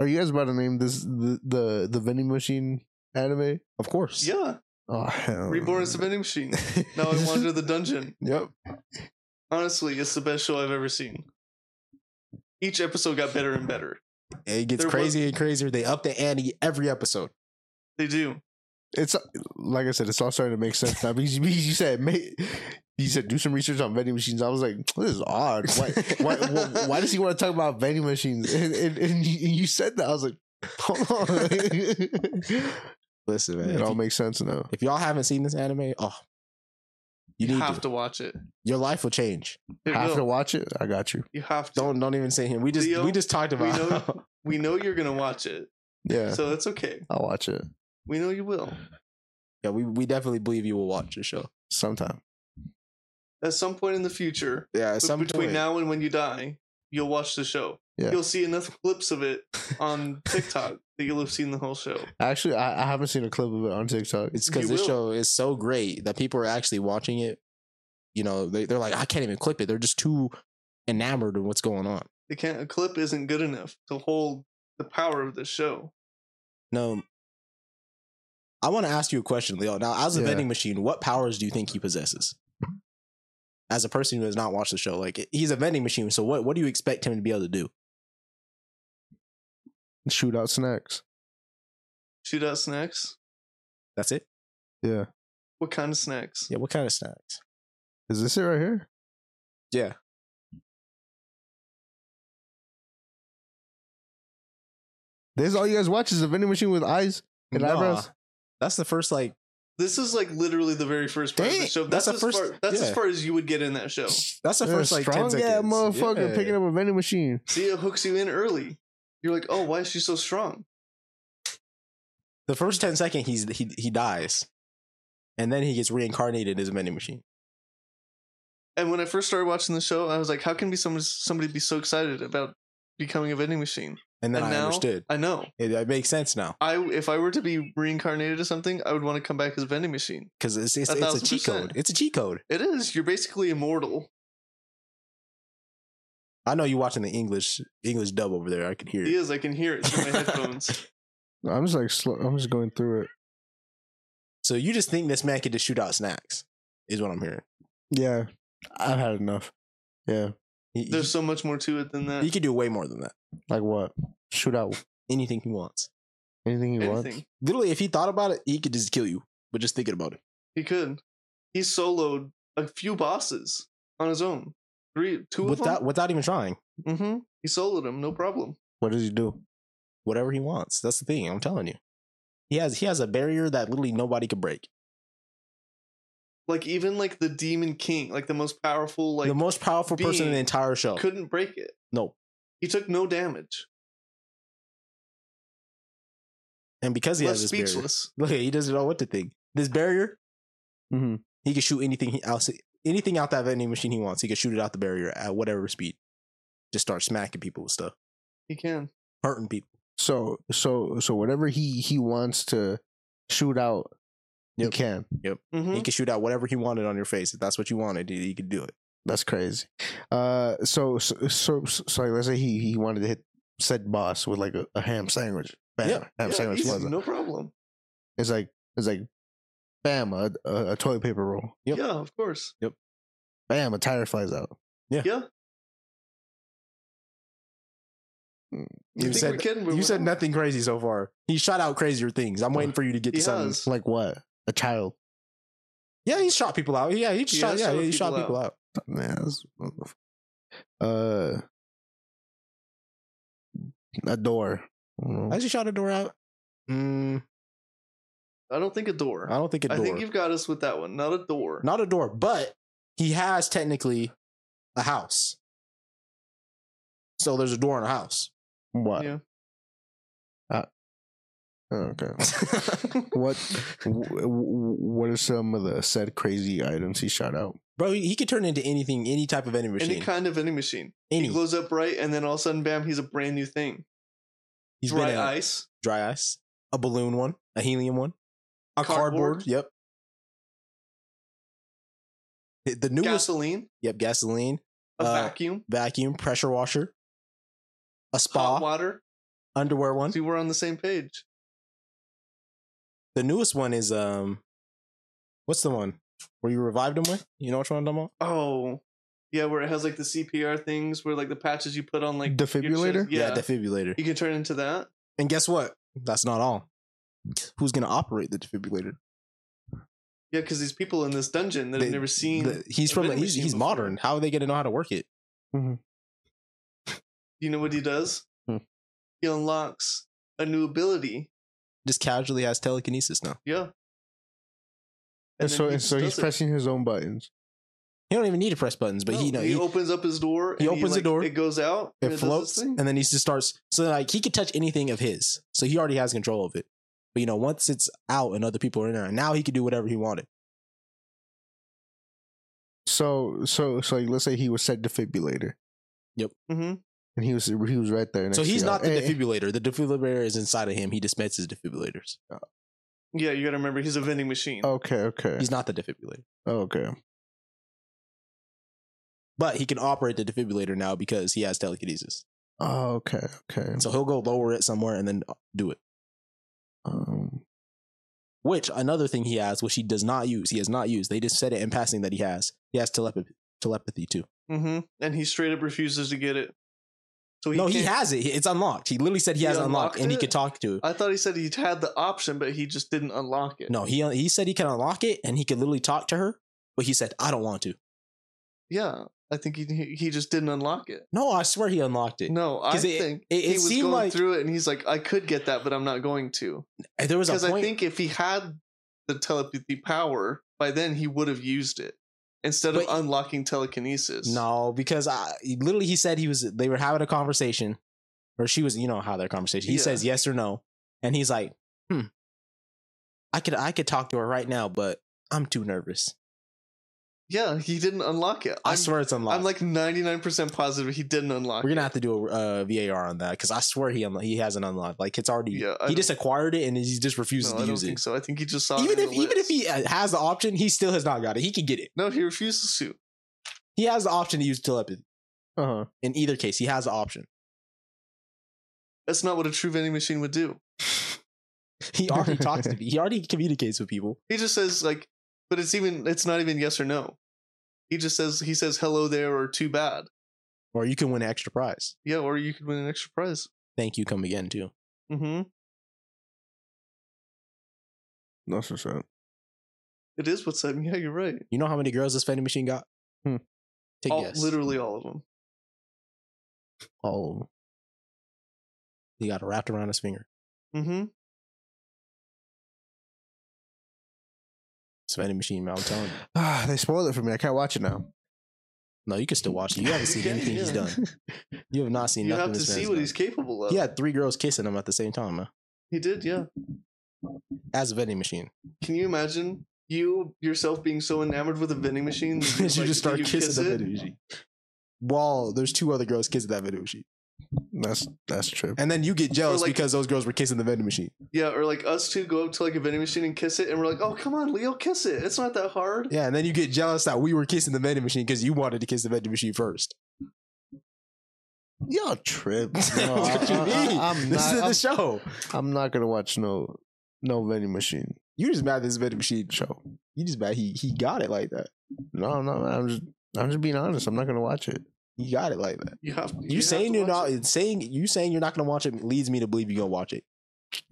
B: are you guys about to name this the the, the vending machine anime?
C: of course.
D: Yeah.
B: Oh, hell
D: Reborn
B: no.
D: as a vending machine. Now I wander the dungeon.
B: Yep.
D: Honestly, it's the best show I've ever seen. Each episode got better and better.
C: It gets
D: There was-
C: crazier and crazier. They up the ante every episode.
D: They do.
B: It's like I said. It's all starting to make sense now because you, because you said make. You said do some research on vending machines. I was like, this is odd. Why? Why, why, why does he want to talk about vending machines? And, and, and you you said that. I was like, hold on.
C: Listen, man.
B: it
C: If,
B: all
C: you,
B: makes sense now.
C: if y'all haven't seen this anime, oh, you
D: You,
C: need
D: have
C: to.
D: to. watch it.
C: Your life will change.
D: It
B: Have
D: will.
B: to watch it. I got you.
D: you have to.
C: Don't don't even say him. We just
D: Leo,
C: we just talked
D: we
C: about.
D: know- We know you're gonna watch it,
B: Yeah,
D: so that's okay.
B: I'll watch it
D: We know you will.
C: yeah, we we definitely believe you will watch the show.
B: sometime.
D: At some point in the future,
C: Yeah, at
D: b-
C: some
D: between
C: point.
D: now and when you die, you'll watch the show.
B: Yeah.
D: You'll see enough clips of it on TikTok that you'll have seen the whole show.
B: Actually, I, I haven't seen a clip of it on TikTok.
C: It's
D: You
C: because this
D: will.
C: show is so great that people are actually watching it. You know, they, they're like, I can't even clip it. They're just too enamored of what's going on.
D: They can't. A clip isn't good enough to hold the power of the show.
C: No, I want to ask you a question, Leo. Now, as a
B: Yeah.
C: vending machine, what powers do you think he possesses? As a person who has not watched the show, like he's a vending machine, so what, what do you expect him to be able to do?
B: Shoot out snacks.
D: Shoot out snacks.
C: That's it.
B: Yeah,
D: What kind of snacks?
C: Yeah. What kind of snacks?
B: is this it right here?
C: Yeah.
B: This is all you guys watch is the vending machine with eyes and
C: Nah.
B: eyebrows.
C: That's the first like
D: This is like literally the very first part of the
C: Dang,
D: show.
C: that's
D: That's,
C: the
D: as
C: first-
D: far. That's
C: yeah.
D: as far as you would get in that show.
C: that's the
B: They're
C: first like
B: strong
C: ten
B: ass
C: seconds.
B: motherfucker
C: Yeah.
B: picking up a vending machine.
D: See, it hooks you in early. You're like, oh, why is she so strong?
C: the first ten second he's he he dies, and then he gets reincarnated as a vending machine.
D: And when I first started watching the show, I was like, how can be somebody somebody be so excited about becoming a vending machine?
C: And then
D: And
C: I
D: now-
C: understood.
D: I know.
C: It, it makes sense now
D: I if I were to be reincarnated as something, I would want to come back as a vending machine.
C: because it's it's,
D: A
C: it's a
D: thousand
C: cheat
D: percent.
C: code. It's a cheat code.
D: It is. You're basically immortal.
C: I know you're watching the English English dub over there. I could hear
D: He
C: it.
D: is. I can hear it through my headphones.
B: I'm just like, slow, I'm just going through it.
C: So you just think this man could just shoot out snacks? Is what I'm hearing.
B: Yeah, I've had enough. Yeah,
C: He,
D: There's so much more to it than
C: he, he
D: that.
C: could do way more than that.
B: like what? Shoot out
C: Anything he wants.
B: anything you
D: Anything.
B: want.
C: Literally, if he thought about it, he could just kill you. But just thinking about it,
D: He could. He soloed a few bosses on his own. Three, two
C: without
D: of
C: without even trying,
D: them. Mm-hmm. He soloed them, no problem.
B: What does he do?
C: whatever he wants. That's the thing. I'm telling you, he has he has a barrier that literally nobody could break.
D: Like even like the Demon King, like the most powerful, like
C: the most powerful person in the
D: being
C: entire show.
D: couldn't break it.
C: no,
D: He took no damage.
C: and because he
D: Left
C: has this barrier,
D: speechless.
C: look, he doesn't know what to think. This barrier,
B: Mm-hmm.
C: he can shoot anything he else, anything out that vending machine he wants. He can shoot it out the barrier at whatever speed. Just start smacking people with stuff,
D: He can.
C: hurting people.
B: So so so whatever he he wants to shoot out,
C: Yep.
B: he can.
D: Mm-hmm.
C: He could shoot out whatever he wanted on your face. If that's what you wanted, he, he could do it.
B: That's crazy. Uh, so so so, so like, let's say he he wanted to hit said boss with like a, a ham sandwich. Bam,
C: Yeah.
B: ham
D: Yeah,
B: sandwich.
D: easy,
B: plaza.
D: no problem.
B: It's like it's like, bam, a, a, a toilet paper roll.
C: Yep.
D: Yeah, of course.
B: Bam, a tire flies out.
D: Yeah. You,
C: Mm, You
D: think
C: said-
D: we're kidding? but
C: You
D: we-
C: said nothing crazy so far. He shot out crazier things. I'm waiting for you to get
D: He
C: to something.
D: has.
B: Like what? A child.
C: Yeah, he shot people out. Yeah, he,
D: He
C: shot.
D: has
C: Yeah,
D: shot
C: he shot
D: people
C: people out.
B: Man, that's wonderful. uh, a door. I don't know.
C: Has he shot a door out? Mm,
D: I don't think a door.
C: I don't think a door.
D: I think you've got us with that one. Not a door.
C: not a door, but he has technically a house. So there's a door in a house.
B: What? Uh,
D: Yeah.
B: Okay. What? w- w- what are some of the said crazy items he shot out?
C: Bro, he he could turn into anything, any type of vending machine.
D: Any kind of any machine.
C: Any.
D: He glows up bright, and then all of a sudden, bam, he's a brand new thing.
C: He's been
D: Dry
C: a-
D: ice.
C: Dry ice. a balloon one, a helium one, a cardboard.
D: Cardboard.
C: Yep. The- The newest.
D: Gasoline,
C: yep, gasoline,
D: a
C: Uh,
D: vacuum,
C: vacuum, pressure washer, a
D: hot
C: spa,
D: water.
C: underwear one.
D: See, we're on the same page.
C: The newest one is um, what's the one where you revived him with? You know which one I'm talking about?
D: Oh, yeah, where it has like the CPR things, where like the patches you put on like your chest-
B: Defibrillator?
D: Yeah,
C: defibrillator.
D: you can turn into that.
C: And guess what? That's not all. Who's gonna operate the defibrillator?
D: Yeah, because these people in this dungeon that
C: They-
D: have never seen.
C: The- he's
D: a
C: from
D: vending
C: he's,
D: machine
C: he's
D: before.
C: modern. How are they gonna know how to work it?
D: You know what he does?
B: Hmm.
D: He unlocks a new ability.
C: Just casually has telekinesis now.
D: Yeah.
B: And
D: then
B: so,
D: he
B: and so
D: does
B: he's
D: it.
B: pressing his own buttons.
C: He don't even need to press buttons, but
D: No,
C: he know
D: he,
C: he,
D: opens up his door.
C: he
D: and
C: opens the door,
D: It goes out. and
C: it
D: does this
C: floats,
D: thing.
C: and then he just starts. So like he could touch anything of his, so he already has control of it. But you know, once it's out and other people are in there, now he could do whatever he wanted.
B: So, so, so, like, let's say he was set defibrillator,
D: Mhm.
B: and he was he was right there. Next
C: So he's
B: to y'all.
C: not the
B: And-
C: defibrillator. The defibrillator is inside of him. He dispenses defibrillators.
D: Yeah, you got to remember he's a vending machine.
C: Oh.
B: Okay, okay,
C: He's not the defibrillator,
B: okay.
C: but he can operate the defibrillator now because he has telekinesis.
B: Oh, okay, okay.
C: So he'll go lower it somewhere and then do it.
B: Um,
C: Which another thing he has, which he does not use, he has not used. They just said it in passing that he has. He has telepathy, telepathy too.
D: hmm And he straight up refuses to get it. So he
C: no, he
D: can't-
C: has it. It's unlocked. He literally said he,
D: He
C: has it unlocked,
D: unlocked
C: and he
D: it?
C: could talk to it.
D: I thought he said he had the option, but he just didn't unlock it.
C: No, he he said he can unlock it and he could literally talk to her, but he said I don't want to.
D: Yeah, I think he he just didn't unlock it.
C: No, I swear he unlocked it.
D: No, I
C: 'Cause it-
D: think
C: it- it
D: he was
C: seemed
D: going
C: like-
D: through it, and he's like, I could get that, but I'm not going to.
C: And there was a
D: Because
C: point.
D: I think if he had the telepathy power by then, he would have used it instead of
C: But-
D: unlocking telekinesis.
C: no, because I literally he said he was. They were having a conversation, or she was. You know how their conversation. He
D: Yeah.
C: says yes or no, and he's like, "Hmm, I could I could talk to her right now, but I'm too nervous.
D: Yeah, he didn't unlock it.
C: I
D: I'm-
C: swear it's unlocked.
D: I'm like 99% positive he didn't unlock
C: we're gonna
D: it.
C: have to do a uh, VAR on that because I swear he unlo- he hasn't unlocked. Like it's already.
D: Yeah, I
C: he just
D: don't-
C: acquired it and he just refuses
D: No,
C: to
D: I don't
C: use
D: think
C: it.
D: so. I think he just saw it
C: Even
D: in
C: if
D: the
C: even if
D: list.
C: he uh, has the option, he still has not got it. He could get it.
D: No, he refuses to.
C: He has the option to use telepathy.
B: uh huh.
C: In either case, he has the option.
D: That's not what a true vending machine would do.
C: He already talks to people. He already communicates with people.
D: He just says like, but it's even it's not even yes or no. He just says he says hello there or too bad.
C: Or you can win an extra prize.
D: Yeah, or you could win an extra prize.
C: Thank you, come again too.
D: Mm-hmm.
B: That's what's up.
D: It is what's up. Yeah, you're right.
C: You know how many girls this vending machine got?
B: Hmm.
C: Take
D: All,
C: guess.
D: literally all of them.
B: All of them.
C: He got it wrapped around his finger.
D: Mm-hmm.
C: This vending machine, man, I'm telling you.
B: Ah, they spoiled it for me. I can't watch it now.
C: No, you can still watch it. You haven't seen
D: Yeah,
C: anything he's
D: yeah.
C: done. You have not seen
D: You
C: nothing
D: have to
C: this
D: see
C: man's
D: what
C: done.
D: he's capable of.
C: He had three girls kissing him at the same time, man.
D: he did. Yeah.
C: As a vending machine.
D: Can you imagine you yourself being so enamored with a vending machine that
C: you
D: like,
C: just start
D: you
C: kissing
D: kiss
C: the
D: it?
C: vending machine. Well, there's two other girls kissing that vending machine.
B: That's that's true.
C: And then you get jealous
D: like-
C: because those girls were kissing the vending machine.
D: Yeah, or like us two go up to like a vending machine and kiss it, and we're like, "Oh, come on, Leo, kiss it. It's not that hard."
C: Yeah, and then you get jealous that we were kissing the vending machine because you wanted to kiss the vending machine first.
B: Y'all trip.
C: what you mean?
B: am
C: this
B: not.
C: is
B: I'm,
C: the show.
B: I'm not gonna watch no no vending machine
C: You just mad this vending machine.
B: show.
C: You just mad he he got it like that.
B: No, no. I'm just I'm just being honest. I'm not gonna watch it.
C: He got it like that.
D: You have.
C: You,
D: have
C: saying
D: to
C: you're
D: watch
C: not saying you saying you're not gonna watch it leads me to believe you're gonna watch it.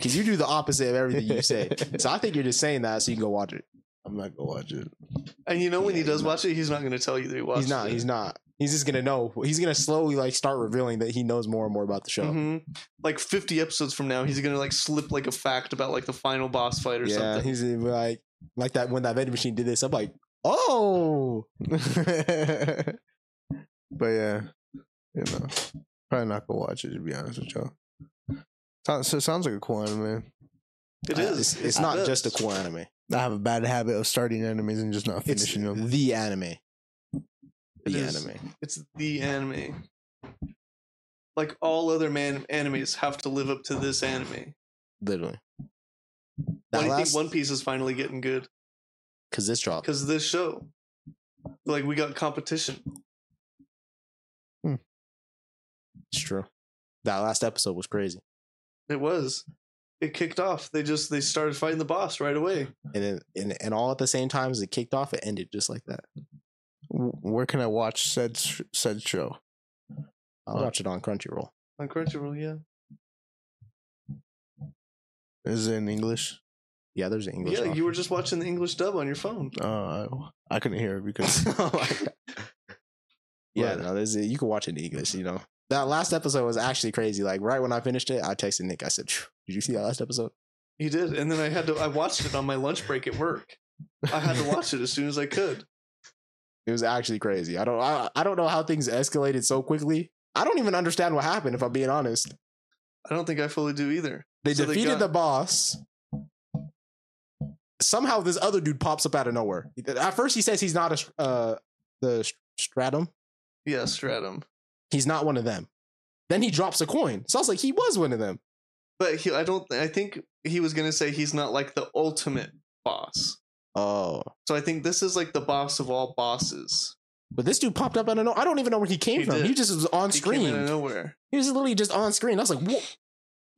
C: Cause you do the opposite of everything you say. so I think you're just saying that so you can go watch it.
B: I'm not gonna watch it.
D: And you know when
C: Yeah,
D: he does
C: he's not-
D: watch it, he's not going to tell you that he watched.
C: he's not,
D: It.
C: he's not. He's just gonna know. He's gonna slowly like start revealing that he knows more and more about the show.
D: Mhm. Like fifty episodes from now, he's going to like slip like a fact about like the final boss fight or
C: yeah,
D: something.
C: he's gonna be like like that when that vending machine did this, I'm like, oh
B: but yeah, you know, probably not gonna watch it to be honest with y'all. Sounds so it sounds like a cool anime, man.
D: It
C: Uh,
D: is.
C: It's,
D: It
C: it's not
D: does.
C: just a cool anime.
B: I have a bad habit of starting enemies and just not
C: It's uh,
B: finishing them.
C: the anime.
D: It
C: The
D: is.
C: anime.
D: It's the anime. Like all other man animes have to live up to this anime.
C: Literally.
D: Why
C: That
D: do you think
C: last
D: One Piece is finally getting good?
C: because this dropped.
D: Because of this show. Like we got competition.
C: It's true. That last episode was crazy,
D: It was. It kicked off. They just they started fighting the boss right away.
C: and then and, and all at the same time as it kicked off, it ended just like that.
B: W- Where can I watch said sh- said show?
C: I'll
B: Wow.
C: watch it on Crunchyroll.
D: On Crunchyroll, yeah.
B: Is it in English?
C: Yeah, there's an English.
D: yeah,
C: option.
D: you were just watching the English dub on your phone.
B: Uh, I, I couldn't hear it because
C: Oh my God. yeah,
B: Right.
C: no, there's you can watch it in English. You know that last episode was actually crazy. Like right when I finished it, I texted Nick. I said, "Phew, "Did you see that last episode?"
D: You did, and then I had to. I watched it on my lunch break at work. I had to watch it as soon as I could.
C: It was actually crazy. I don't, I, I don't know how things escalated so quickly. I don't even understand what happened. If I'm being honest,
D: I don't think I fully do either.
C: they
D: So they
C: defeated
D: got-
C: the boss. Somehow, this other dude pops up out of nowhere. At first, he says he's not a str- uh, the str- stratum.
D: Yeah, Stratum.
C: He's not one of them. Then he drops a coin. So I was like, he was one of them.
D: But he, I don't. I think he was gonna say he's not like the ultimate boss.
C: Oh,
D: So I think this is like the boss of all bosses.
C: But this dude popped up out of nowhere. I don't even know where he came
D: He
C: from.
D: did.
C: He just was on
D: He
C: screen.
D: came out of nowhere.
C: He was literally just on screen. I was like, what?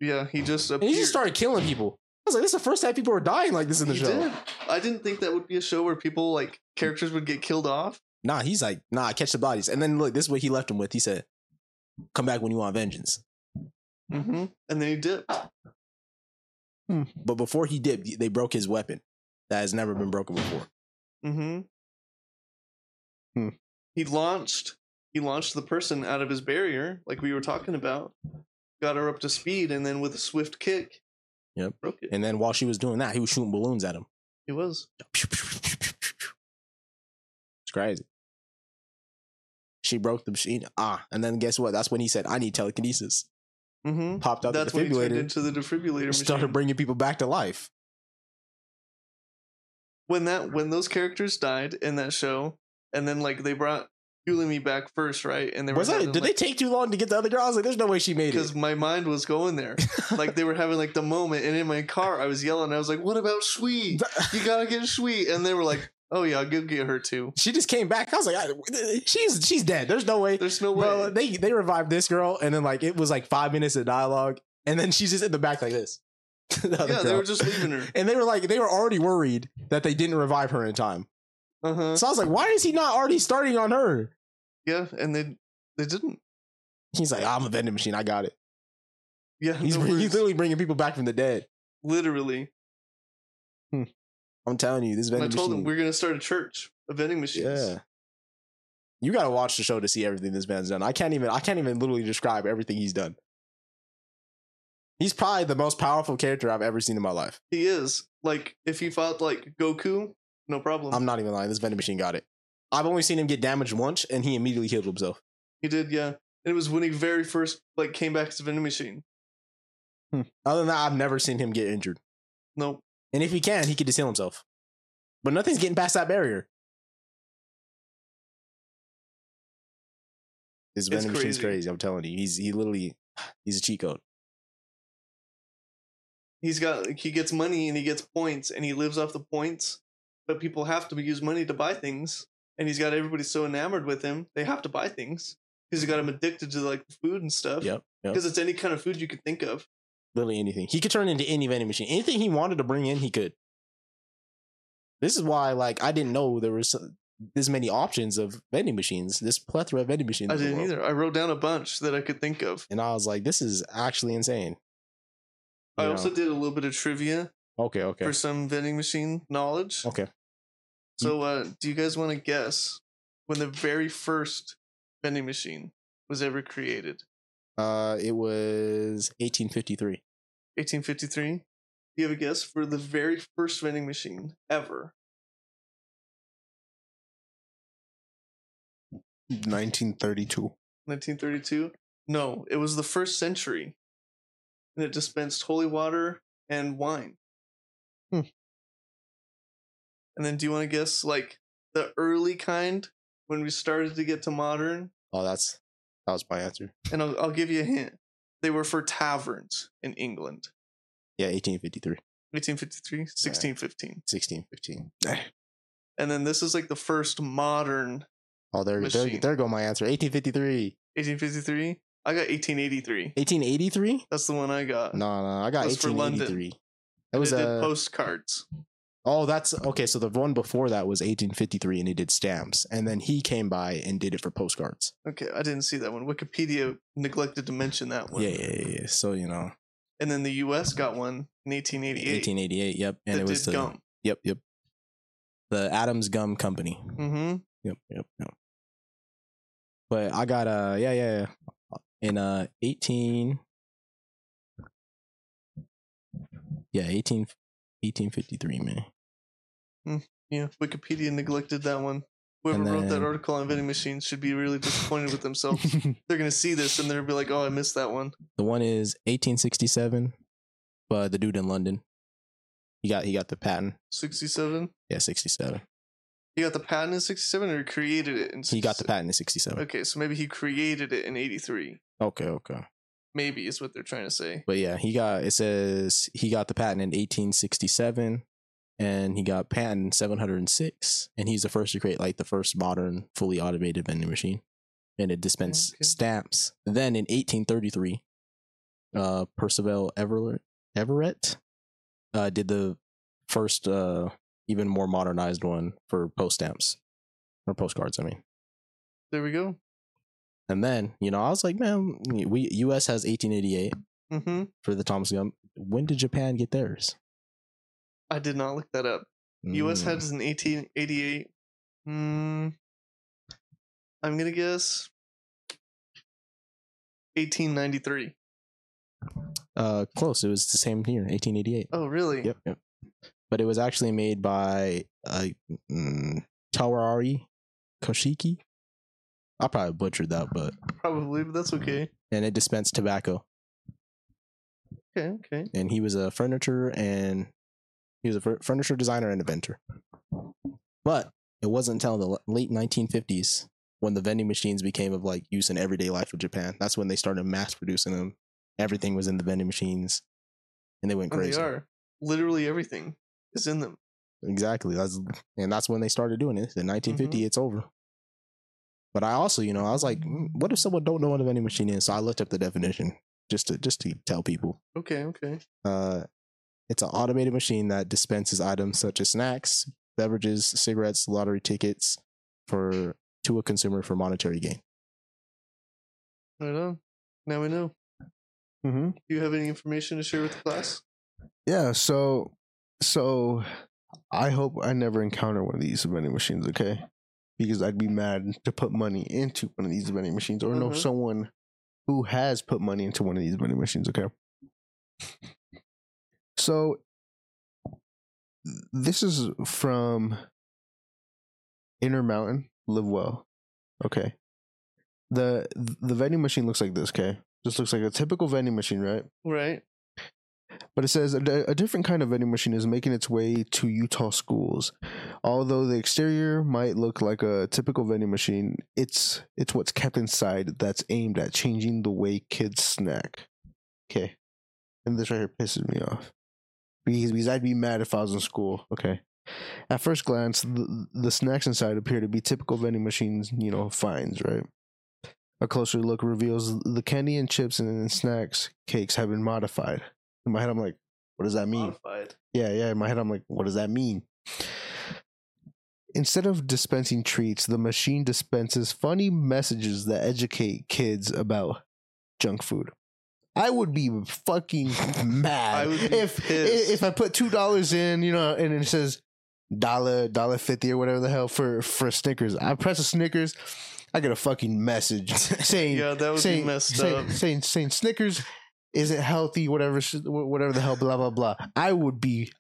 D: Yeah, he just
C: And
D: appeared.
C: he just started killing people. I was like, this is the first time people are dying like this in the
D: He
C: show.
D: did. I didn't think that would be a show where people like characters would get killed off.
C: Nah, he's like, nah, catch the bodies. And then look, this is what he left him with. He said, come back when you want vengeance.
D: Mm-hmm. And then he dipped.
C: But before he did, they broke his weapon that has never been broken before.
D: Mm-hmm.
B: Hmm.
D: He launched. He launched the person out of his barrier, like we were talking about. Got her up to speed, and then with a swift kick,
C: Yep.
D: broke it.
C: And then while she was doing that, he was shooting balloons at him.
D: He was.
C: It's crazy. She broke the machine. Ah, and then guess what? That's when he said, I need telekinesis.
D: Mm-hmm.
C: Popped out
D: That's
C: the
D: when he turned
C: defibrillator.
D: into the defibrillator
C: started
D: machine.
C: bringing people back to life.
D: when that when those characters died in that show, and then like they brought Yulimi back first, right? And they were
C: Was that?
D: having,
C: Did they
D: like,
C: take too long to get the other girl? I was like, "There's no way she made it."
D: because my mind was going there. like they were having like the moment, and in my car, I was yelling. I was like, "What about Shui? You gotta get Shui!" And they were like, "Oh yeah, go get her too."
C: she just came back. I was like, I- "She's she's dead. There's no way."
D: There's no way.
C: Bro, they they revived this girl, and then like it was like five minutes of dialogue, and then she's just in the back like this.
D: yeah, they were just leaving her.
C: And they were like, they were already worried that they didn't revive her in time.
D: Uh huh.
C: So I was like, why is he not already starting on her?
D: Yeah, and they they didn't.
C: He's like, I'm a vending machine. I got it.
D: Yeah,
C: He's,
D: no
C: he's
D: words.
C: literally bringing people back from the dead.
D: literally.
C: I'm telling you, this
D: And
C: vending
D: I told
C: machine.
D: them we're gonna start a church of vending machines.
C: Yeah. You gotta watch the show to see everything this man's done. I can't even I can't even literally describe everything he's done. He's probably the most powerful character I've ever seen in my life.
D: He is like if he fought like Goku, no problem.
C: I'm not even lying. This vending machine got it. I've only seen him get damaged once and he immediately healed himself.
D: he did, yeah. And it was when he very first like came back to the vending machine.
C: Other than that, I've never seen him get injured.
D: Nope.
C: And if he can, he could just heal himself. But nothing's getting past that barrier. This
D: It's
C: vending machine's
D: crazy.
C: crazy. I'm telling you. He's he literally he's a cheat code.
D: He's got like, he gets money and he gets points and he lives off the points, but people have to use money to buy things. And he's got everybody so enamored with him, they have to buy things because he got him addicted to like food and stuff.
C: Mm-hmm. Yep. Yep.
D: Because it's any kind of food you could think of.
C: literally anything. He could turn into any vending machine. Anything he wanted to bring in, he could. This is why, like, I didn't know there was so- this many options of vending machines. This plethora of vending machines.
D: I
C: in the
D: didn't
C: world.
D: either. I wrote down a bunch that I could think of.
C: And I was like, this is actually insane.
D: I
C: You
D: also
C: know?
D: did a little bit of trivia
C: okay, okay,
D: Oh, for some vending machine knowledge.
C: okay. Hmm.
D: So, uh, do you guys want to guess when the very first vending machine was ever created?
C: Uh, it was 1853.
D: 1853? Do you have a guess for the very first vending machine ever?
B: 1932.
D: 1932? No, it was the first century. And it dispensed holy water and wine.
B: Hmm.
D: And then do you want to guess like the early kind when we started to get to modern?
C: Oh, that's that was my answer.
D: And I'll, I'll give you a hint. They were for taverns in England.
C: Yeah, 1853,
D: 1853, 1615.
C: 1615.
D: And then this is like the first modern
C: Oh, there, there,
D: Machine.
C: there go my answer. 1853.
D: 1853. I got 1883.
C: 1883?
D: That's the one I got.
C: No, no, I got
D: That was for London.
C: 1883. That
D: It
C: was
D: did
C: uh,
D: postcards.
C: oh, that's okay. So the one before that was 1853, and he did stamps, and then he came by and did it for postcards.
D: Okay, I didn't see that one. Wikipedia neglected to mention that one.
C: Yeah, yeah, yeah, yeah. So you know,
D: And then the U.S. got one in 1888.
C: 1888. Yep, and
D: that
C: it was uh,
D: did
C: the
D: gum.
C: yep, yep, the Adams Gum Company.
D: Mm-hmm.
C: Yep, yep, yep. But I got uh yeah, yeah, yeah. In uh eighteen Yeah, 18, 1853, man.
D: Yeah, Wikipedia neglected that one. Whoever
C: And
D: wrote that
C: then-
D: article on vending machines should be really disappointed with themselves. They're gonna see this and they'll be like, "Oh, I missed that one."
C: the one is eighteen sixty seven, but the dude in London. He got he got the patent.
D: 67.
C: Yeah, sixty seven.
D: He got the patent in 67, or he created it in. 67?
C: He got the patent in sixty seven.
D: Okay, so maybe he created it in 83.
C: Okay, okay.
D: Maybe is what they're trying to say.
C: But yeah, he got it says he got the patent in eighteen sixty seven and he got patent seven hundred and six. And he's the first to create like the first modern fully automated vending machine. And it dispensed
D: Okay.
C: stamps. Then in eighteen thirty three, uh Percival Everett Everett uh did the first uh even more modernized one for post stamps. Or postcards, I mean.
D: There we go.
C: And then, you know, I was like, man, we US has eighteen eighty eight
D: Mm-hmm.
C: for the Thomas Gum. When did Japan get theirs?
D: I did not look that up. U.S.
C: Mm.
D: had this in 1888. Hmm. I'm gonna guess 1893.
C: uh close. It was the same year, 1888.
D: Oh, really?
C: Yep, yep. But it was actually made by uh mm, Tawarari Koshiki. I probably butchered that, but
D: Probably, but that's okay.
C: and it dispensed tobacco.
D: Okay, okay.
C: And he was a furniture and he was a fur- furniture designer and inventor. But it wasn't until the l- late 1950s when the vending machines became of like use in everyday life of Japan. That's when they started mass producing them. Everything was in the vending machines, and they went
D: Oh,
C: crazy.
D: they are literally everything is in them.
C: Exactly. That's and that's when they started doing it. In 1950, it's over. But I also, you know, I was like, "Mm, what if someone don't know what a vending machine is? So I looked up the definition just to just to tell people.
D: Okay, okay.
C: Uh, it's an automated machine that dispenses items such as snacks, beverages, cigarettes, lottery tickets for to a consumer for monetary gain.
D: Right on. Now we know.
B: Mm-hmm.
D: Do you have any information to share with the class?
B: Yeah. So, so I hope I never encounter one of these vending machines. Okay, because I'd be mad to put money into one of these vending machines, or know
D: Mhm.
B: someone who has put money into one of these vending machines. Okay. So, this is from Intermountain Live Well. Okay. The the vending machine looks like this, okay? This looks like a typical vending machine, right?
D: Right.
B: But it says a, di- a different kind of vending machine is making its way to Utah schools. Although the exterior might look like a typical vending machine, it's it's what's kept inside that's aimed at changing the way kids snack. Okay, and this right here pisses me off because, because I'd be mad if I was in school. Okay, at first glance, the, the snacks inside appear to be typical vending machines, you know, finds right. A closer look reveals the candy and chips and snacks cakes have been modified. In my head, I'm like, what does that mean?
D: Modified.
B: Yeah, yeah. In my head, I'm like, what does that mean? Instead of dispensing treats, the machine dispenses funny messages that educate kids about junk food. I would be fucking mad
D: I would be
B: if i-
D: pissed.
B: if I put two dollars in, you know, and it says dollar dollar fifty or whatever the hell for for Snickers. I press a Snickers, I get a fucking message saying
D: Yeah, that would be messed
B: saying,
D: up.
B: saying saying Snickers isn't healthy, whatever, sh- wh- whatever the hell, blah blah blah. I would be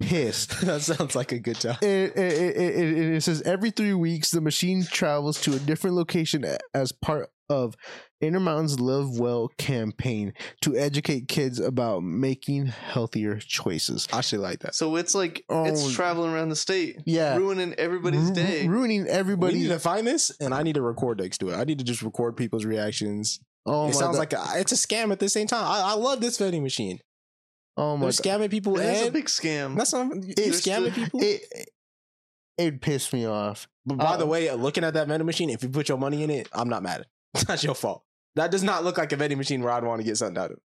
B: pissed.
C: that sounds like a good job.
B: It, it, it, it, it says every three weeks the machine travels to a different location a- as part of Intermountain's Live Well campaign to educate kids about making healthier choices.
C: I actually like that.
D: So it's like
B: Oh.
D: it's traveling around the state,
B: Yeah,
D: ruining everybody's
B: Ru-
D: day.
B: ruining
C: But we
B: everybody's.
C: need to find this, and I need to record next to it. I need to just record people's reactions
B: oh
C: it
B: my
C: sounds
B: god!
C: like a, it's a scam at the same time. I, I love this vending machine.
B: Oh
C: They're
B: my god.
C: scamming people,
D: That's a
C: and
D: big scam.
C: that's not they're
D: There's
C: scamming
D: the-
C: people.
B: It it pissed me off.
C: But by
B: Uh,
C: the way, uh, looking at that vending machine, if you put your money in it, I'm not mad. It's not your fault. That does not look like a vending machine where I'd want to get something out of.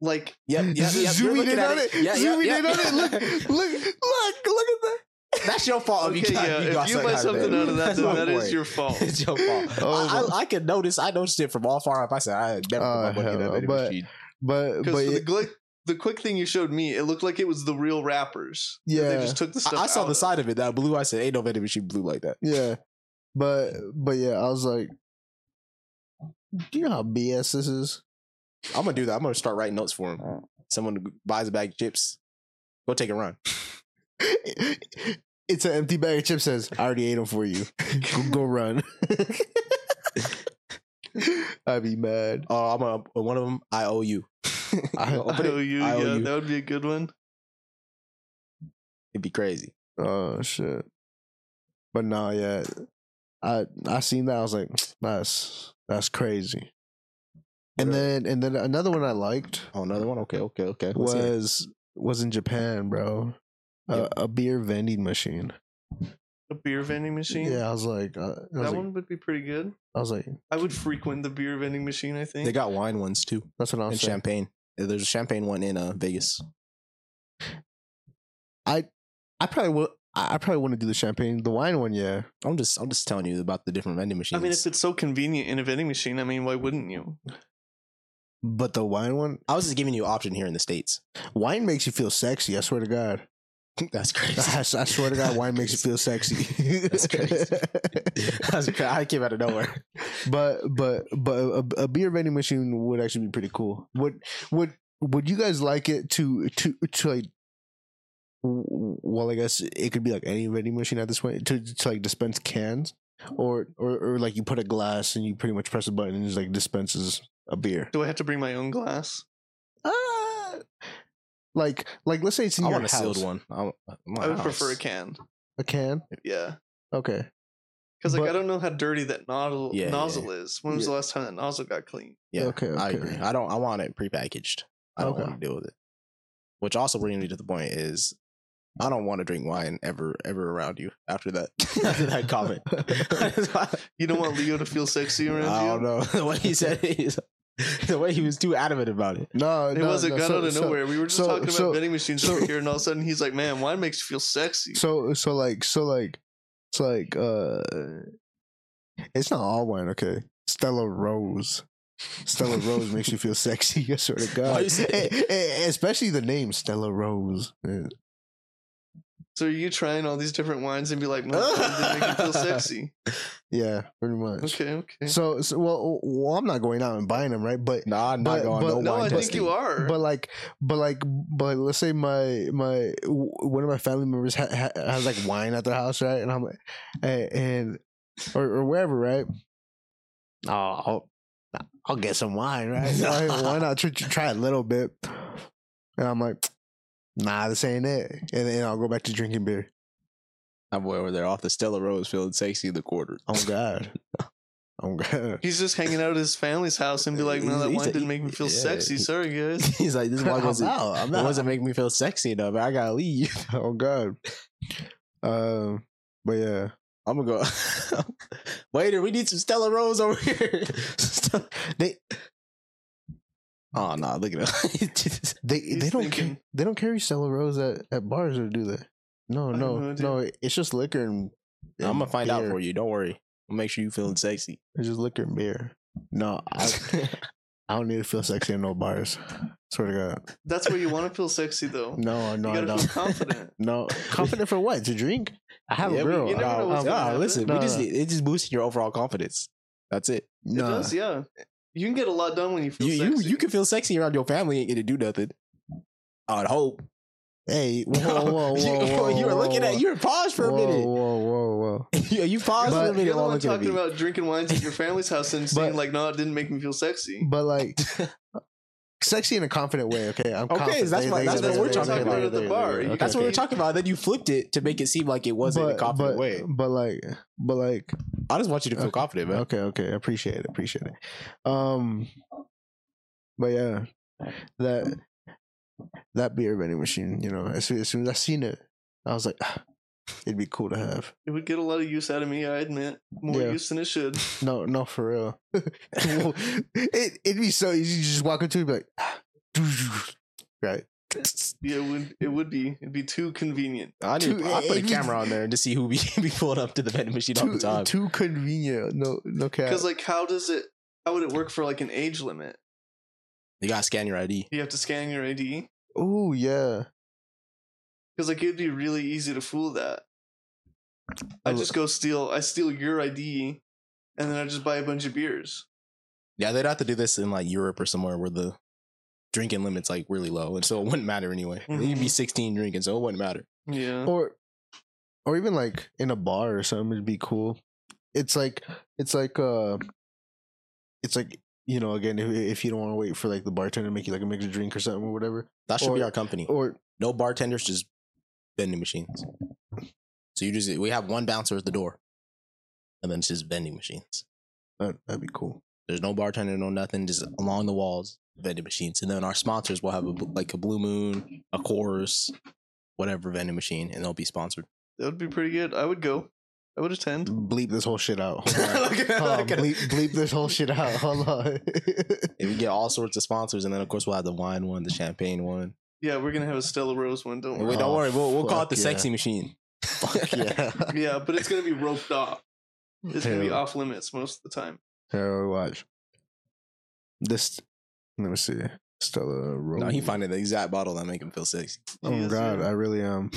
D: Like
C: Yep, yep, yep.
B: Z-
C: you're
B: Zooming
C: looking
B: in
C: at
B: on it.
C: Yeah, yeah,
B: Zooming
C: yeah.
B: in on it. Look, look, look, look at that.
C: That's your fault. if Oh, you
D: Okay,
C: got,
D: yeah,
C: you
D: if
C: got
D: you buy something
C: there.
D: out of that,
C: That's
D: then
C: my
D: that is
C: point.
D: your fault.
C: it's your fault.
B: Oh,
C: I,
B: but-
C: I, I could notice. I noticed it from all far up. I said I had never
B: Oh,
C: put my money in
B: hell
C: that vending
B: no, but-
C: machine.
B: But but
D: because the,
B: it-
D: gl- the quick thing you showed me, it looked like it was the real rappers. that
B: Yeah.
D: they just took the
C: I,
D: stuff.
C: I saw
D: out
C: the
D: of.
C: side of it that blue. I said, "Ain't no vending machine blue like that."
B: yeah, but but yeah, I was like, do you know how BS this is?
C: I'm gonna do that. I'm gonna start writing notes for him. Someone buys a bag of chips, go take a run.
B: It's an empty bag of chips. Says I already ate them for you. go, go run. I'd be mad.
C: Oh, I'm gonna one of them. I owe you.
B: I-
C: Open it.
D: IOU,
C: I owe
D: Oh, yeah,
C: you.
D: that would be a good one.
C: It'd be crazy.
B: Oh shit! But nah, yeah, I I seen that. I was like, that's that's crazy. And
C: Whatever.
B: then and then another one I liked
C: Oh, another one. Okay, okay, okay. Let's hear it.
B: was was in Japan, bro.
C: Yeah.
B: A, a beer vending machine.
D: A beer vending machine.
B: Yeah, I was like, uh, I,
D: that
B: was like
D: one would be pretty good.
B: I was like,
D: I would frequent the beer vending machine. I think.
C: They got wine ones too
B: that's what I
C: and
B: was saying.
C: champagne. There's a champagne one in uh, Vegas.
B: I probably would. I I probably want to do the champagne, the wine one. Yeah,
C: I'm just I'm just telling you about the different vending
D: I
C: machines.
D: mean, if it's so convenient in a vending machine, I mean, why wouldn't you?
B: but the wine one,
C: I was just giving you an option here in the states.
B: wine makes you feel sexy. I swear to God.
C: That's crazy.
B: I, I swear to God, wine makes you feel sexy.
C: That's crazy. That's cra- I came out of nowhere.
B: but but but a, a beer vending machine would actually be pretty cool. Would would would you guys like it to to to like? Well, I guess it could be like any vending machine at this point to, to like dispense cans, or, or or like you put a glass and you pretty much press a button and it just like dispenses a beer.
D: Do I have to bring my own glass?
B: Ah, like like let's say it's in
C: Uh, I
B: your
C: want a
B: house.
C: sealed one. I,
D: I would prefer a can.
B: A can,
D: Yeah,
B: okay.
D: because like
B: But-
D: I don't know how dirty that nozzle
C: Yeah, yeah,
D: nozzle is. When was
B: Yeah.
D: the last time that nozzle got clean?
C: Yeah,
B: Okay,
C: I
B: okay.
C: agree. I don't. I want it prepackaged. I don't
B: Okay.
C: want to deal with it. Which also brings me to the point is, I don't want to drink wine ever, ever around you after that. after that comment,
D: You don't want Leo to feel sexy around
C: I
D: you.
C: don't know the way he said it. is- The way he was too adamant about it.
B: No,
D: It
B: no,
D: was a
B: no,
D: gun
B: so-
D: out of
B: so-
D: nowhere. we were just
B: so-
D: talking about
B: so-
D: vending machines
B: so-
D: over here, and all of a sudden he's like, "Man, wine makes you feel sexy."
B: so so like so like so like uh it's not all wine okay stella rose stella rose makes you feel sexy i swear to
C: Why
B: god
C: you say-
B: Eh, eh, especially the name stella rose Eh,
D: So are you trying all these different wines and be like, "No, they make you feel sexy."
B: yeah pretty much
D: Okay, okay.
B: so, so well, well i'm not going out and buying them right but
C: Nah, I'm not
B: But-
C: going
B: but-
C: no,
D: no,
C: wine
D: I think
C: testing.
D: you are.
B: but like but like but like, let's say my my w- one of my family members ha- ha- has like wine at their house right and i'm like and, and or, or wherever right oh I'll, I'll get some wine right why, why not try, try a little bit and i'm like nah this ain't it and then i'll go back to drinking beer
C: That boy over there off the Stella Rose feeling sexy in the quarter.
B: oh god oh god
D: He's just hanging out at his family's house and be like, "No, that
C: He's
D: wine
C: a-
D: didn't make me feel
C: yeah.
D: sexy." Sorry, guys.
C: He's like, this wine
B: I'm
C: wasn't,
B: out, I'm
C: it
B: out.
C: wasn't making me feel sexy enough. I gotta leave.
B: oh god um but yeah
C: I'm gonna go. Waiter, we need some Stella Rose over here.
B: they
C: oh no, look at that.
B: They
D: He's
B: they don't
D: thinking.
B: ca- they don't carry Stella Rose at, at bars or do they? No,
D: have
B: no,
D: no idea.
B: no. It's just liquor and,
C: I'm gonna find out for
B: you.
C: you. Don't worry. I'll make sure you feeling sexy.
B: It's just liquor and beer. No, I, I don't need to feel sexy in no bars. Swear to God.
D: That's where you want to feel sexy, though.
B: No, no,
D: you
B: I
D: gotta feel
B: don't.
D: confident.
B: No, confident for what? To drink? I have
C: Yeah,
B: a
C: we-
B: girl. Um,
D: you never
B: I-
D: know what's
B: I'm-
D: gonna
C: Nah,
D: happen.
C: listen,
B: No,
C: we just
B: no.
C: it just boosted your overall confidence. That's it.
D: It
B: nah.
D: does, yeah. You can get a lot done when you feel
C: You you
D: sexy.
C: you can feel sexy around your family and do nothing. I'd hope.
B: Hey, whoa, whoa, whoa,
C: you,
B: whoa, whoa,
C: you were looking
B: whoa,
C: at you were paused for a
B: whoa,
C: minute.
B: Whoa, whoa, whoa.
C: you, you paused
B: But-
C: for a minute
D: You're the
C: while
D: one
C: looking at
D: talking
C: me.
D: about drinking wines at your family's house and saying
B: But-
D: like, "No, it didn't make me feel sexy."
B: But like, sexy in a confident way. Okay, I'm
C: Okay,
B: confident.
C: that's what- that's what we're talking about
D: at the bar. You
C: That's
D: Okay.
C: what we were talking about. Then you flipped it to make it seem like it wasn't in a confident
B: but,
C: way.
B: But like, but like,
C: I just want you to feel
B: Okay.
C: confident, man.
B: Okay, okay. Appreciate it. Appreciate it. Um But yeah, that that beer vending machine, you know, as soon as, soon as I seen it, I was like, "Ah, it'd be cool to have.
D: It would get a lot of use out of me, I admit. More
B: Yeah.
D: use than it should.
B: No, no, for real. it it'd be so easy. You just walk into it, and be like, "Ah, right.
D: Yeah, it would it would be. It'd be too convenient.
C: I need.
B: Dude,
C: I put a
B: it was-
C: camera on there to see who be, be pulling up to the vending machine all
B: Too,
C: the time.
B: too convenient. No, no cap.
D: Because like how does it how would it work for like an age limit?
C: You gotta scan your ID.
D: You have to scan your ID?
B: oh yeah.
D: Because like it'd be really easy to fool that. I
B: Oh.
D: just go steal I steal your ID and then I just buy a bunch of beers.
C: Yeah, they'd have to do this in like Europe or somewhere where the drinking limit's like really low, and so it wouldn't matter anyway. You'd be 16 drinking, so it wouldn't matter.
D: Yeah.
B: or or even like in a bar or something would be cool it's like it's like uh it's like you know again if, if you don't want to wait for like the bartender to make you like a mixed drink or something or whatever
C: That should be
B: Or-
C: our company.
B: or
C: No bartenders, just vending machines. So you just we have one bouncer at the door, and then it's just vending machines.
B: that, uh, that'd be cool
C: There's no bartender, no nothing, just along the walls, vending machines. And then our sponsors will have a, bl- like a Blue Moon, a Chorus, whatever vending machine, and they'll be sponsored.
D: That would be pretty good. I would go. I would attend.
B: bleep this whole shit out
C: Look
B: Hold on.
C: at that,
B: Hold on,
C: look at
B: bleep,
C: that.
B: bleep this whole shit out hold on
C: And we get all sorts of sponsors, and then of course we'll have the wine one, the champagne one.
D: Yeah, we're gonna have a Stella Rose one, don't
C: And
D: worry.
C: we, don't
B: Oh,
C: worry, we'll, we'll call it
B: fuck
C: the
B: yeah.
C: sexy machine.
B: fuck yeah
D: yeah, but it's gonna be roped off. It's gonna be
B: Hell.
D: off limits most of the time.
B: Here, we watch this let me see stella Rose.
C: No, he finding the exact bottle that make him feel sexy.
B: oh my
D: Yes,
B: god
D: yeah.
B: i really am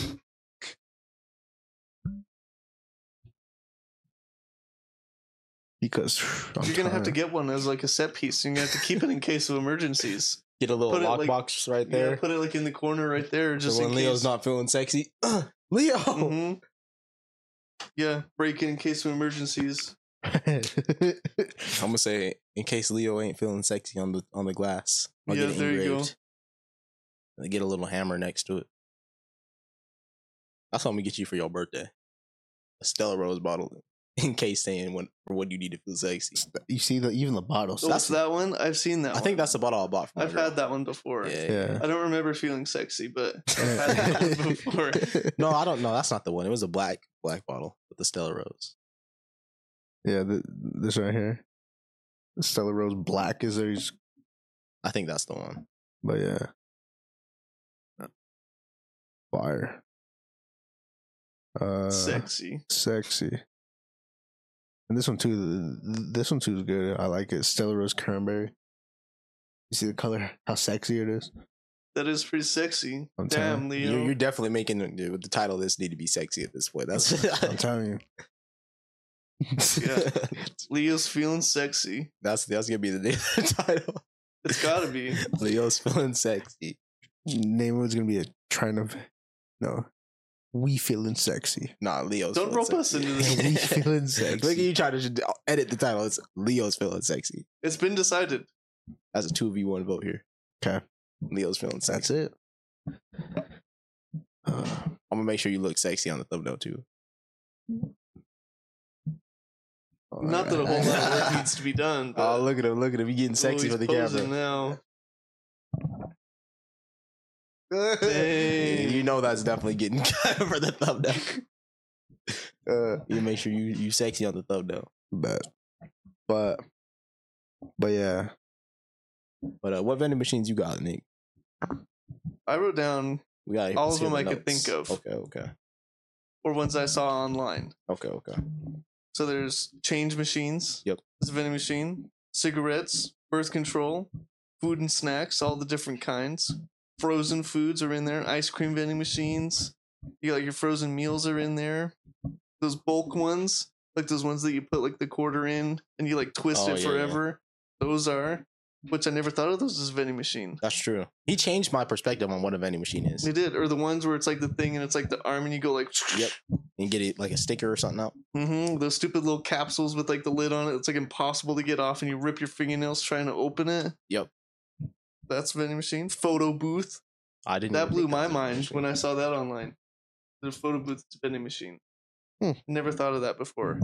B: because I'm
D: You're gonna have to
B: tired.
D: get one as like a set piece. You're gonna have to keep it in case of emergencies.
C: Get a little
D: Put it,
C: lockbox
D: like-
C: box right
D: Yeah,
C: there.
D: put it like in the corner right there,
C: so
D: just
C: when
D: in
C: Leo's
D: case.
C: not feeling sexy, Leo.
D: Mhm. Mm-hmm. Yeah, break in in case of emergencies.
C: I'm gonna say in case Leo ain't feeling sexy on the on the glass. I'll
D: Yeah,
C: get it
D: there you go.
C: engraved. And Get a little hammer next to it. That's what I'm gonna get you for your birthday. A Stella Rose bottle, in case saying when for when you need to feel sexy.
B: you see the even the bottle.
D: Oh, So that's that one. I've seen that.
C: I think
D: one.
C: that's the bottle I bought. For my
D: I've
C: girl.
D: had that one before.
C: Yeah.
B: yeah.
D: I don't remember feeling sexy, but I've had that one before.
C: No, I don't know. That's not the one. It was a black black bottle with the Stella Rose.
B: yeah, th- this right here. Stella Rose Black is theirs,
C: I think that's the one.
B: but yeah, fire. Uh,
D: sexy.
B: sexy. And this one too. th- th- This one too is good. I like it. Stella Rose Cranberry. You see the color? How sexy it is.
D: That is pretty sexy.
B: I'm
D: Damn,
B: telling
D: Leo.
C: You're, you're definitely making it- dude, the title of this need to be sexy at this point. That's
B: I'm telling you.
D: Yeah. Leo's feeling sexy.
C: that's that's gonna be the name of the title.
D: It's gotta be.
C: Leo's feeling sexy.
B: Name of it's gonna be a trying to. No, we feeling sexy.
C: Nah, Leo's.
D: Don't
C: feeling
D: rope us
C: sexy.
D: into
B: we
D: this.
B: feeling
C: Look at
B: sexy.
C: you trying to just edit the title. It's Leo's feeling sexy.
D: It's been decided.
C: That's a two v one vote here.
B: 'Kay.
C: Leo's feeling sexy.
B: That's it. Uh,
C: I'm gonna make sure you look sexy on the thumbnail too.
D: Not that a whole lot of work needs to be done, but
C: Oh, look at him! Look at him! He's getting sexy
D: Uh, oh,
C: for the
D: he's posing
C: camera.
D: now.
C: Yeah,
D: Dang.
C: you know that's definitely getting cut for the thumbnail.
B: Uh,
C: You make sure you you sexy on the thumbnail.
B: but, but, but yeah.
C: But uh, what vending machines you got, Nick?
D: I wrote down
C: We got
D: All of them I could think of.
C: Okay, okay,
D: or ones I saw online.
C: okay, okay.
D: So there's change machines.
C: Yep.
D: There's a vending machine, cigarettes, birth control, food and snacks, all the different kinds. Frozen foods are in there. Ice cream vending machines. You got like your frozen meals are in there. Those bulk ones, like those ones that you put like the quarter in and you like twist
C: Oh,
D: it
C: yeah, yeah.
D: forever. Those are, which I never thought of those as a vending machine.
C: That's true. He changed my perspective on what a vending machine is.
D: They did, or the ones where it's like the thing and it's like the arm and you go like,
C: Yep. And get it like a sticker or something out.
D: hmm those stupid little capsules with like the lid on it. It's like impossible to get off, and you rip your fingernails trying to open it.
C: Yep.
D: That's vending machine. Photo booth.
C: I didn't.
D: That
C: even
D: blew
C: think
D: my
C: was a vending
D: mind
C: machine.
D: when I saw that online. The photo booth vending machine.
B: Hmm.
D: Never thought of that before.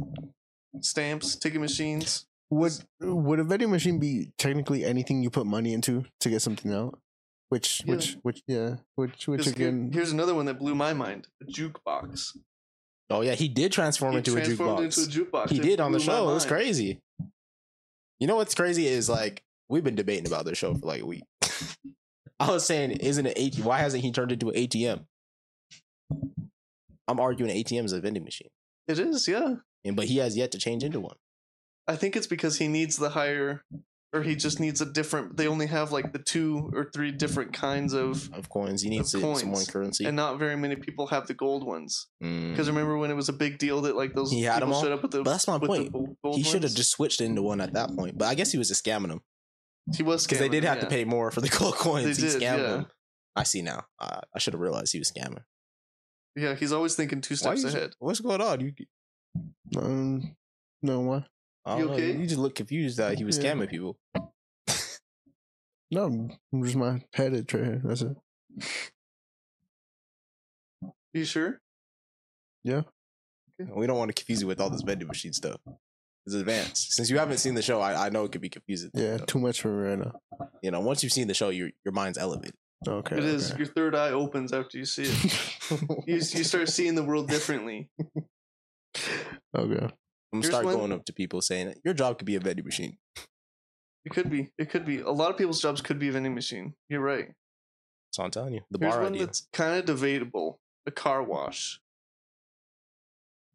D: Stamps, ticket machines,
B: Would would a vending machine be technically anything you put money into to get something out? Which
D: Yeah.
B: which which yeah which which
D: Here's-
B: again
D: here's another one that blew my mind: a jukebox.
C: Oh yeah, he did transform
D: He
C: into a
D: transformed
C: jukebox.
D: into a jukebox.
C: he
D: It
C: did on the
D: blew my
C: show. It was
D: mind.
C: crazy. You know what's crazy is like we've been debating about this show for like a week. I was saying, isn't it? AT- why hasn't he turned into an ATM? I'm arguing ATM is a vending machine,
D: It is, yeah.
C: and but he has yet to change into one.
D: I think it's because he needs the higher, or he just needs a different. They only have like the two or three different kinds of,
C: Of coins, he needs
D: Of
C: to- some more
D: coins.
C: currency.
D: and not very many people have the gold ones.
C: Mm.
D: Because remember when it was a big deal that like those
C: He had 'em
D: people
C: all?
D: showed up with the.
C: But that's my
D: with
C: point.
D: The gold gold
C: He should have
D: ones?
C: just switched into one at that point, but I guess he was just scamming them
D: He was
C: because they
D: scamming
C: did
D: them,
C: have to
D: yeah.
C: pay more for the gold coins. he
D: did,
C: scammed
D: yeah.
C: them. I see now. Uh, I should have realized he was scamming.
D: Yeah, he's always thinking two steps
C: you-
D: ahead.
C: What's going on? You
B: um no why
C: I
D: You
C: don't know,
D: okay?
C: You just look confused that he was
B: Yeah.
C: scamming people.
B: no I'm just my head itch right here that's it
D: You sure?
C: We don't want to confuse you with all this vending machine stuff. It's advanced. Since you haven't seen the show, I, I know it could be confusing.
B: yeah too much for me right now
C: You know, once you've seen the show, your your mind's elevated.
B: okay
D: It is.
B: okay.
D: Your third eye opens after you see it. You, you start seeing the world differently.
B: okay
C: I'm
D: Here's
C: start
D: one-
C: going up to people saying your job could be a vending machine.
D: It could be. It could be. A lot of people's jobs could be a vending machine. You're right.
C: So I'm telling you, the
D: Here's
C: bar
D: one
C: idea.
D: that's kind of debatable: a car wash,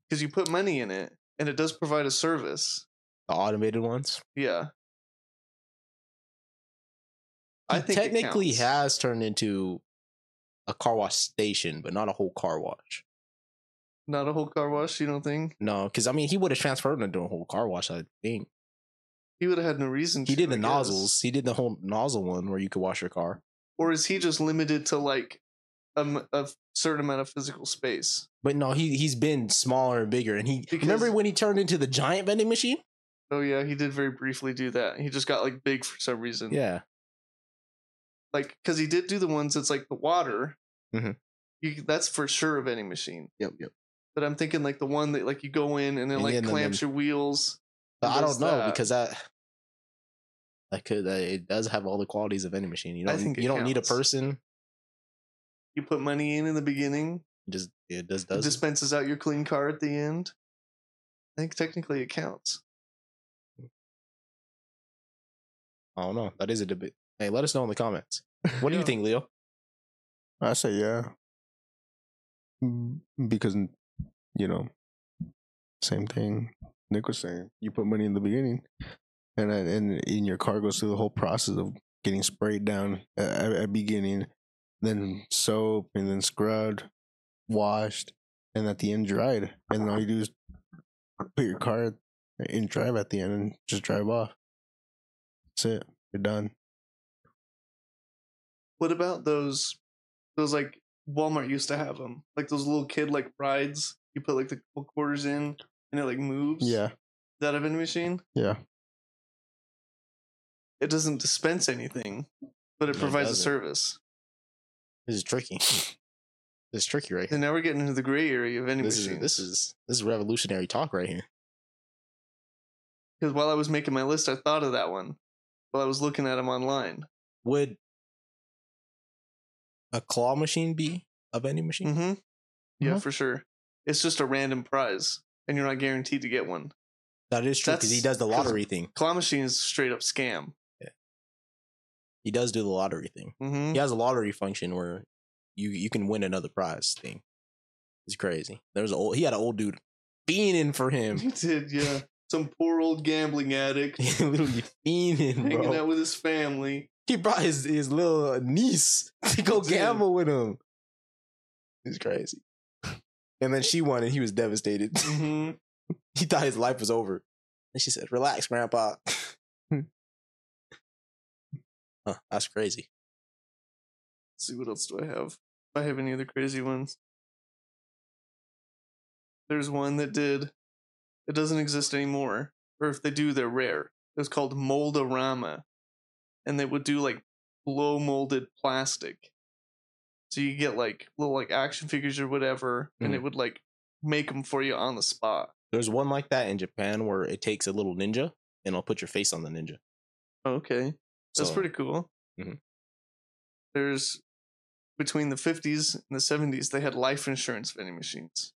D: because you put money in it and it does provide a service.
C: The automated ones.
D: Yeah, I think it
C: technically
D: counts.
C: has turned into a car wash station, but not a whole car wash.
D: not a whole car wash. You don't think
C: No, because I mean, he would have transferred into a whole car wash. I think
D: he would have had no reason?
C: he
D: to,
C: did the
D: I guess.
C: nozzles. He did the whole nozzle one where you could wash your car.
D: or is he just limited to like a, m- a certain amount of physical space?
C: But no, he he's been smaller and bigger. And he
D: Because-
C: remember when he turned into the giant vending machine?
D: Oh yeah, he did very briefly do that. He just got like big for some reason.
C: Yeah,
D: like because he did do the ones that's like the water.
C: Mhm.
D: You, that's for sure a vending machine.
C: yep, yep.
D: But I'm thinking like the one that like you go in and then
C: And
D: like
C: then- and
D: clamps your wheels.
C: But
D: and
C: I
D: does
C: don't know
D: that.
C: because that that could that, it does have all the qualities of vending machine. You
D: I
C: don't
D: think it
C: you don't need a
D: counts.
C: person.
D: you put money in in the beginning,
C: It Just it does
D: it
C: does. it.
D: dispenses out your clean car at the end. I think technically it counts.
C: I don't know. That is a debate. Hey, let us know in the comments. What do you
D: Yeah.
C: think, Leo?
B: I say yeah Mm, because you know same thing Nick was saying you put money in the beginning and I, and in your car goes through the whole process of getting sprayed down at, at, at beginning then soap and then scrubbed washed and at the end dried and then all you do is put your car in drive at the end and just drive off that's it you're done
D: What about those? Those like Walmart used to have them, like those little kid like rides. You put like the couple quarters in and it like moves.
B: yeah
D: Is that a vending machine?
B: yeah
D: It doesn't dispense anything, but it
C: No, it
D: provides a
C: doesn't.
D: service.
C: This is tricky. this is tricky right
D: Then
C: here.
D: now we're getting into the gray area of vending
C: This is
D: machines.
C: this is this is revolutionary talk right here.
D: because while I was making my list, I thought of that one while I was looking at them online.
C: Would a claw machine be a vending machine?
D: Mm-hmm. Yeah,
B: Mhm.
D: for sure. It's just a random prize, and you're not guaranteed to get one.
C: That is true because he
D: Mm-hmm.
C: does
D: That's-
C: the
D: 'cause-
C: lottery thing.
D: Claw machine is straight up scam.
C: He does do the lottery thing.
D: Mm-hmm.
C: He has a lottery function where you you can win another prize thing. It's crazy. There's a old he had an old dude fiending for him.
D: He did, yeah. Some poor old gambling addict
C: Literally fiending,
D: hanging
C: bro.
D: out with his family.
C: He brought his, his little niece to go
D: Dude.
C: gamble with him. It's crazy. And then she won and he was devastated.
D: Mm-hmm.
C: he thought his life was over. And she said, Relax, grandpa.
D: Hmm.
C: huh, that's crazy.
D: see what else do I have. If I have any other crazy ones. There's one that did. It doesn't exist anymore, or if they do, they're rare. It was called Moldorama, and they would do like blow molded plastic. So you get like little like action figures or whatever, and it would like make them for you on the spot.
C: There's one like that in Japan where it takes a little ninja and I'll put your face on the ninja.
D: Okay. That's
C: So,
D: pretty cool.
C: Mhm.
D: There's between the 50s and the 70s, they had life insurance vending machines.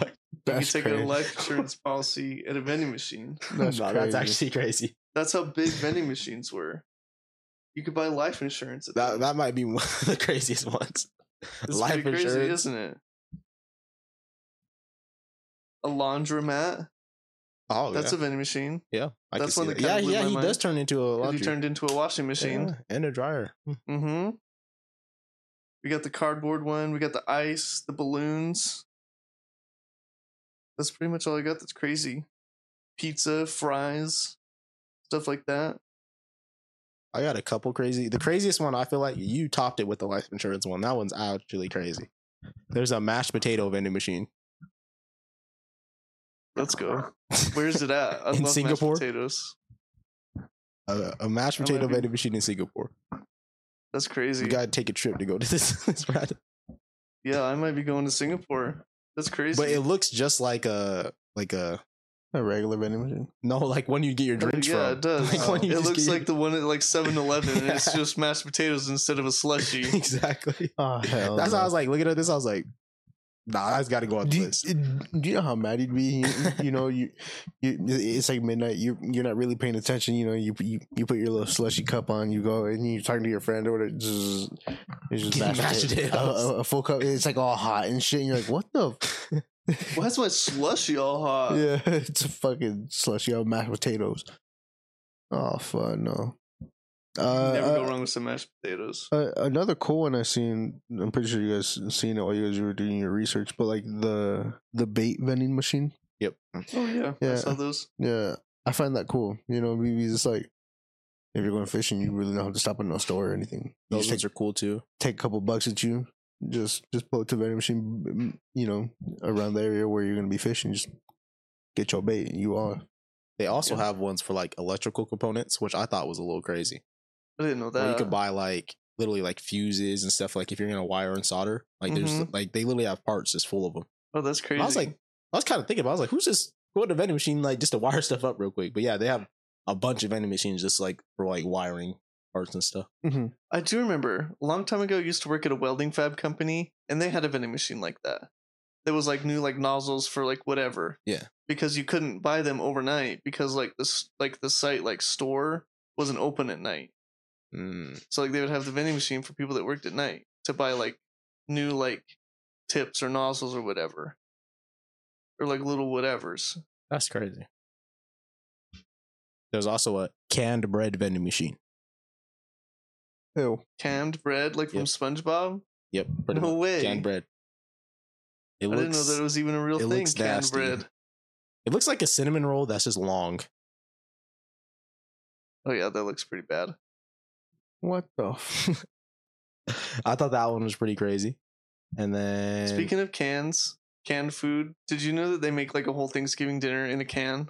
D: You could
B: That's
D: take
B: crazy.
D: a life insurance policy at a vending machine.
B: That's
C: No,
B: crazy.
C: that's actually crazy.
D: That's how big vending machines were. You could buy life insurance. At
C: That
D: them.
C: that might be one of the craziest ones.
D: It's
C: Life
D: pretty crazy,
C: insurance.
D: isn't it? A laundromat.
C: Oh,
D: That's
C: yeah.
D: a vending machine.
C: yeah. I
D: that's
C: can
D: one
C: see
D: that
C: Yeah,
D: kinda blew
C: yeah.
D: my
C: He
D: mind.
C: does turn into a
D: 'cause
C: laundry
D: You turned into a washing machine.
C: Yeah, and a dryer. Hmm.
D: Mm-hmm. We got the cardboard one. We got the ice, the balloons. That's pretty much all I got. That's crazy. Pizza, fries, stuff like that.
C: I got a couple crazy. The craziest one I feel like you topped it with the life insurance one. That one's actually crazy. There's a mashed potato vending machine.
D: Let's go. Where's it at? I
C: In
D: mashed
C: Singapore?
D: potatoes.
C: a, a mashed
D: That might
C: potato
D: be-
C: vending machine in Singapore?
D: That's crazy.
C: You gotta take a trip to go to this. this rad-
D: yeah, I might be going to Singapore. That's crazy. Uh,
C: but it looks just like a like a
B: a regular vending machine.
C: no like when you get your
D: Uh,
C: drinks
D: yeah,
C: from.
D: it does.
C: Like when you
D: it
C: just
D: looks
C: get
D: like the one at like 7 Eleven, and it's
C: Yeah.
D: just mashed potatoes instead of a
C: your-
D: slushie.
C: exactly.
B: Oh hell.
C: That's how I was like looking at this. I was like, nah, that's got to go on the
B: do you,
C: list.
B: do you know how mad you'd be? You, you know, you, you it's like midnight. You you're not really paying attention. You know, you you, you put your little slushy cup on. You go and you're talking to your friend or whatever. Zzz, It's just
C: Getting
B: mashed
C: mashed
B: potato-
C: potatoes.
B: A, a- a full cup. It's like all hot and shit. And you're like, what the? f-"
D: Why is my slushie all
C: Uh,
D: hot?
B: yeah, it's a fucking slushy of mashed potatoes. Oh fuck no. Uh,
D: Never
B: uh,
D: go wrong with some mashed potatoes.
B: Uh, another cool one I seen. I'm pretty sure you guys seen it while you guys were doing your research, but like the the bait vending machine.
C: Yep.
D: Oh yeah, I
B: Yeah.
D: saw those.
B: Yeah, I find that cool. You know, maybe it's like if you're going fishing, you really don't have to stop at no store or anything. You
C: Those
B: just take,
C: ones are cool too.
B: take a couple bucks at you. Just just pull it to the vending machine. m- You know, around the area where you're gonna be fishing, just get your bait and you are.
C: They also
D: Yeah.
C: have ones for like electrical components, which I thought was a little crazy.
D: I didn't know
C: Where
D: that.
C: you could buy like literally like fuses and stuff. Like if you're gonna wire and solder, like there's
D: Mhm.
C: like they literally have parts just full of them.
D: oh, that's crazy.
C: I was like, I was kind of thinking about. it. I was like, who's just going to vending machine like just to wire stuff up real quick? But yeah, they have a bunch of vending machines just like for like wiring parts and stuff.
D: I do remember a long time ago. I used to work at a welding fab company, and they had a vending machine like that. There was like new like nozzles for like whatever.
C: Yeah.
D: Because you couldn't buy them overnight because like this like the site like store wasn't open at night.
C: Mm,
D: So like they would have the vending machine for people that worked at night to buy like new like tips or nozzles or whatever. Or like little whatevers.
C: That's crazy. There's also a canned bread vending machine.
B: Ew.
D: Canned bread like from
C: Yep.
D: SpongeBob.
C: Yep, pretty
D: No
C: much.
D: way.
C: canned bread. It
D: I
C: looks,
D: didn't know that it was even a real
C: it
D: thing.
C: looks
D: Canned
C: nasty.
D: bread.
C: it looks like a cinnamon roll that's just long.
D: Oh yeah, that looks pretty bad.
B: What the? F-
C: I thought that one was pretty crazy. And then
D: Speaking of cans, canned food, did you know that they make like a whole Thanksgiving dinner in a can?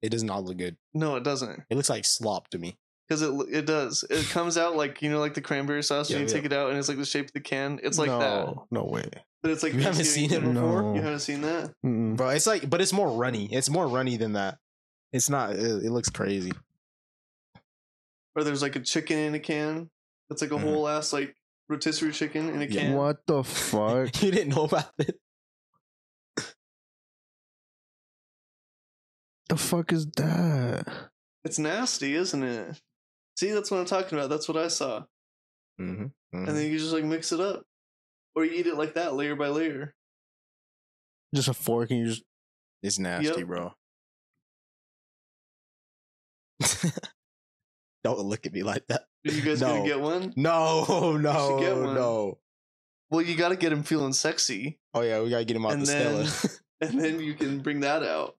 C: it does not look good.
D: No, it doesn't.
C: It looks like slop to me.
D: Because it it does. It comes out like you know, like the cranberry sauce.
C: Yeah,
D: and you
C: yeah.
D: take it out, and it's like the shape of the can. It's like
B: no,
D: that,
B: No way.
D: but it's like
C: You haven't seen
D: Thanksgiving
C: it
D: dinner.
B: before?
D: You haven't seen that?
B: Mm-mm.
C: Bro, it's like but it's more runny. It's more runny than that. It's not it, it looks crazy.
D: Or there's like a chicken in a can. It's like a
C: Mhm.
D: whole ass like rotisserie chicken in a
C: Yeah.
D: can.
B: What the fuck?
C: you didn't know about it.
B: the fuck is that?
D: It's nasty, isn't it? See, that's what I'm talking about. That's what I saw.
C: Mm-hmm.
D: And then you just like mix it up, or you eat it like that, layer by layer.
B: Just a fork and you just
C: It's nasty,
D: Yep.
C: bro. Don't look at me like that.
D: Are you guys
C: No.
D: gonna get one?
C: No, no,
D: get one.
C: no.
D: Well, you got to get him feeling sexy,
C: Oh yeah, we gotta get him out
D: And
C: the
D: and then you can bring that out.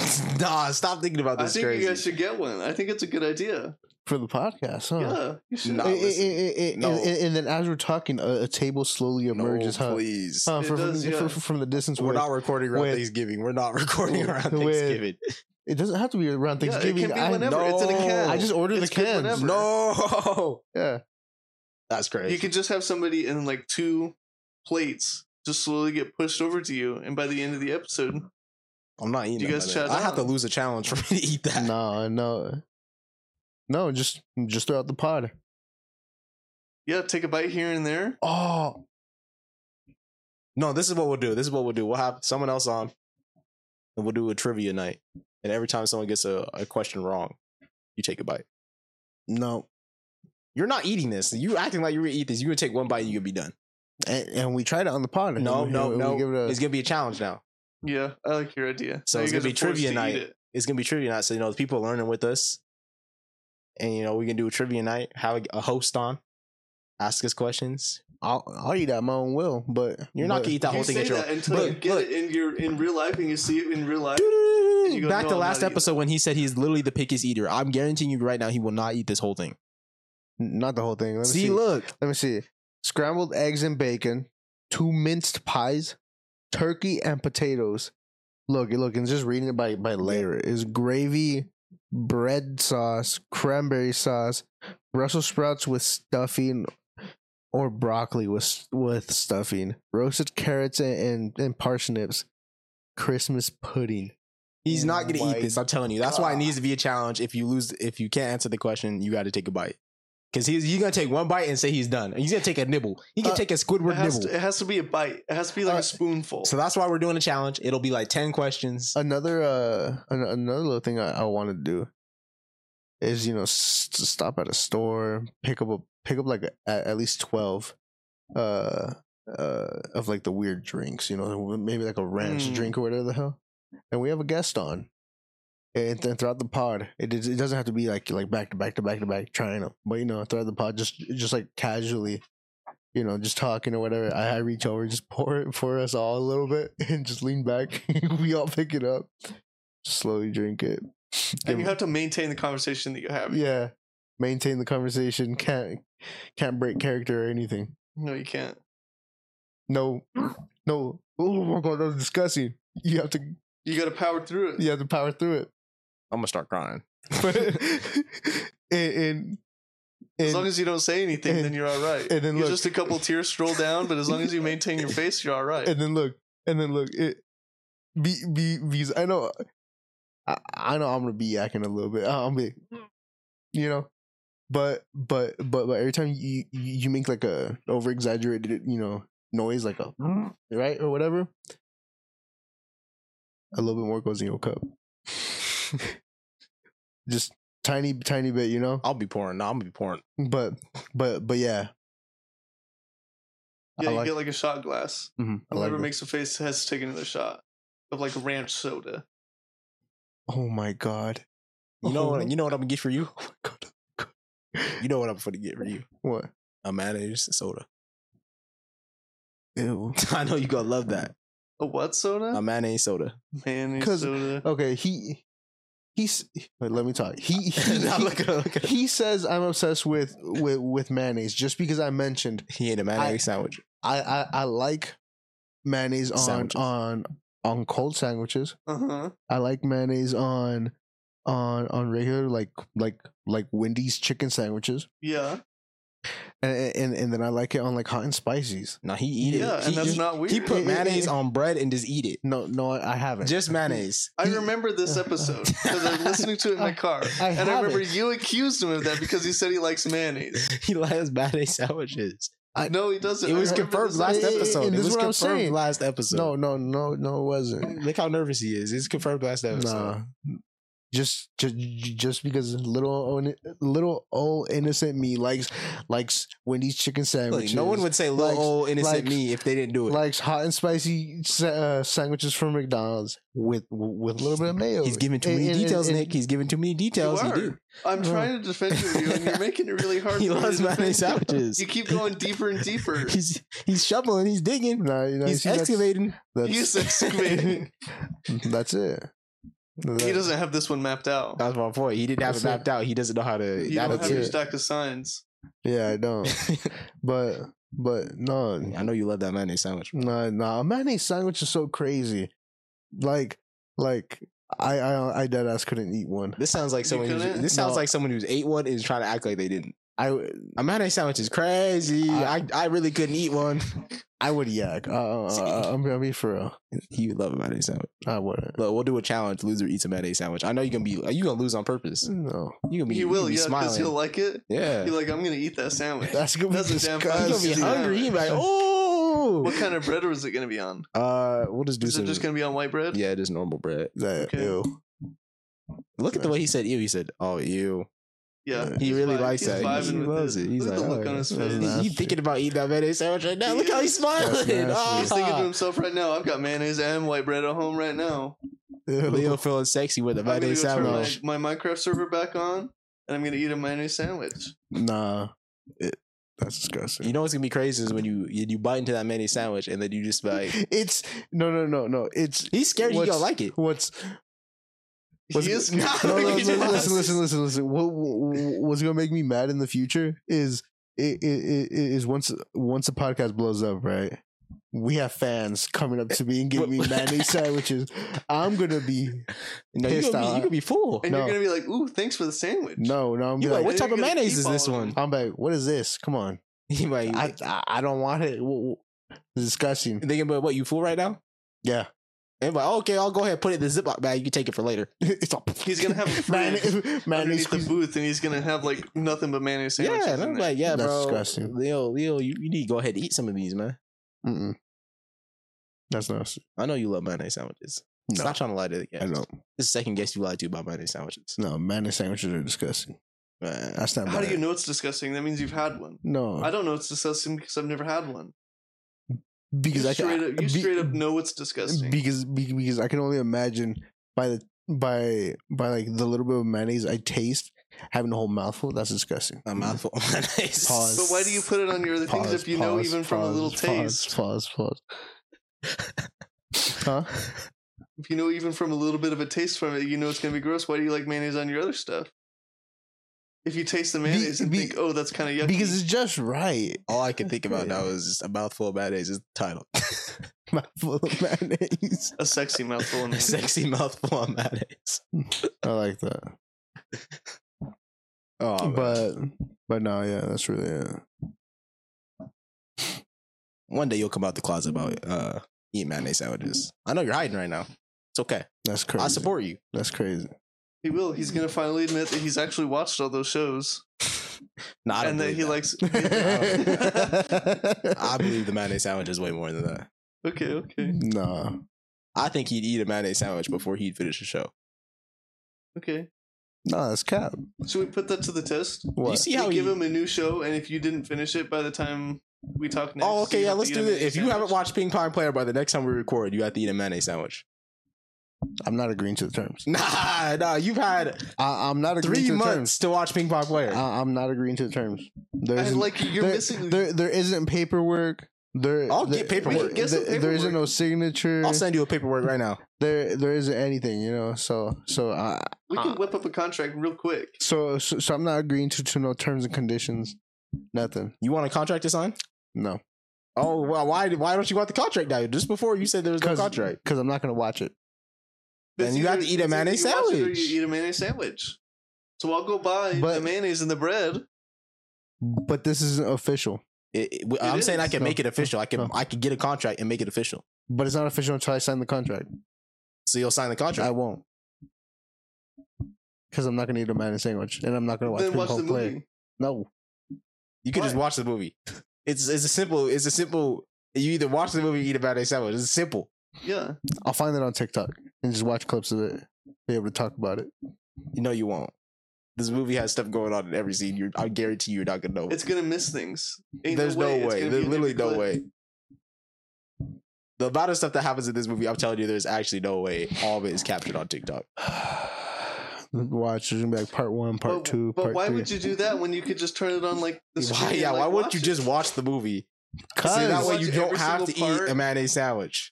C: Stella. nah, stop thinking about
D: I
C: this
D: think
C: Oh, crazy.
D: you guys should get one. I think it's a good idea.
B: for the podcast, huh?
D: Yeah, you should.
C: Nah,
B: Eh, eh, eh,
C: listen.
B: eh, eh,
C: No.
B: and, and- and then as we're talking, a, a table slowly
C: no,
B: emerges, huh?
C: please.
B: Huh,
D: It
B: from,
D: does,
B: from-
D: yeah.
B: from- from the distance,
C: We're
B: where
C: not recording around
B: with-
C: Thanksgiving. We're not recording around
B: with-
C: Thanksgiving.
B: it doesn't have to be around
D: Yeah, it can be
B: Thanksgiving. I,
D: whenever. It's in a can.
B: I just ordered
D: It's
B: the
D: good
B: cans.
D: whenever.
C: No,
B: Yeah,
C: that's crazy.
D: You could just have somebody in like two plates just slowly get pushed over to you, and by the end of the episode,
C: I'm not eating.
D: Do you
C: that
D: guys
C: by the
D: chow
C: way. I have to
D: down?
C: lose a challenge for me to eat that.
B: No, no, no. Just just throw out the pod.
D: Yeah, take a bite here and there.
B: Oh,
C: No, this is what we'll do. This is what we'll do. We'll have someone else on, and we'll do a trivia night. And every time someone gets a, a question wrong, you take a bite.
B: no.
C: You're not eating this. You acting like you're gonna eat this. You're gonna take one bite and you gonna be done.
B: And, and we tried it on the pod. and
C: No,
B: we-
C: no,
B: we
C: no.
B: give it a-
C: It's gonna be a challenge now.
D: Yeah, I like your idea.
C: So
D: Now
C: it's
D: you
C: gonna be
D: guys are forced
C: trivia
D: to eat
C: night.
D: it.
C: It's gonna be trivia night. So you know the people are learning with us, and you know we can do a trivia night. Have a host on, ask us questions.
B: I'll, I'll eat at my own will, but
C: You're not gonna eat that
D: You
C: whole thing
D: say
C: at your.
D: that until you
C: Look,
D: get
C: look.
D: it in your in real life and you see it in real life. you go,
C: Back
D: "No,
C: to
D: I'm
C: last
D: not eating
C: episode when he said he's literally the pickiest eater. I'm guaranteeing you right now he will not eat this whole thing.
B: not the whole thing. Let me see,
C: See, look,
B: let me see. Scrambled eggs and bacon, two minced pies, turkey and potatoes. Look, look, and just reading it by by layer is gravy, bread sauce, cranberry sauce, Brussels sprouts with stuffing, or broccoli with with stuffing, roasted carrots and and, and parsnips, Christmas pudding.
C: He's not gonna
B: My
C: eat this.
D: Oh
C: I'm telling you. That's why it
B: God.
C: needs to be a challenge. If you lose, if you can't answer the question, you got to take a bite. Because he's he's gonna take one bite and say he's done. He's gonna take a nibble. He can
D: Uh,
C: take a
D: It
C: Squidward
D: has,
C: nibble.
D: to, it has to be a bite. It has to be like
B: Uh,
D: a spoonful.
C: so that's why we're doing a challenge. It'll be like ten questions.
B: Another uh an- another little thing I, I want to do is you know s- to stop at a store, pick up a pick up like a, at at least twelve uh uh of like the weird drinks, you know, maybe like a ranch
D: Mm.
B: drink or whatever the hell. And we have a guest on. And then throughout the pod, it is- it doesn't have to be like like back to back to back to back trying them, but you know throughout the pod, just just like casually, you know, just talking or whatever. I, I reach over, just pour it for us all a little bit, and just lean back. we all pick it up, just slowly drink it.
D: and
B: Give-
D: you have to maintain the conversation that you have.
B: yeah, maintain the conversation. Can't can't break character or anything.
D: No, you can't.
B: No, no. Oh my god, that's disgusting. You have to
D: You got to power through it.
B: you have to power through it.
C: I'm gonna start crying.
B: But and and,
D: as long
B: and
D: as you don't say anything,
B: and-
D: then you're all right.
B: and then
D: You
B: look-
D: just a couple tears stroll down, but as long as you maintain your face, you're all right.
B: and then look and then look it. Be be because I know, I, I know I'm gonna be yakking a little bit. I'm be,
D: Hmm.
B: you know, but but but but every time you you- you make like a over exaggerated you know noise like a
D: Hmm.
B: right or whatever, a little bit more goes in your cup. Just tiny tiny bit, you know.
D: Oh.
C: I'll be pouring. No, I'm gonna be pouring.
B: But but but yeah.
D: yeah,
B: I
D: you
B: like,
D: get like a shot glass.
B: mhm, I like
D: Whoever
B: it.
D: makes a face has to take another shot of like ranch soda.
B: Oh my god.
C: You know what?
B: Oh.
C: You know what I'm gonna get for you.
B: Oh my god.
C: You know what I'm gonna get for you.
B: What?
C: A mayonnaise soda.
B: Ew.
C: I know you gonna love that.
D: A what soda?
C: A mayonnaise soda.
D: Mayonnaise
B: 'Cause-
D: soda.
B: Okay, he he's wait, let me talk. He he,
C: Now look at- look at-
B: he says I'm obsessed with with with mayonnaise just because I mentioned
C: He ate a mayonnaise sandwich.
B: I I, I like mayonnaise on
C: Sandwiches.
B: on on cold sandwiches.
D: Uh huh.
B: I like mayonnaise on on on regular like like like Wendy's chicken sandwiches.
D: Yeah.
B: And and, and then I like it on like hot and spices.
C: No, he eat it.
D: Yeah,
C: he,
D: and that's
C: he-
D: not weird.
C: He put
B: Eh, eh, eh.
C: mayonnaise on bread and just eat it.
B: No, no, I I haven't.
C: Just mayonnaise.
D: I remember this episode because I was listening to it in my car,
B: I
D: and I remember
B: haven't.
D: you accused him of that because he said he likes mayonnaise.
C: he likes mayonnaise sandwiches.
D: No, he doesn't.
C: It
D: I
C: was
D: remember
C: confirmed
D: this
C: last
B: episode.
C: episode.
B: And
C: it
B: this
C: was
B: is what I'm
C: confirmed
B: saying.
C: last episode.
B: no, no, no, no, it wasn't.
C: look how nervous he is. It's confirmed last episode.
B: Nah. Just, just just because little old, little old innocent me likes likes Wendy's chicken
C: Look,
B: sandwiches.
C: no one would say
B: Likes-
C: little old innocent
B: likes-
C: me if they didn't do it.
B: likes hot and spicy sa- uh, sandwiches from McDonald's with with a little bit of mayo.
C: He's giving too
B: And-
C: many
B: and-
C: details,
B: and-
C: Nick. He's giving too many details.
D: You
C: He
D: are.
C: did.
D: I'm
B: Oh.
D: trying to defend you, and you're making it really hard.
C: He
D: for me to
C: loves
D: defend
C: mayonnaise
D: you.
C: sandwiches.
D: You keep going deeper and deeper.
C: He's he's shoveling. He's digging.
B: Nah, you know, you
C: he's
B: see, that's-
C: excavating.
B: That's,
D: He's excavating.
B: that's it.
D: He
B: That-
D: doesn't have this one mapped out.
C: That's my point. He didn't have it
B: That's it.
C: mapped out. He doesn't know how to.
D: You
C: that'll
D: don't have
B: do
D: your
B: Uh, it.
D: stack of signs.
B: yeah, I don't. But but no,
C: do it. I know you love that mayonnaise sandwich.
B: Nah, nah, a mayonnaise sandwich is so crazy. Like, like I, I, I dead ass couldn't eat one.
C: This sounds like
D: You
C: someone. Who's,
D: couldn't?
C: this sounds
B: No.
C: like someone who's ate one and is trying to act like they didn't.
B: I
C: A mayonnaise sandwich is crazy.
B: I-
C: I, I really couldn't eat one.
B: I would yak. Uh, uh, I'm gonna be for real.
C: You love a mayonnaise sandwich.
B: I wouldn't.
C: Look, we'll do a challenge. Loser eats a mayonnaise sandwich. I know you're gonna be you gonna lose on purpose.
B: No,
C: You gonna be
D: He
C: you
D: will,
C: gonna be
D: yeah, because
C: smiling.
D: he'll like it.
C: yeah,
D: He's like, I'm gonna eat that sandwich.
B: that's gonna be
D: That's a damn fine
C: He's
B: disgusting.
C: gonna be
D: Yeah.
C: hungry. He's like, oh,
D: What kind of bread was it gonna be on?
C: Uh, we'll just do
D: Is
C: some.
D: it just gonna be on white bread?
C: yeah, just normal bread.
B: That
D: Okay.
B: ew.
C: Look at the way he said ew. He said, "Oh, ew."
D: yeah.
C: He
D: He's
C: really
D: vi-
C: likes
D: he's
C: that. He-
D: vibing
C: he
D: with
C: loves it. He's
D: Look at
C: like,
D: the
C: "Oh,
D: look on his
B: that's
D: face.
B: nice.
C: He
B: Nasty.
C: thinking about eating that mayonnaise sandwich right now. Look how he's
B: That's
C: smiling.
B: nasty.
C: Ah.
D: He's thinking to himself right now, I've got mayonnaise and white bread at home right now.
B: Ew.
C: Leo feeling sexy with a
D: I'm gonna
C: mayonnaise
D: go turn
C: sandwich.
D: my, my Minecraft server back on, and I'm gonna eat a mayonnaise sandwich.
B: Nah, it, that's disgusting.
C: You know what's gonna be crazy is when you you you bite into that mayonnaise sandwich and then you just like
B: it's no, no, no, no. It's
C: he's scared you
B: What's-
C: gonna like it.
B: what's Was
D: he
B: it-
D: is not.
B: no, no,
D: gonna eat
B: listen,
D: that.
B: listen, listen, listen, listen. What what- what's gonna make me mad in the future is it, it, it is once once the podcast blows up, right? We have fans coming up to me and giving me mayonnaise sandwiches. I'm gonna be
C: No, you
B: Pissed
C: gonna be,
B: out.
C: you gonna be full.
D: And
B: No.
D: you're gonna be like, ooh, thanks for the sandwich.
B: no, no. I'm
C: You
B: be
C: like
B: like,
C: what
D: And
C: type
D: you're
C: of
D: gonna
C: mayonnaise
D: keep
C: is this
D: all of
C: one?
D: them.
B: I'm like, what is this? Come on,
C: He might.
B: I I, I don't want it. Wh- wh- Disgusting.
C: thinking about what you full right now.
B: Yeah,
C: And like, okay, I'll go ahead and put it in the Ziploc bag. You can take it for later.
B: it's all.
D: He's gonna have a fridge
B: mayonnaise. mayonnaise
D: underneath the booth, and he's gonna have like nothing but mayonnaise sandwiches.
C: yeah, and
D: in
C: I'm
D: there.
C: like, yeah,
B: That's
C: bro.
B: disgusting.
C: Leo, Leo, you, you need to go ahead and eat some of these, man.
B: Mm-mm. That's nasty.
C: I know you love mayonnaise sandwiches.
B: No,
C: Stop trying to lie to the guys.
B: I don't.
C: This is the second guest you lied to about mayonnaise sandwiches.
B: No, mayonnaise sandwiches are disgusting.
C: Man.
B: That's not.
D: how do
B: bad.
D: you know it's disgusting? That means you've had one.
B: No,
D: I don't know it's disgusting because I've never had one. You
B: because I
D: straight,
B: can.
D: up,
B: be-
D: you straight up know it's disgusting.
B: because be- because I can only imagine by the by by like the little bit of mayonnaise I taste having a whole mouthful. That's disgusting.
C: a mouthful of mayonnaise.
B: Pause.
D: but why do you put it on your other things if you know even from a little taste?
B: Pause. Pause. huh?
D: If you know even from a little bit of a taste from it, you know it's gonna be gross. Why do you like mayonnaise on your other stuff? If you taste the mayonnaise and
B: be-
D: think, oh, that's kind of yucky.
B: Because it's just right.
C: All I could think about
B: Yeah.
C: now was just a mouthful of mayonnaise is the title.
B: Mouthful of mayonnaise.
D: a sexy mouthful. of
C: a
D: mayonnaise.
C: sexy mouthful of mayonnaise.
B: I like that.
C: Oh, man.
B: but but no, yeah, that's really it.
C: one day you'll come out the closet about uh, eating mayonnaise sandwiches. I know you're hiding right now. It's okay.
B: That's crazy.
C: I support you.
B: That's crazy.
D: He will. He's gonna finally admit that he's actually watched all those shows
C: No, I don't
D: and that
C: believe
D: he
C: that.
D: likes.
C: I believe the mayonnaise sandwich is way more than that.
D: okay, okay,
B: nah.
C: I think he'd eat a mayonnaise sandwich before he'd finish the show.
D: okay.
B: No, that's cap.
D: Should we put that to the test?
B: What?
C: You see
D: We
C: how
D: give
C: he,
D: him a new show, and if you didn't finish it by the time we talk next,
C: Oh, okay,
D: you
C: yeah,
D: have to
C: let's
D: eat
C: do
D: a
C: this.
D: mayonnaise
C: If you
D: sandwich.
C: haven't watched Ping Pong Player by the next time we record, you have to eat a mayonnaise sandwich.
B: I'm not agreeing to the terms.
C: Nah, nah, you've had
B: I, I'm not agreeing
C: three
B: to the
C: months to watch Ping Pong Player.
B: terms. I, I'm not agreeing to the terms. There
D: and
B: isn't
D: like you're
B: there,
D: missing,
B: there there isn't paperwork. There
C: I'll
B: there-
C: get paperwork.
B: there-
D: We can get some
B: there- there isn't
D: paperwork.
B: no signature.
C: I'll send you a paperwork right now.
B: there there isn't anything, you know. So so I
D: we can
C: Ah.
B: uh,
D: whip up a contract real quick.
B: so so, so I'm not agreeing to, to no terms and conditions. Nothing.
C: You want a contract to sign?
B: No.
C: Oh, well, why why don't you want the contract now? Just before you said there was no contract.
B: Because I'm not gonna watch it.
C: Then
D: It's
C: you have
D: either-
C: to eat a
D: it's either
C: mayonnaise
D: you watch it or
C: sandwich.
D: You eat a mayonnaise sandwich. So I'll go buy the
B: But-
D: mayonnaise and the bread.
B: But this isn't official.
C: It- it- I'm
D: is.
C: saying I can
B: No.
C: make it official. I can
B: No.
C: I can get a contract and make it official.
B: But it's not official until I sign the contract.
C: So you'll sign the
B: I
C: contract.
B: won't. Because I'm not gonna eat a man sandwich, and I'm not gonna watch
D: then
B: Ping
D: watch
B: Pong
D: the
B: play.
D: movie.
B: No,
C: You can just
D: Why?
C: watch the movie. It's it's a simple. It's a simple. You either watch the movie, or eat a mayonnaise sandwich. It's simple.
D: Yeah.
B: I'll find it on TikTok and just watch clips of it. Be able to talk about it.
C: You know you won't. This movie has stuff going on in every scene. You're, I guarantee you're not gonna know.
D: It's gonna miss things. Ain't
C: There's no way.
D: it's gonna be
C: There's
D: in
C: literally
D: every
C: no
D: clip.
C: way. The amount of stuff that happens in this movie, I'm telling you, there's actually no way all of it is captured on TikTok.
B: watch. There's gonna be like part one, part
D: but,
B: two,
D: But
B: part
D: why
B: three.
D: would you do that when you could just turn it on like the
C: Why,
D: screen and,
C: yeah,
D: like,
C: why
D: watch
C: wouldn't you
D: it?
C: just watch the movie?
B: Cause,
C: So that way
D: Watch
C: you don't
D: every
C: have to
D: single part.
C: eat a mayonnaise sandwich.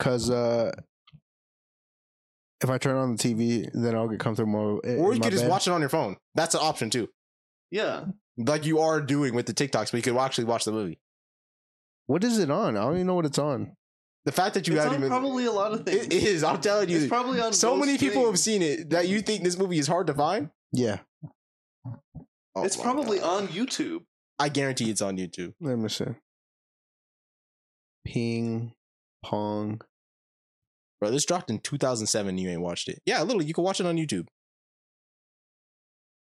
B: cause uh, if I turn on the TV, then I'll get comfortable. in
C: Or you
B: Eh, my
C: could just
B: bed.
C: watch it on your phone. That's an option too.
D: Yeah.
C: Like you are doing with the TikToks, but you could actually watch the movie.
B: What is it on? I don't even know what it's on.
C: The fact that you
D: it's on
C: haven't even
D: probably a lot of things.
C: it is, I'm telling you.
D: it's probably on
C: so
D: most
C: many people have
D: things.
C: seen it that you think this movie is hard to find.
B: Yeah,
C: Oh
D: it's
C: my
D: probably
C: God.
D: on YouTube.
C: I guarantee it's on YouTube.
B: Let me see. Ping pong.
C: Bro, this dropped in 2007. You ain't watched it. Yeah, literally, you can watch it on YouTube.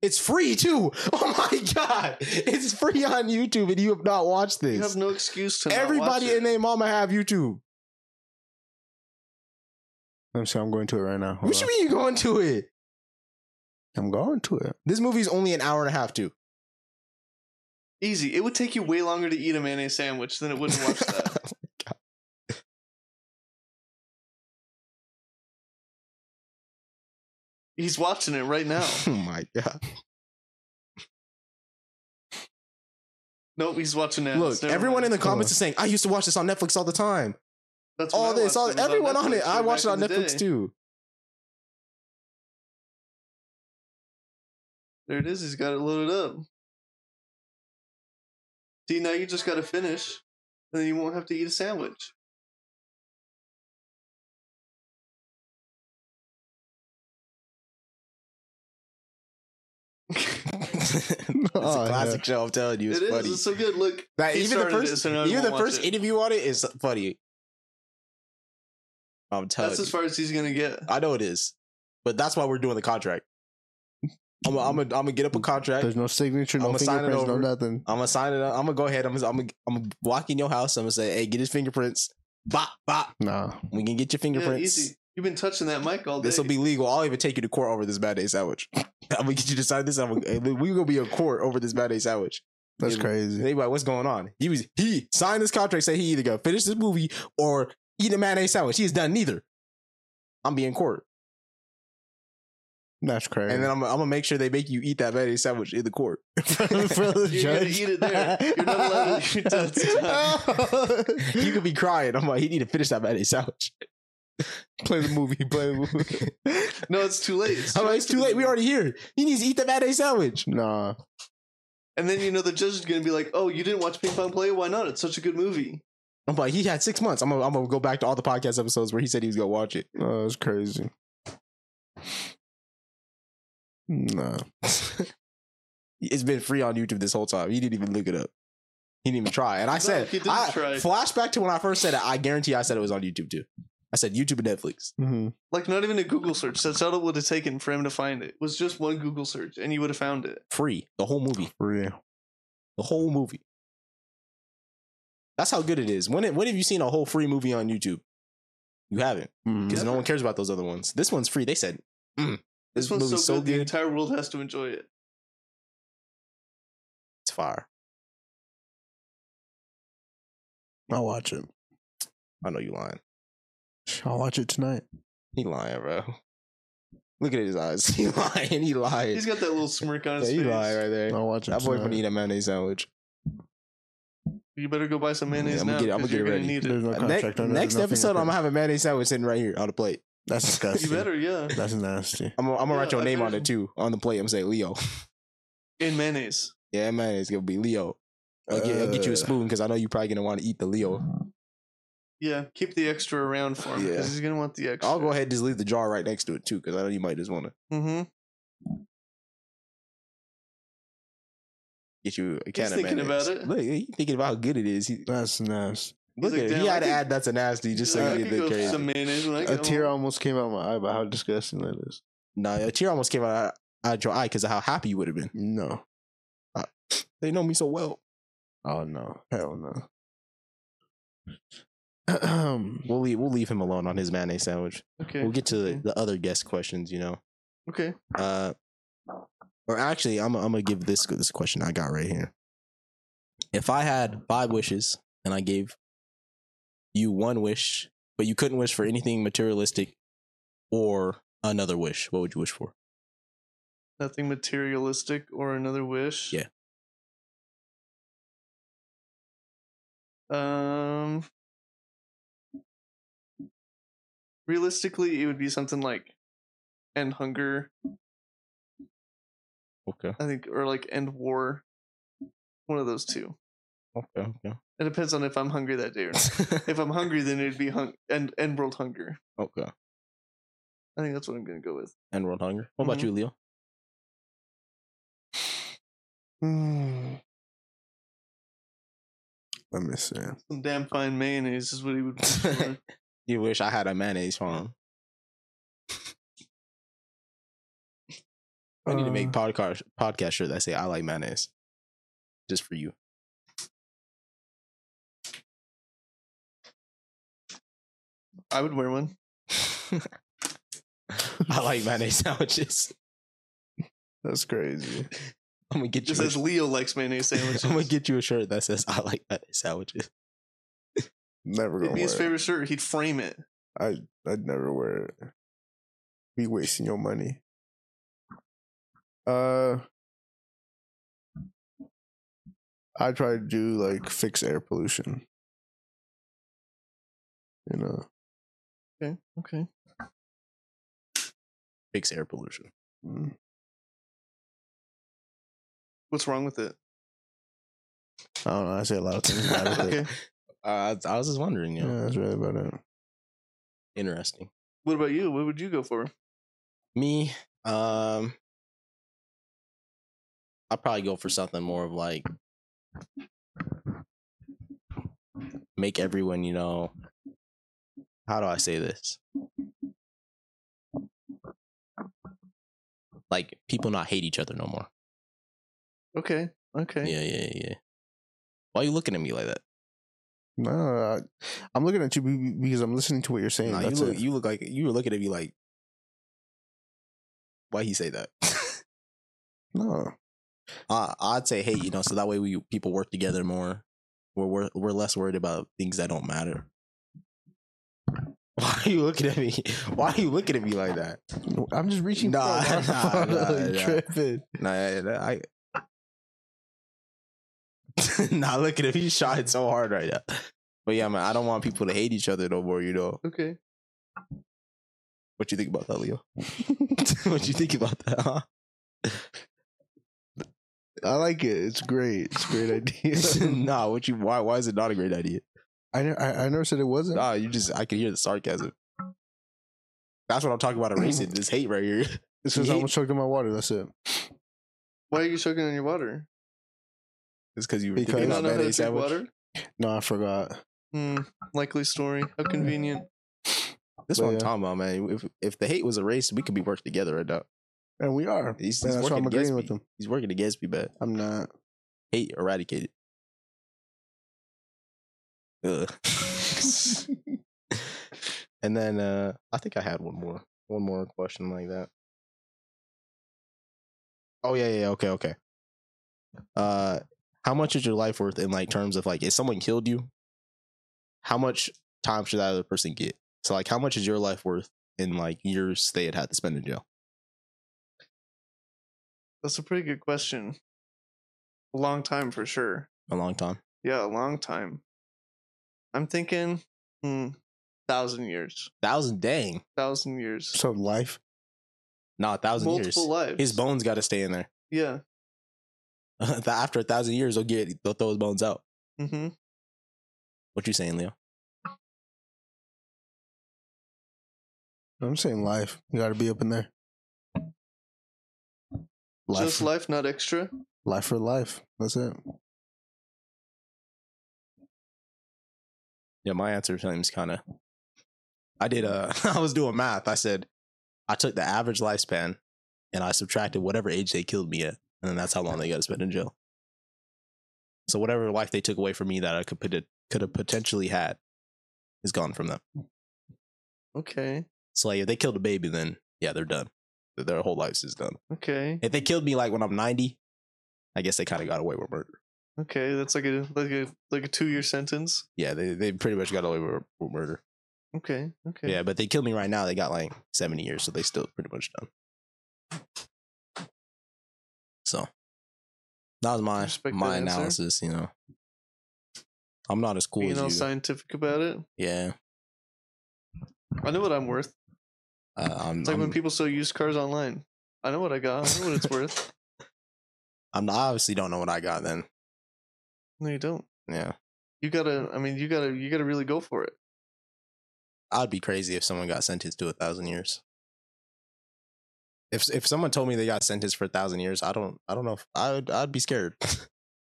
C: It's free too. Oh my god, it's free on YouTube, and you have not watched
D: You
C: this.
D: have no excuse to.
C: Everybody in
D: it.
C: their mama have YouTube.
B: Let me see. I'm going to it right now. Hold
C: what you
B: on.
C: mean you going to it?
B: I'm going to it.
C: This movie's only an hour and a half too.
D: easy. It would take you way longer to eat a mayonnaise sandwich than it would to watch that. He's watching it right now.
C: oh my god.
D: Nope, he's watching it.
C: Look, everyone in the
B: Hold
C: comments
B: on.
C: is saying, I used to watch this on Netflix all the time.
D: That's when
C: all
D: I
C: this,
D: watched
C: all
D: it. It was
C: everyone on, it.
D: Netflix
C: I
D: way
C: watched it
D: back
C: on
D: in the
C: Netflix
D: day.
C: too.
D: There it is. He's got it loaded up. See, now you just got to finish, and then you won't have to eat a sandwich.
C: it's
B: Oh,
C: a classic show, I'm telling you. It's
D: It is.
C: funny.
D: It's so good. Look,
C: That
D: he
C: even the
D: started it,
C: first,
D: so now
C: even
D: everyone
C: the
D: wants
C: first
D: it.
C: interview on it is funny. I'm telling
D: that's
C: you.
D: as far as he's gonna get.
C: I know it is, but that's why we're doing the contract. I'm gonna I'm I'm gonna get up a contract.
B: There's no signature, no
C: I'ma sign it
B: fingerprints, no
C: over.
B: nothing.
C: I'm gonna sign it. up. I'm gonna go ahead. I'm gonna, I'm gonna, I'm gonna walk in your house. I'm gonna say, hey, get his fingerprints. Bop bop.
B: Nah.
C: We can get your
D: Yeah,
C: fingerprints.
D: easy. You've been touching that mic all day.
C: this will be legal. I'll even take you to court over this bad day sandwich. I'm gonna get you to sign this. I'm gonna, we gonna be in court over this bad day sandwich.
B: That's
C: Yeah.
B: crazy.
C: Anybody, what's going on? He was he signed this contract, say he either go finish this movie or eat a mayonnaise sandwich. He has done neither. I'm being court,
B: That's crazy.
C: and then I'm, I'm gonna make sure they make you eat that mayonnaise sandwich in the court.
B: for the
D: You're gonna
B: judge.
D: eat it there. You're not allowed to eat that.
C: you could be crying. I'm like, he need to finish that mayonnaise sandwich.
B: play the movie. Play the movie.
D: no, it's too late.
C: I'm like, it's too late. We already here. He needs to eat the mayonnaise sandwich.
B: nah.
D: And then you know the judge is gonna be like, "Oh, you didn't watch Ping Pong Play? Why not? It's such a good movie."
C: I'm like, he had six months. I'm gonna, I'm gonna go back to all the podcast episodes where he said he was gonna watch it.
B: Oh, that's crazy. Nah.
C: it's been free on YouTube this whole time. He didn't even look it up. He didn't even try. And I
D: No,
C: said,
D: he didn't
C: I,
D: try.
C: flashback to when I first said it. I guarantee I said it was on YouTube too. I said YouTube and Netflix.
B: Mm-hmm.
D: Like not even a Google search. That's all it would have taken for him to find it. Was just one Google search, and you would have found it.
C: Free. The whole movie.
B: For real.
C: The whole movie. That's how good it is. When, it, when have you seen a whole free movie on YouTube? You haven't.
B: Mhm.
C: Because no
D: Never.
C: one cares about those other ones. This one's free. They said, mm,
D: This,
C: this,
D: one's so,
C: movie's so
D: good, the
C: good.
D: entire world has to enjoy it.
C: It's fire.
B: I'll watch it.
C: I know you lying.
B: I'll watch it tonight.
C: He lying, bro. Look at his eyes. He lying. He lying.
D: He's got that little smirk on
C: yeah,
D: his
C: he
D: face.
C: lying right there.
B: I'll watch it.
C: That boy
B: tonight.
C: gonna eat a mayonnaise sandwich.
D: You better go buy some mayonnaise
C: I'ma
D: now
C: get it- I'ma
D: 'cause
C: get
D: you're
C: it
D: gonna
C: ready.
D: need it.
B: There's no
C: Ne-
B: contract. on it,
C: next
B: there's no
C: episode, I'm gonna
B: fingerprints.
C: have a mayonnaise sandwich sitting right here on the plate.
B: That's
D: You
B: disgusting.
D: better, yeah.
B: That's nasty.
C: I'm gonna, I'm gonna write
D: Yeah,
C: your
D: I
C: name on
D: better-
C: it too on the plate. I'm gonna say Leo.
D: In mayonnaise.
C: Yeah, man, it's gonna be Leo. I'll get, I'll get you a
B: Uh.
C: spoon because I know you probably gonna want to eat the Leo.
D: Yeah, keep the extra around for him
C: Yeah.
D: because he's gonna want the extra.
C: I'll go ahead and just leave the jar right next to it too because I know you might just want to
D: Mm-hmm.
C: get you a can of
D: thinking
C: mayonnaise.
D: about it.
C: Look, he thinking about how good it is. He,
B: That's nasty.
C: look
D: like,
C: at it.
D: "Damn,
C: He
D: I
C: had to
D: could-
C: add that's a nasty just so
D: I
C: he
D: could
C: didn't look
D: go
C: crazy.
D: some mayonnaise when I
B: A
D: get
B: tear
D: home.
B: almost came out of my eye about how disgusting that is.
C: Nah, a tear almost came out of, out your eye because of how happy you would have been.
B: No.
C: They know me so well.
B: Oh no. Hell no.
C: We'll leave, we'll leave him alone on his mayonnaise sandwich.
D: Okay.
C: We'll get to the,
D: Okay.
C: the other guest questions. You know.
D: okay.
C: Uh, or actually, I'm I'm gonna give this this question I got right here. If I had five wishes and I gave you one wish, but you couldn't wish for anything materialistic or another wish, what would you wish for?
D: Nothing materialistic or another wish.
C: Yeah.
D: Um. Realistically, it would be something like end hunger,
C: Okay,
D: I think, or like end war. One of those two.
C: okay, okay,
D: It depends on if I'm hungry that day or not. if I'm hungry, then it'd be hung- end end world hunger.
C: okay.
D: I
C: Mm-hmm.
D: think that's what I'm gonna go with.
C: And world hunger. What
D: Mhm.
C: about you, Leo?
B: Hmm. Let me see.
D: Some damn fine mayonnaise is what he would. prefer.
C: You wish I had a mayonnaise farm. I need to make
B: Uh,
C: podcast podcast shirts that say I like mayonnaise, just for you.
D: I would wear one.
C: I like mayonnaise sandwiches.
B: That's crazy.
C: I'm gonna get
D: It
C: you.
D: says
C: A,
D: Leo likes mayonnaise sandwiches.
C: I'm gonna get you a shirt that says I like mayonnaise sandwiches.
B: Never
D: It'd
B: gonna
D: be his
B: wear it.
D: favorite shirt. He'd frame it.
B: I'd never wear it. Be wasting your money. Uh, I try to do like fix air pollution. You know,
D: Okay.
C: Fix air pollution.
B: Mm.
D: What's wrong with it?
B: I don't know. I say a lot of things about it.
D: Okay.
C: Uh, I, I was just wondering. You
B: but,
C: know,
B: yeah, that's really about it.
C: interesting.
D: What about you? What would you go for?
C: Me, um, I'll probably go for something more of like make everyone, you know, how do I say this? Like people not hate each other no more.
D: Okay. Okay.
C: Yeah, yeah, yeah. Why are you looking at me like that?
B: No, I, I'm looking at you be- be- because I'm listening to what you're saying.
C: Nah, you
B: that's
C: look,
B: it.
C: you look like you were looking at me like why he say that?
B: no,
C: I, I'd say hey, you know, so that way we people work together more. We're we're, we're less worried about things that don't matter. Why are you looking at me? Why are you looking at me like that?
B: I'm just reaching. for a
C: Nah,
B: lot of
C: nah, nah,
B: photos, you
C: nah.
B: tripping.
C: Nah, I, I nah, look at him. He's shot so hard right now. But yeah, man, I don't want people to hate each other no more. You know
D: Okay.
C: what you think about that, Leo? what you think about that? Huh?
B: I like it. It's great. It's a great idea.
C: nah, what you? Why? Why is it not a great idea?
B: I, ne- I I never said it wasn't.
C: Nah, you just I can hear the sarcasm. That's what I'm talking about. Erasing this hate right here.
B: It's because
C: you
B: I
C: hate-
B: almost choked on my water. That's it.
D: Why are you choking on your water?
C: It's because you were thinking
D: You
B: Because-
C: about
D: don't know how to
C: mayonnaise
D: drink
C: sandwich.
D: water?
B: No, I forgot.
D: Hmm. Likely story. How convenient.
C: This
B: But
C: one,
B: yeah.
C: Tom, man. If if the hate was erased, we could be working together right now.
B: And we are.
C: He's,
B: And
C: he's
B: that's why I'm
C: working
B: agreeing
C: against
B: with
C: me.
B: him.
C: He's working against me, but
B: I'm not.
C: hate eradicated. Ugh. and then uh I think I had one more, one more question like that. Oh yeah, yeah, yeah, okay, okay. Uh, how much is your life worth in like terms of like if someone killed you, how much time should that other person get? So like, how much is your life worth in like years they had had to spend in jail?
D: That's a pretty good question. A long time for sure.
C: A long time.
D: Yeah, a long time. I'm thinking, hmm, thousand years.
C: Thousand, dang,
D: Thousand years.
B: So life.
C: nah, a thousand
D: Multiple
C: years.
D: lives.
C: His bones got to stay in there.
D: Yeah.
C: Tha- After a thousand years, they'll get they'll throw his bones out.
D: Mm-hmm.
C: What you saying, Leo?
B: I'm saying life. You got to be up in there. Life.
D: Just
B: for-
D: life, not extra.
B: life for life. That's it.
C: Yeah, my answer seems kind of. I did. Uh, I was doing math. I said, I took the average lifespan, and I subtracted whatever age they killed me at, and then that's how long they got to spend in jail. So whatever life they took away from me that I could put could have potentially had, is gone from them.
D: Okay.
C: So like, if they killed a baby, then yeah, they're done. Their- Their whole lives is done.
D: Okay.
C: If they killed me like when I'm 90, I guess they kind of got away with murder.
D: Okay. That's like a like a like a two year sentence.
C: Yeah, they they pretty much got away with, with murder.
D: Okay. Okay.
C: Yeah, but they killed me right now. They got like 70 years, so they still pretty much done. So that was my
D: Respect
C: my
D: that answer.
C: analysis, you know. I'm not as cool
D: Being
C: as
D: all
C: you.
D: scientific about it.
C: yeah.
D: I know what I'm worth.
C: Uh, I'm,
D: It's like when
C: I'm-
D: people sell used cars online. I know what I got. I know what it's worth.
C: I'm- I obviously don't know what I got then.
D: No, you don't.
C: Yeah.
D: You gotta. I mean, you gotta. You gotta really go for it.
C: I'd be crazy if someone got sentenced to a thousand years. If if someone told me they got sentenced for a thousand years, I don't I don't know. If, I'd I'd be scared.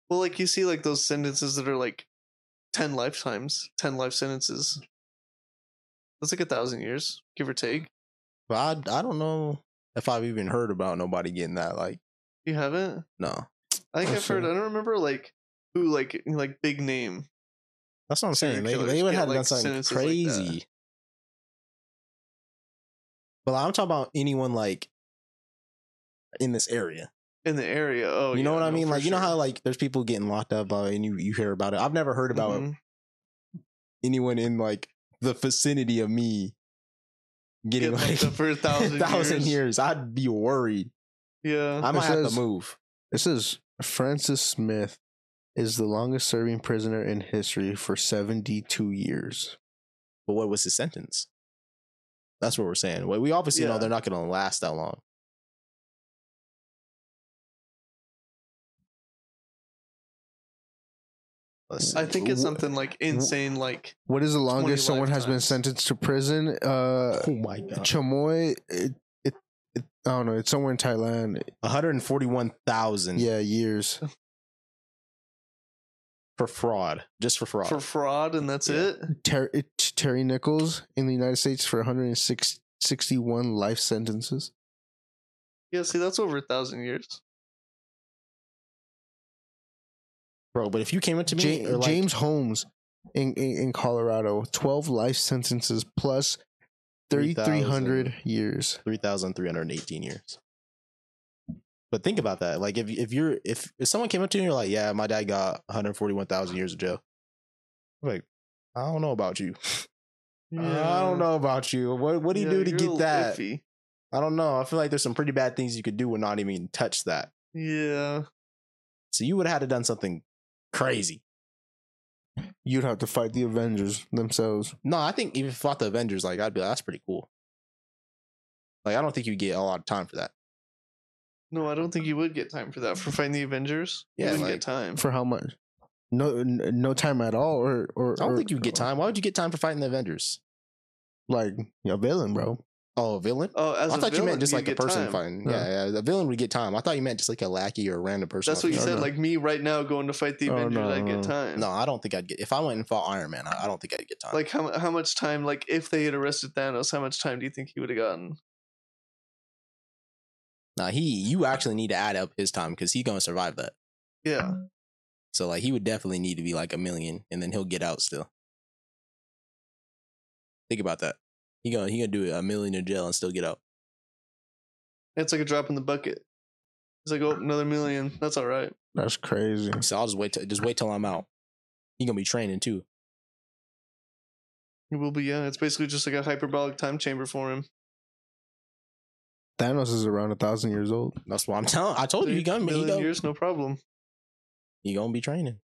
D: Well, like you see, like those sentences that are like ten lifetimes, ten life sentences. That's like a thousand years, give or take.
C: but I I don't know if I've even heard about nobody getting that. Like
D: You haven't?
C: no,
D: I think
B: Oh,
D: I've heard.
B: shit.
D: I don't remember like who, like like big name.
C: that's what I'm
D: Serial
C: saying. They
D: killers
C: they would
D: get,
C: have
D: like,
C: done something
D: sentences like that.
C: crazy. but I'm talking about anyone like in this area.
D: in the area. Oh,
C: you know
D: yeah,
C: what I
D: no,
C: mean?
D: for
C: Like you know
D: sure.
C: how like there's people getting locked up uh, and you you hear about it. I've never heard about
D: Mhm.
C: anyone in like the vicinity of me getting
D: Get locked up
C: like
D: for a thousand,
C: thousand
D: years.
C: years. I'd be worried.
D: Yeah,
C: I might
B: It
C: have
B: says-
C: to move.
B: This is Francis Smith is the longest serving prisoner in history for 72 years.
C: But what was his sentence? That's what we're saying. Well, we obviously know
D: Yeah.
C: they're not going to last that long. Let's see.
D: I think it's
B: Wh-
D: something like insane. Like
B: What is the longest someone has been
D: lifetimes.
B: sentenced to prison? Uh
C: Oh my god,
B: Chamoy it, it, it, I don't know, it's somewhere in Thailand.
C: one hundred forty-one thousand
B: Yeah, years.
C: for fraud, just for fraud.
D: for fraud, and that's
C: Yeah.
D: it.
B: Ter- it- Terry Nichols in the United States for 161 life sentences.
D: Yeah, see, that's over a thousand years.
C: Bro, but if you came up to me,
B: Ja-
C: or like,
B: James Holmes in, in in Colorado, 12 life sentences plus 3300 years.
C: 3,318 years. But think about that. Like if if you're if, if someone came up to you and you're like, yeah, my dad got 141,000 years of jail. I'm like, I don't know about you. Uh, I don't know about you. What what do you
D: Uh, Yeah,
C: do to
D: you're a
C: get
D: little
C: that?
D: iffy.
C: I don't know. I feel like there's some pretty bad things you could do and not even touch that.
D: Yeah,
C: So you would have had to done something crazy.
B: You'd have to fight the Avengers themselves.
C: No, I think even if I fought the Avengers, like I'd be like, that's pretty cool. Like I don't think you get a lot of time for that.
D: no, I don't think you would get time for that for fighting the Avengers.
C: Yeah,
D: you wouldn't
C: like-
D: get time.
B: For how much? No n- no time at all or or
C: I don't
B: or-
C: think you get time. Why would you get time for fighting the Avengers?
B: like a villain, bro.
C: Oh, a villain?
D: Oh, as
C: I
D: a
C: thought you
D: villain,
C: meant just like a
D: get
C: person
D: time.
C: fighting.
B: No.
C: Yeah, yeah, a villain would get time. I thought you meant just like a lackey or a random person.
D: That's what you
C: No,
D: said.
C: no.
D: Like me right now going to fight the
B: Oh,
D: Avengers,
B: no,
D: I'd
B: no.
D: get time.
C: No, I don't think I'd get. If I went and fought Iron Man, I, I don't think I'd get time.
D: Like how how much time? Like if they had arrested Thanos, how much time do you think he would have gotten?
C: nah, he, you actually need to add up his time because he's gonna survive that.
D: Yeah,
C: So like, he would definitely need to be like a million, and then he'll get out still. Think about that. He gonna he gonna do a million in jail and still get out.
D: it's like a drop in the bucket. It's like oh, another million. That's all right.
B: That's crazy.
C: So I'll just wait. Till, just wait till I'm out. He gonna be training too.
D: It will be, yeah. It's basically just like a hyperbolic time chamber for him.
B: Thanos is around a thousand years old.
C: That's what I'm telling. I told Oh, you, he
D: Three
C: gonna he
D: million
C: gonna,
D: years, no problem.
C: he gonna be training.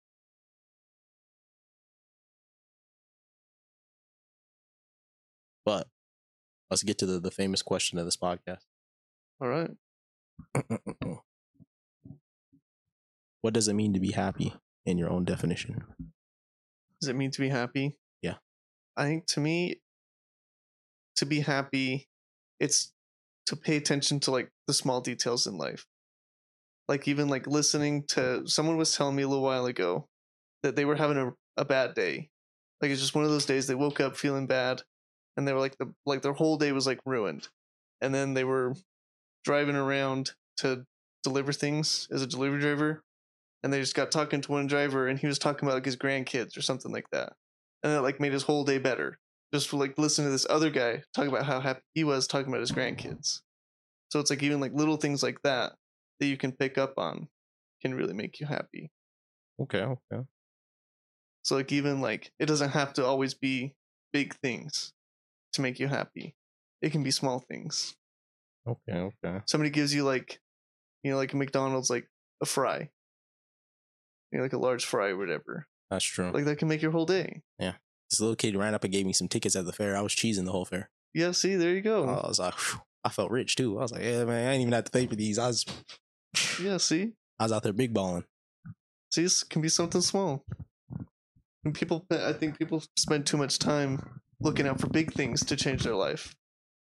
C: But let's get to the, the famous question of this podcast.
D: All right.
C: what does it mean to be happy in your own definition?
D: Does it mean to be happy?
C: Yeah.
D: I think to me, to be happy, it's to pay attention to like the small details in life. Like even like listening to someone was telling me a little while ago that they were having a, a bad day. Like it's just one of those days they woke up feeling bad and they were like the like their whole day was like ruined. And then they were driving around to deliver things as a delivery driver and they just got talking to one driver and he was talking about like his grandkids or something like that and that like made his whole day better just for like listening to this other guy talk about how happy he was talking about his grandkids so it's like even like little things like that that you can pick up on can really make you happy
C: Okay, okay.
D: so like even like it doesn't have to always be big things to make you happy it can be small things
C: Okay, okay.
D: somebody gives you like you know like a mcdonald's like a fry you know, like a large fry or whatever
C: That's true.
D: like that can make your whole day
C: this little kid ran up and gave me some tickets at the fair. I was cheesing the whole fair.
D: Yeah, see, there you go.
C: I was like, phew. I felt rich too. I was like, yeah, man, I didn't even have to pay for these. I was
D: yeah, see,
C: I was out there big balling.
D: see, this can be something small. And people, I think people spend too much time looking out for big things to change their life.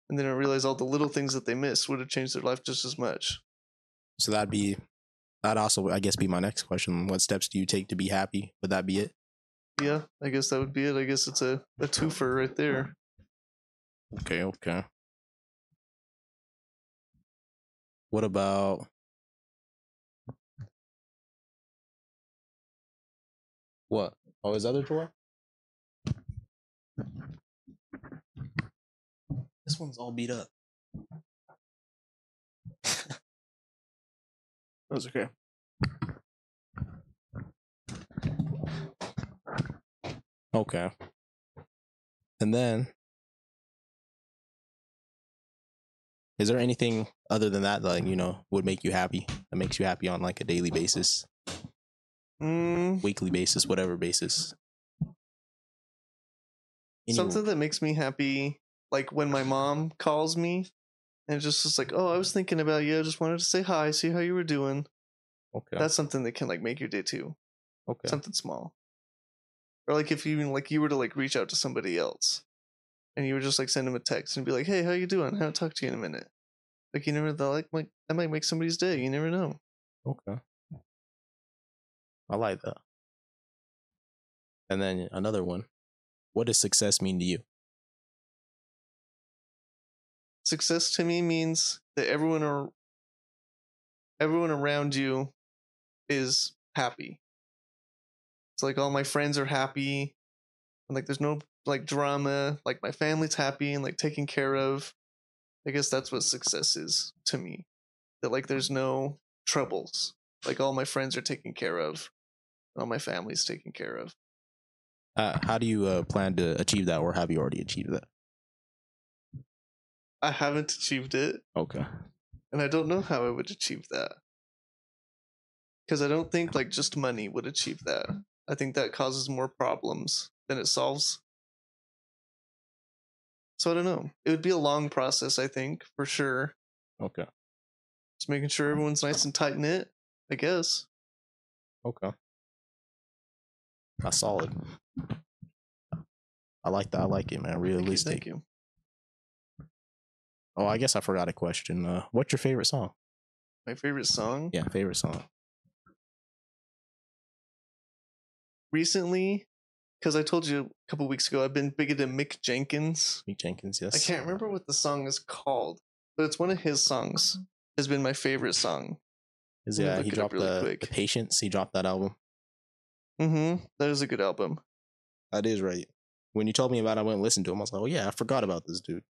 D: and they don't realize all the little things that they missed would have changed their life just as much.
C: So that'd be that'd also I guess be my next question. What steps do you take to be happy? Would that be it?
D: Yeah, I guess that would be it. I guess it's a, a twofer right there.
C: Okay, okay. What about what? Oh, his other drawer? This one's all beat up.
D: That's okay.
C: Okay. And then Is there anything other than that like, you know, would make you happy? That makes you happy on like a daily basis,
D: Mm,
C: weekly basis, whatever basis? Any-
D: something that makes me happy, like when my mom calls me and just is like, oh, I was thinking about you. I just wanted to say hi, see how you were doing.
C: okay.
D: That's something that can like make your day too.
C: okay.
D: something small or like if you even like you were to like reach out to somebody else and you were just like send them a text and be like hey how you doing i haven't talked to you in a minute like you never thought like might- that might make somebody's day you never know
C: Okay. I like that. And then another one. What does success mean to you?
D: success to me means that everyone or everyone around you is happy it's like all my friends are happy and like there's no like drama like my family's happy and like taken care of i guess that's what success is to me that like there's no troubles like all my friends are taken care of and all my family's taken care of
C: Uh, how do you uh, plan to achieve that, or have you already achieved that?
D: i haven't achieved it
C: Okay.
D: and I don't know how I would achieve that. Because I don't think like just money would achieve that. I think that causes more problems than it solves. So I don't know. It would be a long process, I think, for sure.
C: Okay.
D: Just making sure everyone's nice and tight knit, I guess.
C: Okay. That's solid. I like that. I like it, man.
D: Thank you,
C: Realistic.
D: Thank you.
C: Oh, I guess I forgot a question. Uh, what's your favorite song?
D: My favorite song
C: Yeah, favorite song.
D: recently, because I told you a couple weeks ago, I've been big into Mick Jenkins.
C: Meek Jenkins. Yes.
D: I can't remember what the song is called, but it's one of his
C: Mm-hmm.
D: songs. Has been my favorite song.
C: Is
D: Let me
C: yeah,
D: look
C: he
D: it up
C: dropped
D: really
C: the,
D: quick.
C: the Patience. He dropped that album.
D: Mm-hmm. That is a good album.
C: That is right. When you told me about, it, I went and listened to him. I was like, oh yeah, I forgot about this dude.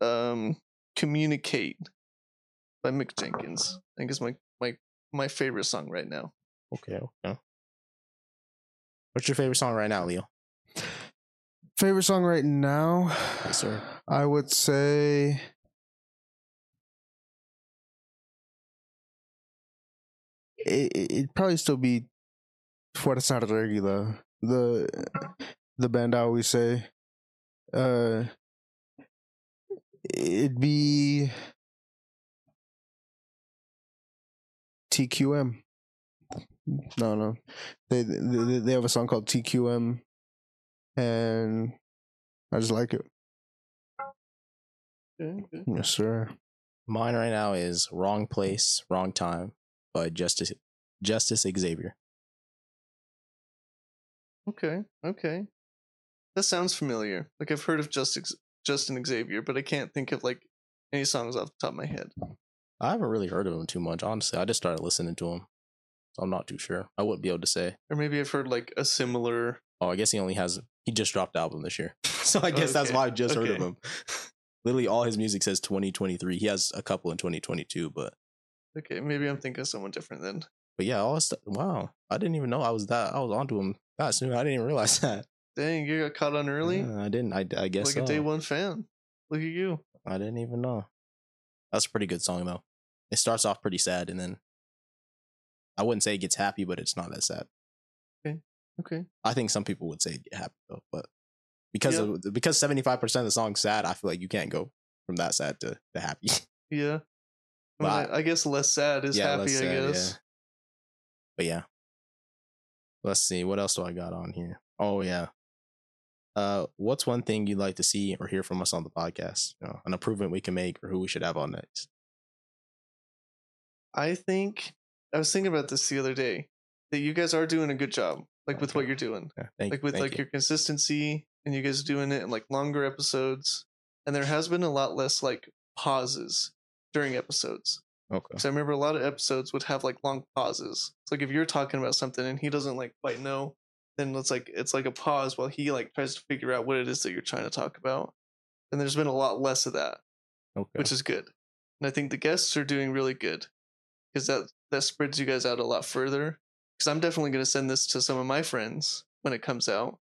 D: Um, Communicate by Mick Jenkins. I think it's my my my favorite song right now.
C: Okay. Okay. What's your favorite song right now, Leo?
B: Favorite song right now?
C: Yes, sir.
B: I would say. It, it- it'd probably still be Fuerza Regula, the the band I always say. Uh, it'd be TQM. No, no, they they they have a song called TQM, and I just like it.
D: Okay, okay.
B: Yes, sir.
C: Mine right now is "Wrong Place, Wrong Time" by Justice Justice Xavier.
D: Okay, okay. That sounds familiar. Like I've heard of Just Ex- Justin Xavier, but I can't think of like any songs off the top of my head.
C: I haven't really heard of him too much, honestly. I just started listening to him, so I'm not too sure. I wouldn't be able to say.
D: Or maybe I've heard like a similar.
C: Oh, I guess he only has he just dropped the album this year, so I guess that's
D: Okay,
C: why I just heard of
D: okay.
C: him. Literally, all his music says 2023. He has a couple in 2022, but
D: Okay, maybe I'm thinking of someone different then.
C: But yeah, all st- wow, I didn't even know I was that I was onto him that soon. I didn't even realize that.
D: Dang, you got caught on early,
C: Yeah, I didn't. I, I guess
D: like a day
C: so.
D: one fan. Look at you.
C: I didn't even know. That's a pretty good song though. It starts off pretty sad and then I wouldn't say it gets happy, but it's not that sad.
D: Okay.
C: I think some people would say it get happy though, but because
D: Yeah.
C: of, because seventy five percent of the song's sad, I feel like you can't go from that sad to, to happy.
D: Yeah. I, mean,
C: But
D: I, I guess less sad is happy.
C: less
D: I
C: sad,
D: guess.
C: yeah. But yeah. Let's see, what else do I got on here? Oh yeah. Uh, what's one thing you'd like to see or hear from us on the podcast? You know, an improvement we can make or who we should have on next.
D: I think I was thinking about this the other day that you guys are doing a good job, like with what you're doing,
C: Yeah, thank
D: like with
C: thank
D: like your consistency and you guys doing it in like longer episodes. And there has been a lot less like pauses during episodes.
C: okay.
D: Because I remember a lot of episodes would have like long pauses. It's like if you're talking about something and he doesn't like quite know, then it's like it's like a pause while he like tries to figure out what it is that you're trying to talk about. And there's been a lot less of that
C: Okay.
D: which is good. And I think the guests are doing really good because that that spreads you guys out a lot further. Because I'm definitely going to send this to some of my friends when it comes out,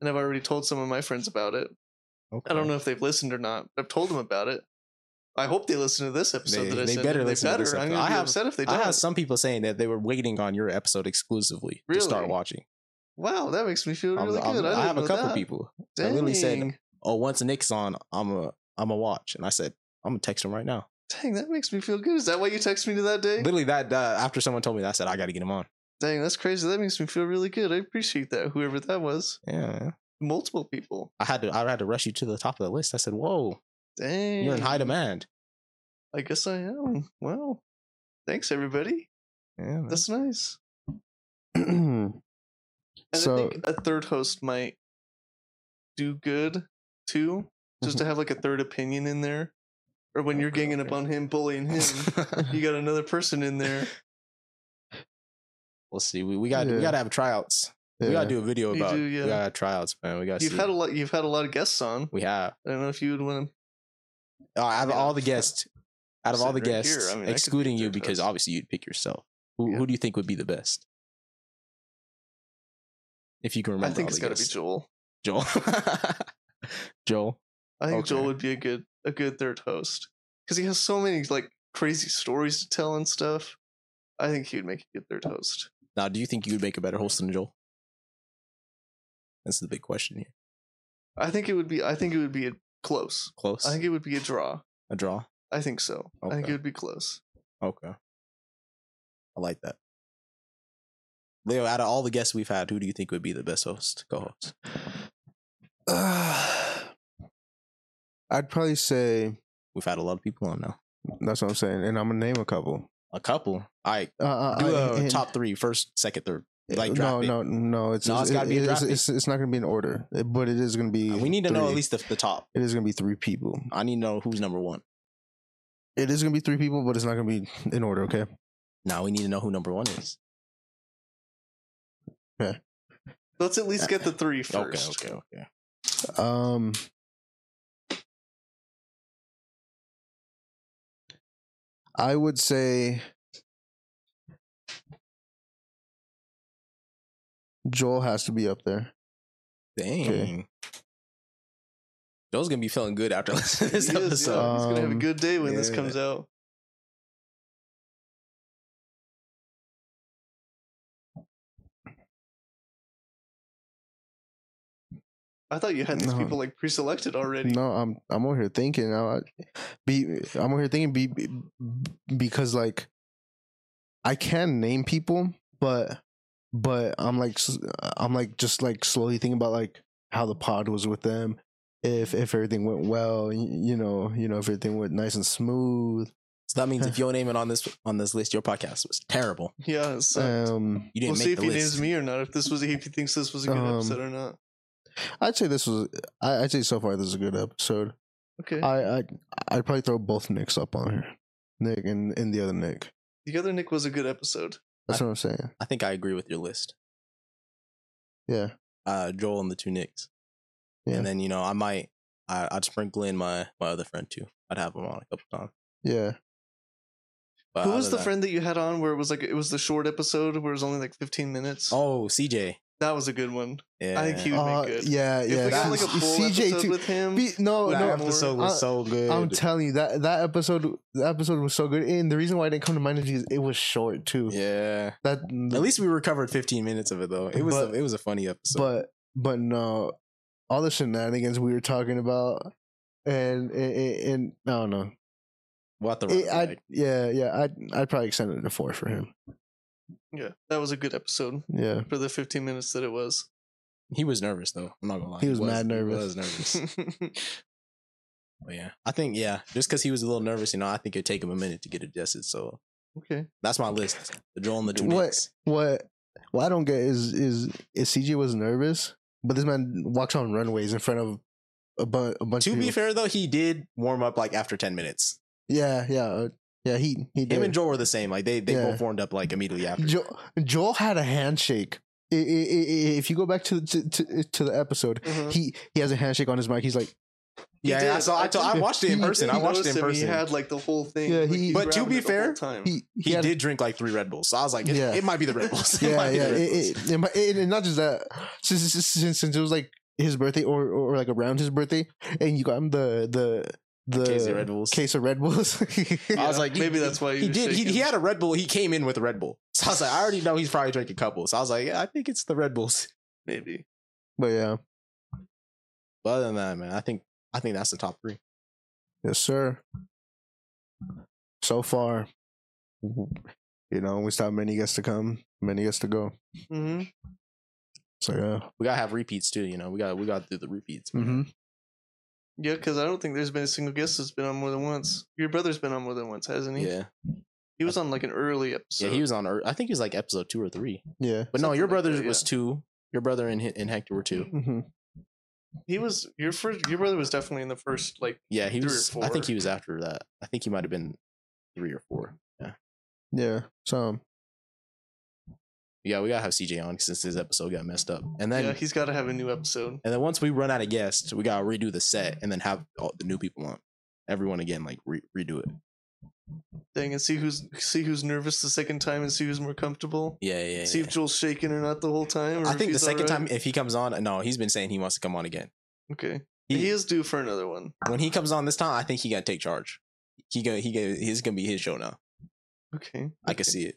D: and I've already told some of my friends about it.
C: okay.
D: I don't know if they've listened or not. But I've told them about it. I hope they listen to this episode
C: They-
D: that I
C: they
D: sent.
C: better
D: them.
C: listen to this episode.
D: I'm going to
C: I
D: be
C: have-
D: upset if they
C: I
D: don't.
C: had some people saying that they were waiting on your episode exclusively to start
D: Really?
C: watching.
D: wow, that makes me feel
C: I'm-
D: really
C: I'm-
D: good. I,
C: I have
D: didn't
C: a
D: know
C: couple
D: that.
C: people. I literally said-
D: Dang.
C: Oh, once Nick's on, I'm a I'm a watch, and I said I'm gonna text him right now.
D: "Dang, that makes me feel good." Is that why you texted me to that day?
C: Literally that uh, after someone told me that, I said I got to get him on.
D: Dang, that's crazy. That makes me feel really good. I appreciate that. Whoever that was,
C: Yeah, man.
D: multiple people.
C: I had to I had to rush you to the top of the list. I said, whoa,
D: Dang.
C: you're in high demand.
D: I guess I am. Wow. Thanks, everybody.
C: Yeah, man.
D: That's nice. And I
B: so
D: think a third host might do good too,
C: Mm-hmm.
D: just to have like a third opinion in there. Or
C: Oh,
D: when you're ganging up on him, bullying him, you got another person in there.
C: we'll see. We we got to we
B: Yeah.
C: got to have tryouts. We
B: yeah.
C: got to do a video
D: You
C: about
D: do, yeah.
C: we got to have tryouts, man. We got
D: You've had a lot. You've had a lot of guests on.
C: we have
D: I don't know if you would want to.
C: uh, out of
D: Yeah.
C: all the guests, out of all the
D: Sitting right here,
C: guests,
D: I mean, I could
C: excluding
D: pick
C: you
D: third
C: because
D: host.
C: obviously you'd pick yourself. Who
D: Yeah.
C: who do you think would be the best? If you can
D: I
C: remember,
D: think
C: all
D: it's
C: the
D: got to be
C: guests.
D: Joel.
C: Joel. Joel.
D: I think Joel
C: Okay.
D: would be a good a good third host because he has so many like crazy stories to tell and stuff. I think he would make a good third host.
C: Now, do you think you would make a better host than Joel? That's the big question here.
D: I think it would be. I think it would be a close.
C: Close.
D: I think it would be a draw.
C: a draw.
D: I think so. I think
C: Okay.
D: it would be close.
C: Okay. I like that. Leo, out of all the guests we've had, who do you think would be the best host, co-host?
B: I'd probably say
C: We've had a lot of people on now.
B: that's what I'm saying, and I'm gonna name a couple.
C: A couple. All right.
B: Uh, uh,
C: Do
B: uh,
C: a
B: and-
C: top three, first, second, third. like
B: no,
C: draft pick.
B: no, no. It's
C: No, it's gotta be a
B: it's,
C: draft pick.
B: it's, it's not gonna be in order, eh, but it is gonna be.
C: Uh, we need to know at
B: three.
C: least the, the top.
B: It is gonna be three people.
C: I need to know who's number one.
B: It is gonna be three people, but it's not gonna be in order. Okay.
C: Now we need to know who number one is.
D: Let's at least get the three first.
C: Okay, okay, okay.
B: Um. I would say Joel has to be up there.
C: Dang.
B: Okay.
C: Joel's gonna be feeling good after listening to this
D: He is,
C: episode.
D: yeah, he's gonna have a
B: Um,
D: good day when this
C: yeah.
D: comes out. I thought you had these
B: No.
D: people like pre-selected already.
B: No, I'm I'm over here thinking. I, be I'm over here thinking be, be- because like I can name people, but but I'm like s- I'm like just like slowly thinking about like how the pod was with them, if if everything went well, y- you know, you know if everything went nice and smooth.
C: So that means if your name it on this on this list, your podcast was terrible.
D: Yeah, so
B: Um,
C: Uh, You didn't
D: we'll
C: make
D: see if
C: the
D: he
C: list.
D: names me or not. If this was if he thinks this was a good
B: Um,
D: episode or not.
B: I'd say this was I, I'd say so far this is a good episode.
D: Okay.
B: I I I'd probably throw both Nicks up on here, Nick and and the other Nick.
D: the other Nick was a good episode.
B: That's what I'm saying.
C: I think I agree with your list.
B: Yeah.
C: Uh, Joel and the two Nicks,
B: Yeah.
C: and then you know I might I, I'd sprinkle in my my other friend too. I'd have him on a couple times.
B: Yeah.
C: But
D: Who
C: other
D: was the
C: than-
D: friend that you had on where it was like it was the short episode where it was only like 15 minutes?
C: Oh, CJ.
D: That was a good one.
C: Yeah,
D: think he- He would make
B: Uh,
D: good.
B: yeah,
D: If
B: yeah.
D: we got like a
B: that's-
D: full episode with him,
B: Be- no,
C: that
D: no,
C: episode
B: more-
C: was so good.
B: no. I'm telling you that that episode, the episode was so good, and the reason why it didn't come to mind is because it was short too.
C: yeah.
B: That
C: At least we recovered 15 minutes of it though. It was
B: But-
C: a, it was a funny episode.
B: but but no, all the shenanigans we were talking about, and and, and I don't know.
C: we'll have to run
B: It,
C: it
B: I
C: back.
B: yeah yeah I would I'd probably extend it to four for him.
D: Yeah, that was a good episode
B: Yeah
D: for the 15 minutes that it was.
C: He was nervous though. I'm not gonna lie.
B: He was mad nervous.
C: He was nervous. But Oh, yeah, I think yeah, just because he was a little nervous, you know, I think it'd take him a minute to get adjusted. So
D: okay.
C: that's my list. The drill and the two
B: What-
C: nicks.
B: What what I don't get is is is CJ was nervous, but this man walks on runways in front of a, bu- a bunch
C: To
B: of
C: be
B: people.
C: fair though, he did warm up like after ten minutes.
B: Yeah, yeah, uh, yeah. He he did.
C: Him and Joel were the same. Like they they
B: Yeah.
C: both warmed up like immediately after.
B: Joel, Joel had a handshake. I- I- I- I- If you go back to to, to, to the episode,
D: Mhm.
B: he he has a handshake on his mic. He's like,
D: He
C: yeah,
D: did.
C: yeah, I saw. I,
D: I
C: told- I
B: did.
C: watched it in
B: He-
C: person. I
D: He
C: watched it
D: noticed
C: in
D: him, He
C: person.
D: had like the whole thing.
B: Yeah,
D: like,
B: he-
C: But to
D: grabbed
C: be
D: it the whole
C: fair,
D: time.
B: he he,
C: he
B: had,
C: did drink like three Red Bulls. So I was like, it,
B: Yeah.
C: it might be the Red Bulls. It
B: Yeah,
C: might be
B: yeah.
C: the Red
B: It,
C: Bulls.
B: it, it might- and- and not just that, since, since since since it was like his birthday or or like around his birthday, and you got him the the the
C: Case of Red Bulls.
B: Case of Red Bulls.
C: I
D: Yeah,
C: was like,
D: maybe that's why
C: he,
D: he was
C: did. He, he
D: shaking.
C: had a Red Bull. He came in with a Red Bull. So I was like, I already know he's probably drank a couple. So I was like, yeah, I think it's the Red Bulls.
D: maybe.
B: but yeah,
C: But other than that, man, I think I think that's the top three.
B: yes, sir. So far, you know, we still have many guests to come, many guests to go.
D: hmm
B: So yeah.
C: We gotta have repeats too. You know, we got we got to do the repeats.
B: Mm-hmm.
D: Yeah, because I don't think there's been a single guest that's been on more than once. Your brother's been on more than once, hasn't he?
C: Yeah,
D: He was on like an early episode.
C: yeah. He was on. Earth. I think he was like episode two or three.
B: Yeah.
C: But no,
D: Something
C: your
D: like
C: brother
D: that,
C: was
D: yeah.
C: two. Your brother and and Hector were two.
B: Mm-hmm.
D: He was your first. Your brother was definitely in the first like
C: Yeah, he
D: Three or
C: was. I think
D: four.
C: he was after that. I think he might have been three or four. Yeah,
B: Yeah. So
C: yeah. We gotta have CJ on since his episode got messed up. And then
D: yeah, he's got to have a new episode.
C: and then once we run out of guests, we gotta redo the set and then have all the new people on. Everyone again, like re- redo it.
D: Dang, and see who's see who's nervous the second time, and see who's more comfortable.
C: Yeah, yeah. yeah,
D: see if Joel's shaking or not the whole time. or
C: I
D: if
C: think the
D: he's
C: second time,
D: alright.
C: if he comes on, no, he's been saying he wants to come on again.
D: Okay,
C: He-
D: he, is due for another one.
C: When he comes on this time, I think he gonna take charge. He gonna he gonna his gonna be his show now.
D: Okay,
C: I can see it.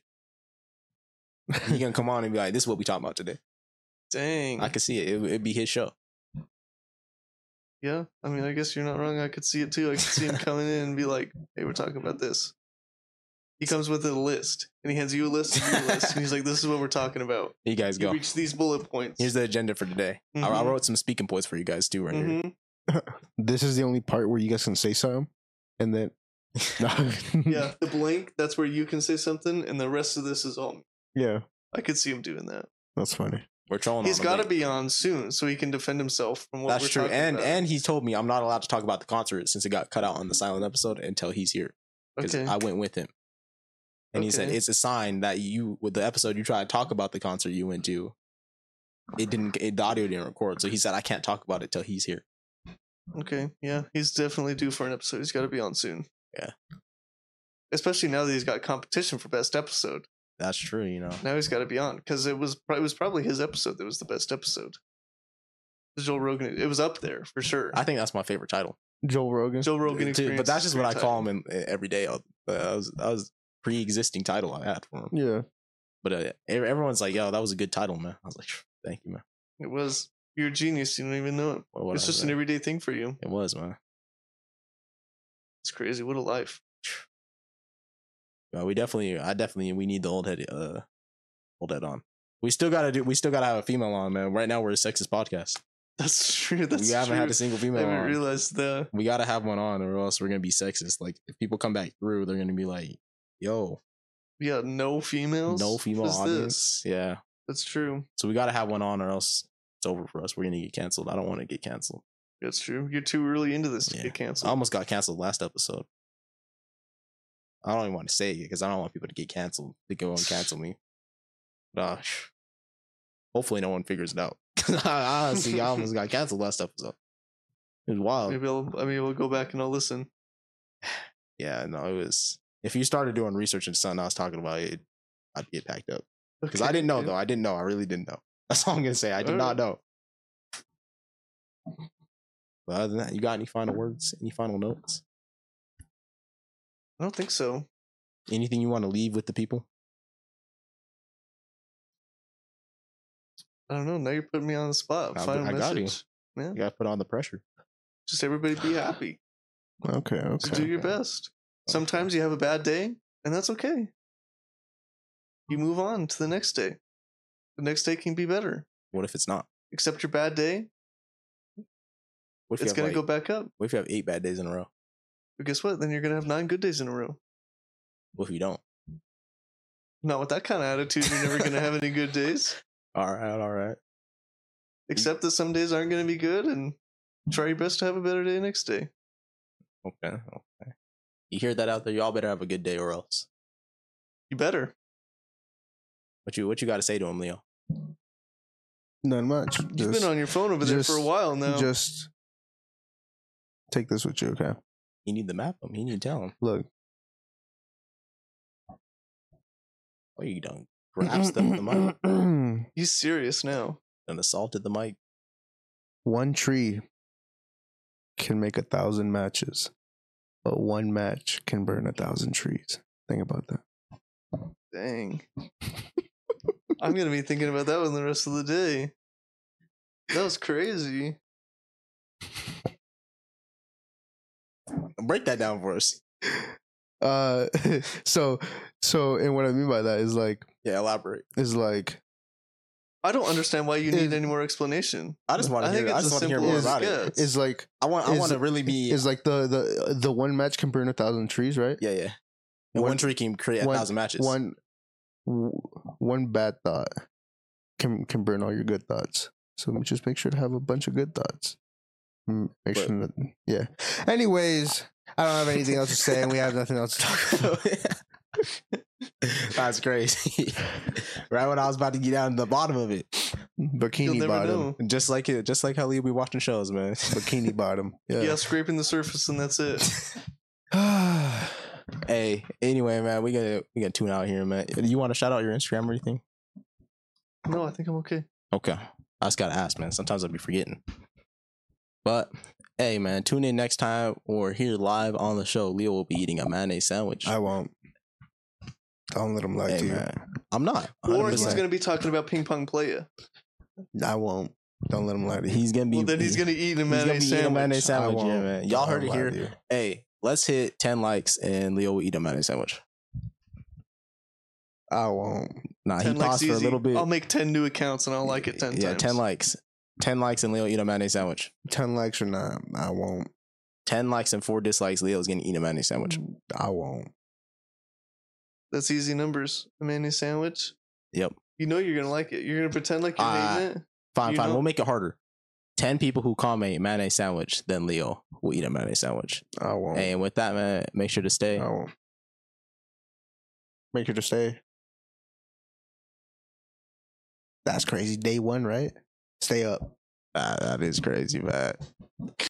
C: He gonna come on and be like, "This is what we talking about today."
D: dang.
C: I can see it. it. It'd be his show.
D: yeah, I mean, I guess you're not wrong. I could see it too. I could see him coming in and be like, "Hey, we're talking about this." He comes with a list, and he hands you a list, and you a list, and he's like, "This is what we're talking about."
C: You guys
D: You
C: go.
D: reach these bullet points.
C: Here's the agenda for today. I- I,
D: Mhm.
C: wrote some speaking points for you guys too. Right here.
D: Mhm.
B: this is the only part where you guys can say something, and then
D: Yeah, the blank. That's where you can say something, and the rest of this is all.
B: yeah,
D: I could see him doing that.
B: that's funny.
C: We're trolling.
D: He's
C: on
D: got to
C: him,
D: be on soon, so he can defend himself from what
C: but That's
D: we're
C: true.
D: talking
C: And
D: about.
C: and he told me I'm not allowed to talk about the concert since it got cut out on the silent episode until he's here because
D: okay,
C: I went with him. And he said
D: Okay.
C: it's a sign that you with the episode you tried to talk about the concert you went to. It didn't. It, the audio didn't record, so he said I can't talk about it till he's here.
D: okay, yeah, he's definitely due for an episode. He's got to be on soon.
C: Yeah.
D: especially now that he's got competition for best episode.
C: That's true. You know.
D: Now he's got to be on because it was pro- it was probably his episode that was the best episode. The Joel Rogan, it was up there for sure.
C: I think that's my favorite title.
B: Joe Rogan.
D: Joe Rogan,
C: Dude,
D: experience
C: but that's
D: is
C: just what I
D: great
C: call him in, in every day. Uh, That was that was pre-existing title I had for him.
B: Yeah.
C: But uh, ev- everyone's like, "Yo, that was a good title, man." I was like, "Thank you, man."
D: time. It was you're a genius. You don't even know it.
C: Or whatever,
D: it's just an
C: man.
D: everyday thing for you.
C: It was, man.
D: It's crazy. What a life.
C: But Uh, we definitely, I definitely, we need the old head, uh, old head on. We still gotta do. We still gotta have a female on, man. Right now, we're a sexist podcast.
D: That's true. That's
C: we haven't
D: true.
C: had a single
D: I
C: female
D: haven't
C: on.
D: realized the
C: we gotta have one on, or else we're gonna be sexist. Like, if people come back through, they're gonna be like, "Yo,
D: yeah no females.
C: no female
D: What's
C: audience."
D: this?
C: Yeah.
D: That's true.
C: So we gotta have one on, or else it's over for us. We're gonna get canceled. I don't want to get canceled.
D: That's true. You're too early into this to
C: Yeah.
D: get
C: I
D: canceled.
C: almost got canceled last episode. I don't even want to say it because I don't want people to get canceled to go and cancel me. But, uh, hopefully, no one figures it out. 'Cause I honestly, I almost got canceled last episode. It was wild.
D: maybe I'll I mean we'll go back and I'll listen.
C: Yeah, no, it was. If you started doing research into something I was talking about, it, I'd get packed up because I
D: Okay,
C: didn't know
D: yeah.
C: though. I didn't know. I really didn't know. That's all I'm gonna say. I did not
D: Alright.
C: know. But other than that, you got any final words? Any final notes?
D: I don't think so.
C: Anything you want to leave with the people?
D: I don't know. Now you're putting me on the spot.
C: I-
D: Final
C: I got you.
D: message. Yeah.
C: You got to put on the pressure.
D: Just everybody be happy.
B: Okay.
D: Just
B: Okay.
D: do your
C: okay.
D: best. Sometimes you have a bad day, and that's okay. You move on to the next day. The next day can be better.
C: What if it's not?
D: accept your bad day.
C: What if
D: It's
C: you
D: gonna
C: have
D: go
C: like,
D: back up.
C: What if you have eight bad days in a row?
D: But guess what? Then you're gonna have nine good days in a row.
C: What if you don't?
D: Not with that kind of attitude, you're never gonna have any good days.
C: All right, all right. Mm.
D: Except that some days aren't gonna be good, and try your best to have a better day next day.
C: Okay, okay. You hear that out there? Y'all better have a good day, or else.
D: You better.
C: What you What you got to say to him, Leo?
B: Not much.
D: You've
B: Just-
D: been on your phone over there for a
B: just-
D: while now.
B: Just take this with you, okay?
C: You need to map him. You need to tell him.
B: Look,
C: Oh, you done grasped them the mic
D: you serious now?
C: and assaulted the mic.
B: One tree can make a thousand matches, but one match can burn a thousand trees. Think about that.
D: Dang. I'm gonna be thinking about that one the rest of the day. That was crazy.
C: Break that down for us.
B: Uh, so, so, and what I mean by that is like,
C: Yeah, elaborate.
B: is like,
D: I don't understand why you need
B: It-
D: any more explanation.
C: I just want
D: I
C: to hear.
D: think
C: I
D: it's
C: just want
D: as
C: to hear
D: simple
C: more
D: as
C: about
D: it
C: it.
D: gets.
B: is like,
C: I want. I
B: Is-
C: want to really be.
B: is like the the the one match can burn a thousand trees, right?
C: yeah, yeah. And one,
B: One-
C: tree can create a
B: one-
C: thousand matches.
B: One w- one bad thought can can burn all your good thoughts. So just make sure to have a bunch of good thoughts. Mm, Make
C: But-
B: sure that yeah. Anyways, I don't have anything else to say, and we have nothing else to talk about.
C: That's crazy. right when I was about to get down to the bottom of it,
D: You'll
B: Bikini
D: never
B: bottom,
D: know.
C: just like it, just like how you be watching shows, man.
B: bikini bottom.
D: Yeah,
C: uh,
B: Yeah.
D: scraping the surface and that's it.
C: hey, anyway, man, we gotta we gotta tune out here, man. You want to shout out your Instagram or anything?
D: No, I think I'm okay.
C: Okay, I just gotta ask, man. Sometimes I'll be forgetting. But hey, man, tune in next time or here live on the show. Leo will be eating a mayonnaise sandwich.
B: I won't. Don't let them lie
C: hey,
B: to
C: man, I'm not.
D: Or he's
C: 100%.
D: gonna be talking about ping pong playa.
B: you. I won't. Don't let them lie to you.
C: He's gonna be.
D: Well, then he's gonna eat
C: he's gonna
D: a
C: be
D: mayonnaise
C: eating a
D: sandwich.
C: mayonnaise
B: I
C: sandwich. Yeah,
B: won't.
C: man. Y'all
B: Don't
C: heard it
B: lie
C: here.
B: to you.
C: Hey, let's hit 10 likes and Leo will eat a mayonnaise sandwich.
B: I won't.
C: Nah, he
D: Ten likes
C: paused for a
D: easy.
C: little bit.
D: I'll make ten new accounts and I'll like it ten
C: yeah,
D: times.
C: 10 likes. 10 likes and Leo eat a mayonnaise sandwich.
B: Ten likes or not, I won't.
C: 10 likes and four dislikes, Leo's gonna eat a mayonnaise
D: Mm.
C: sandwich.
B: I won't.
D: That's easy numbers. A mayonnaise sandwich.
C: Yep.
D: You know you're gonna like it. You're gonna pretend like you're
C: Ah.
D: eating it.
C: Fine,
D: You
C: fine.
D: know-
C: We'll make it harder. 10 people who comment mayonnaise sandwich, then Leo will eat a mayonnaise sandwich.
B: I
D: Oh.
B: won't.
C: Hey, and with that, man, make sure to stay.
B: I won't. Make sure to stay. That's crazy. Day one, right? Stay up.
C: Ah, that is crazy, man.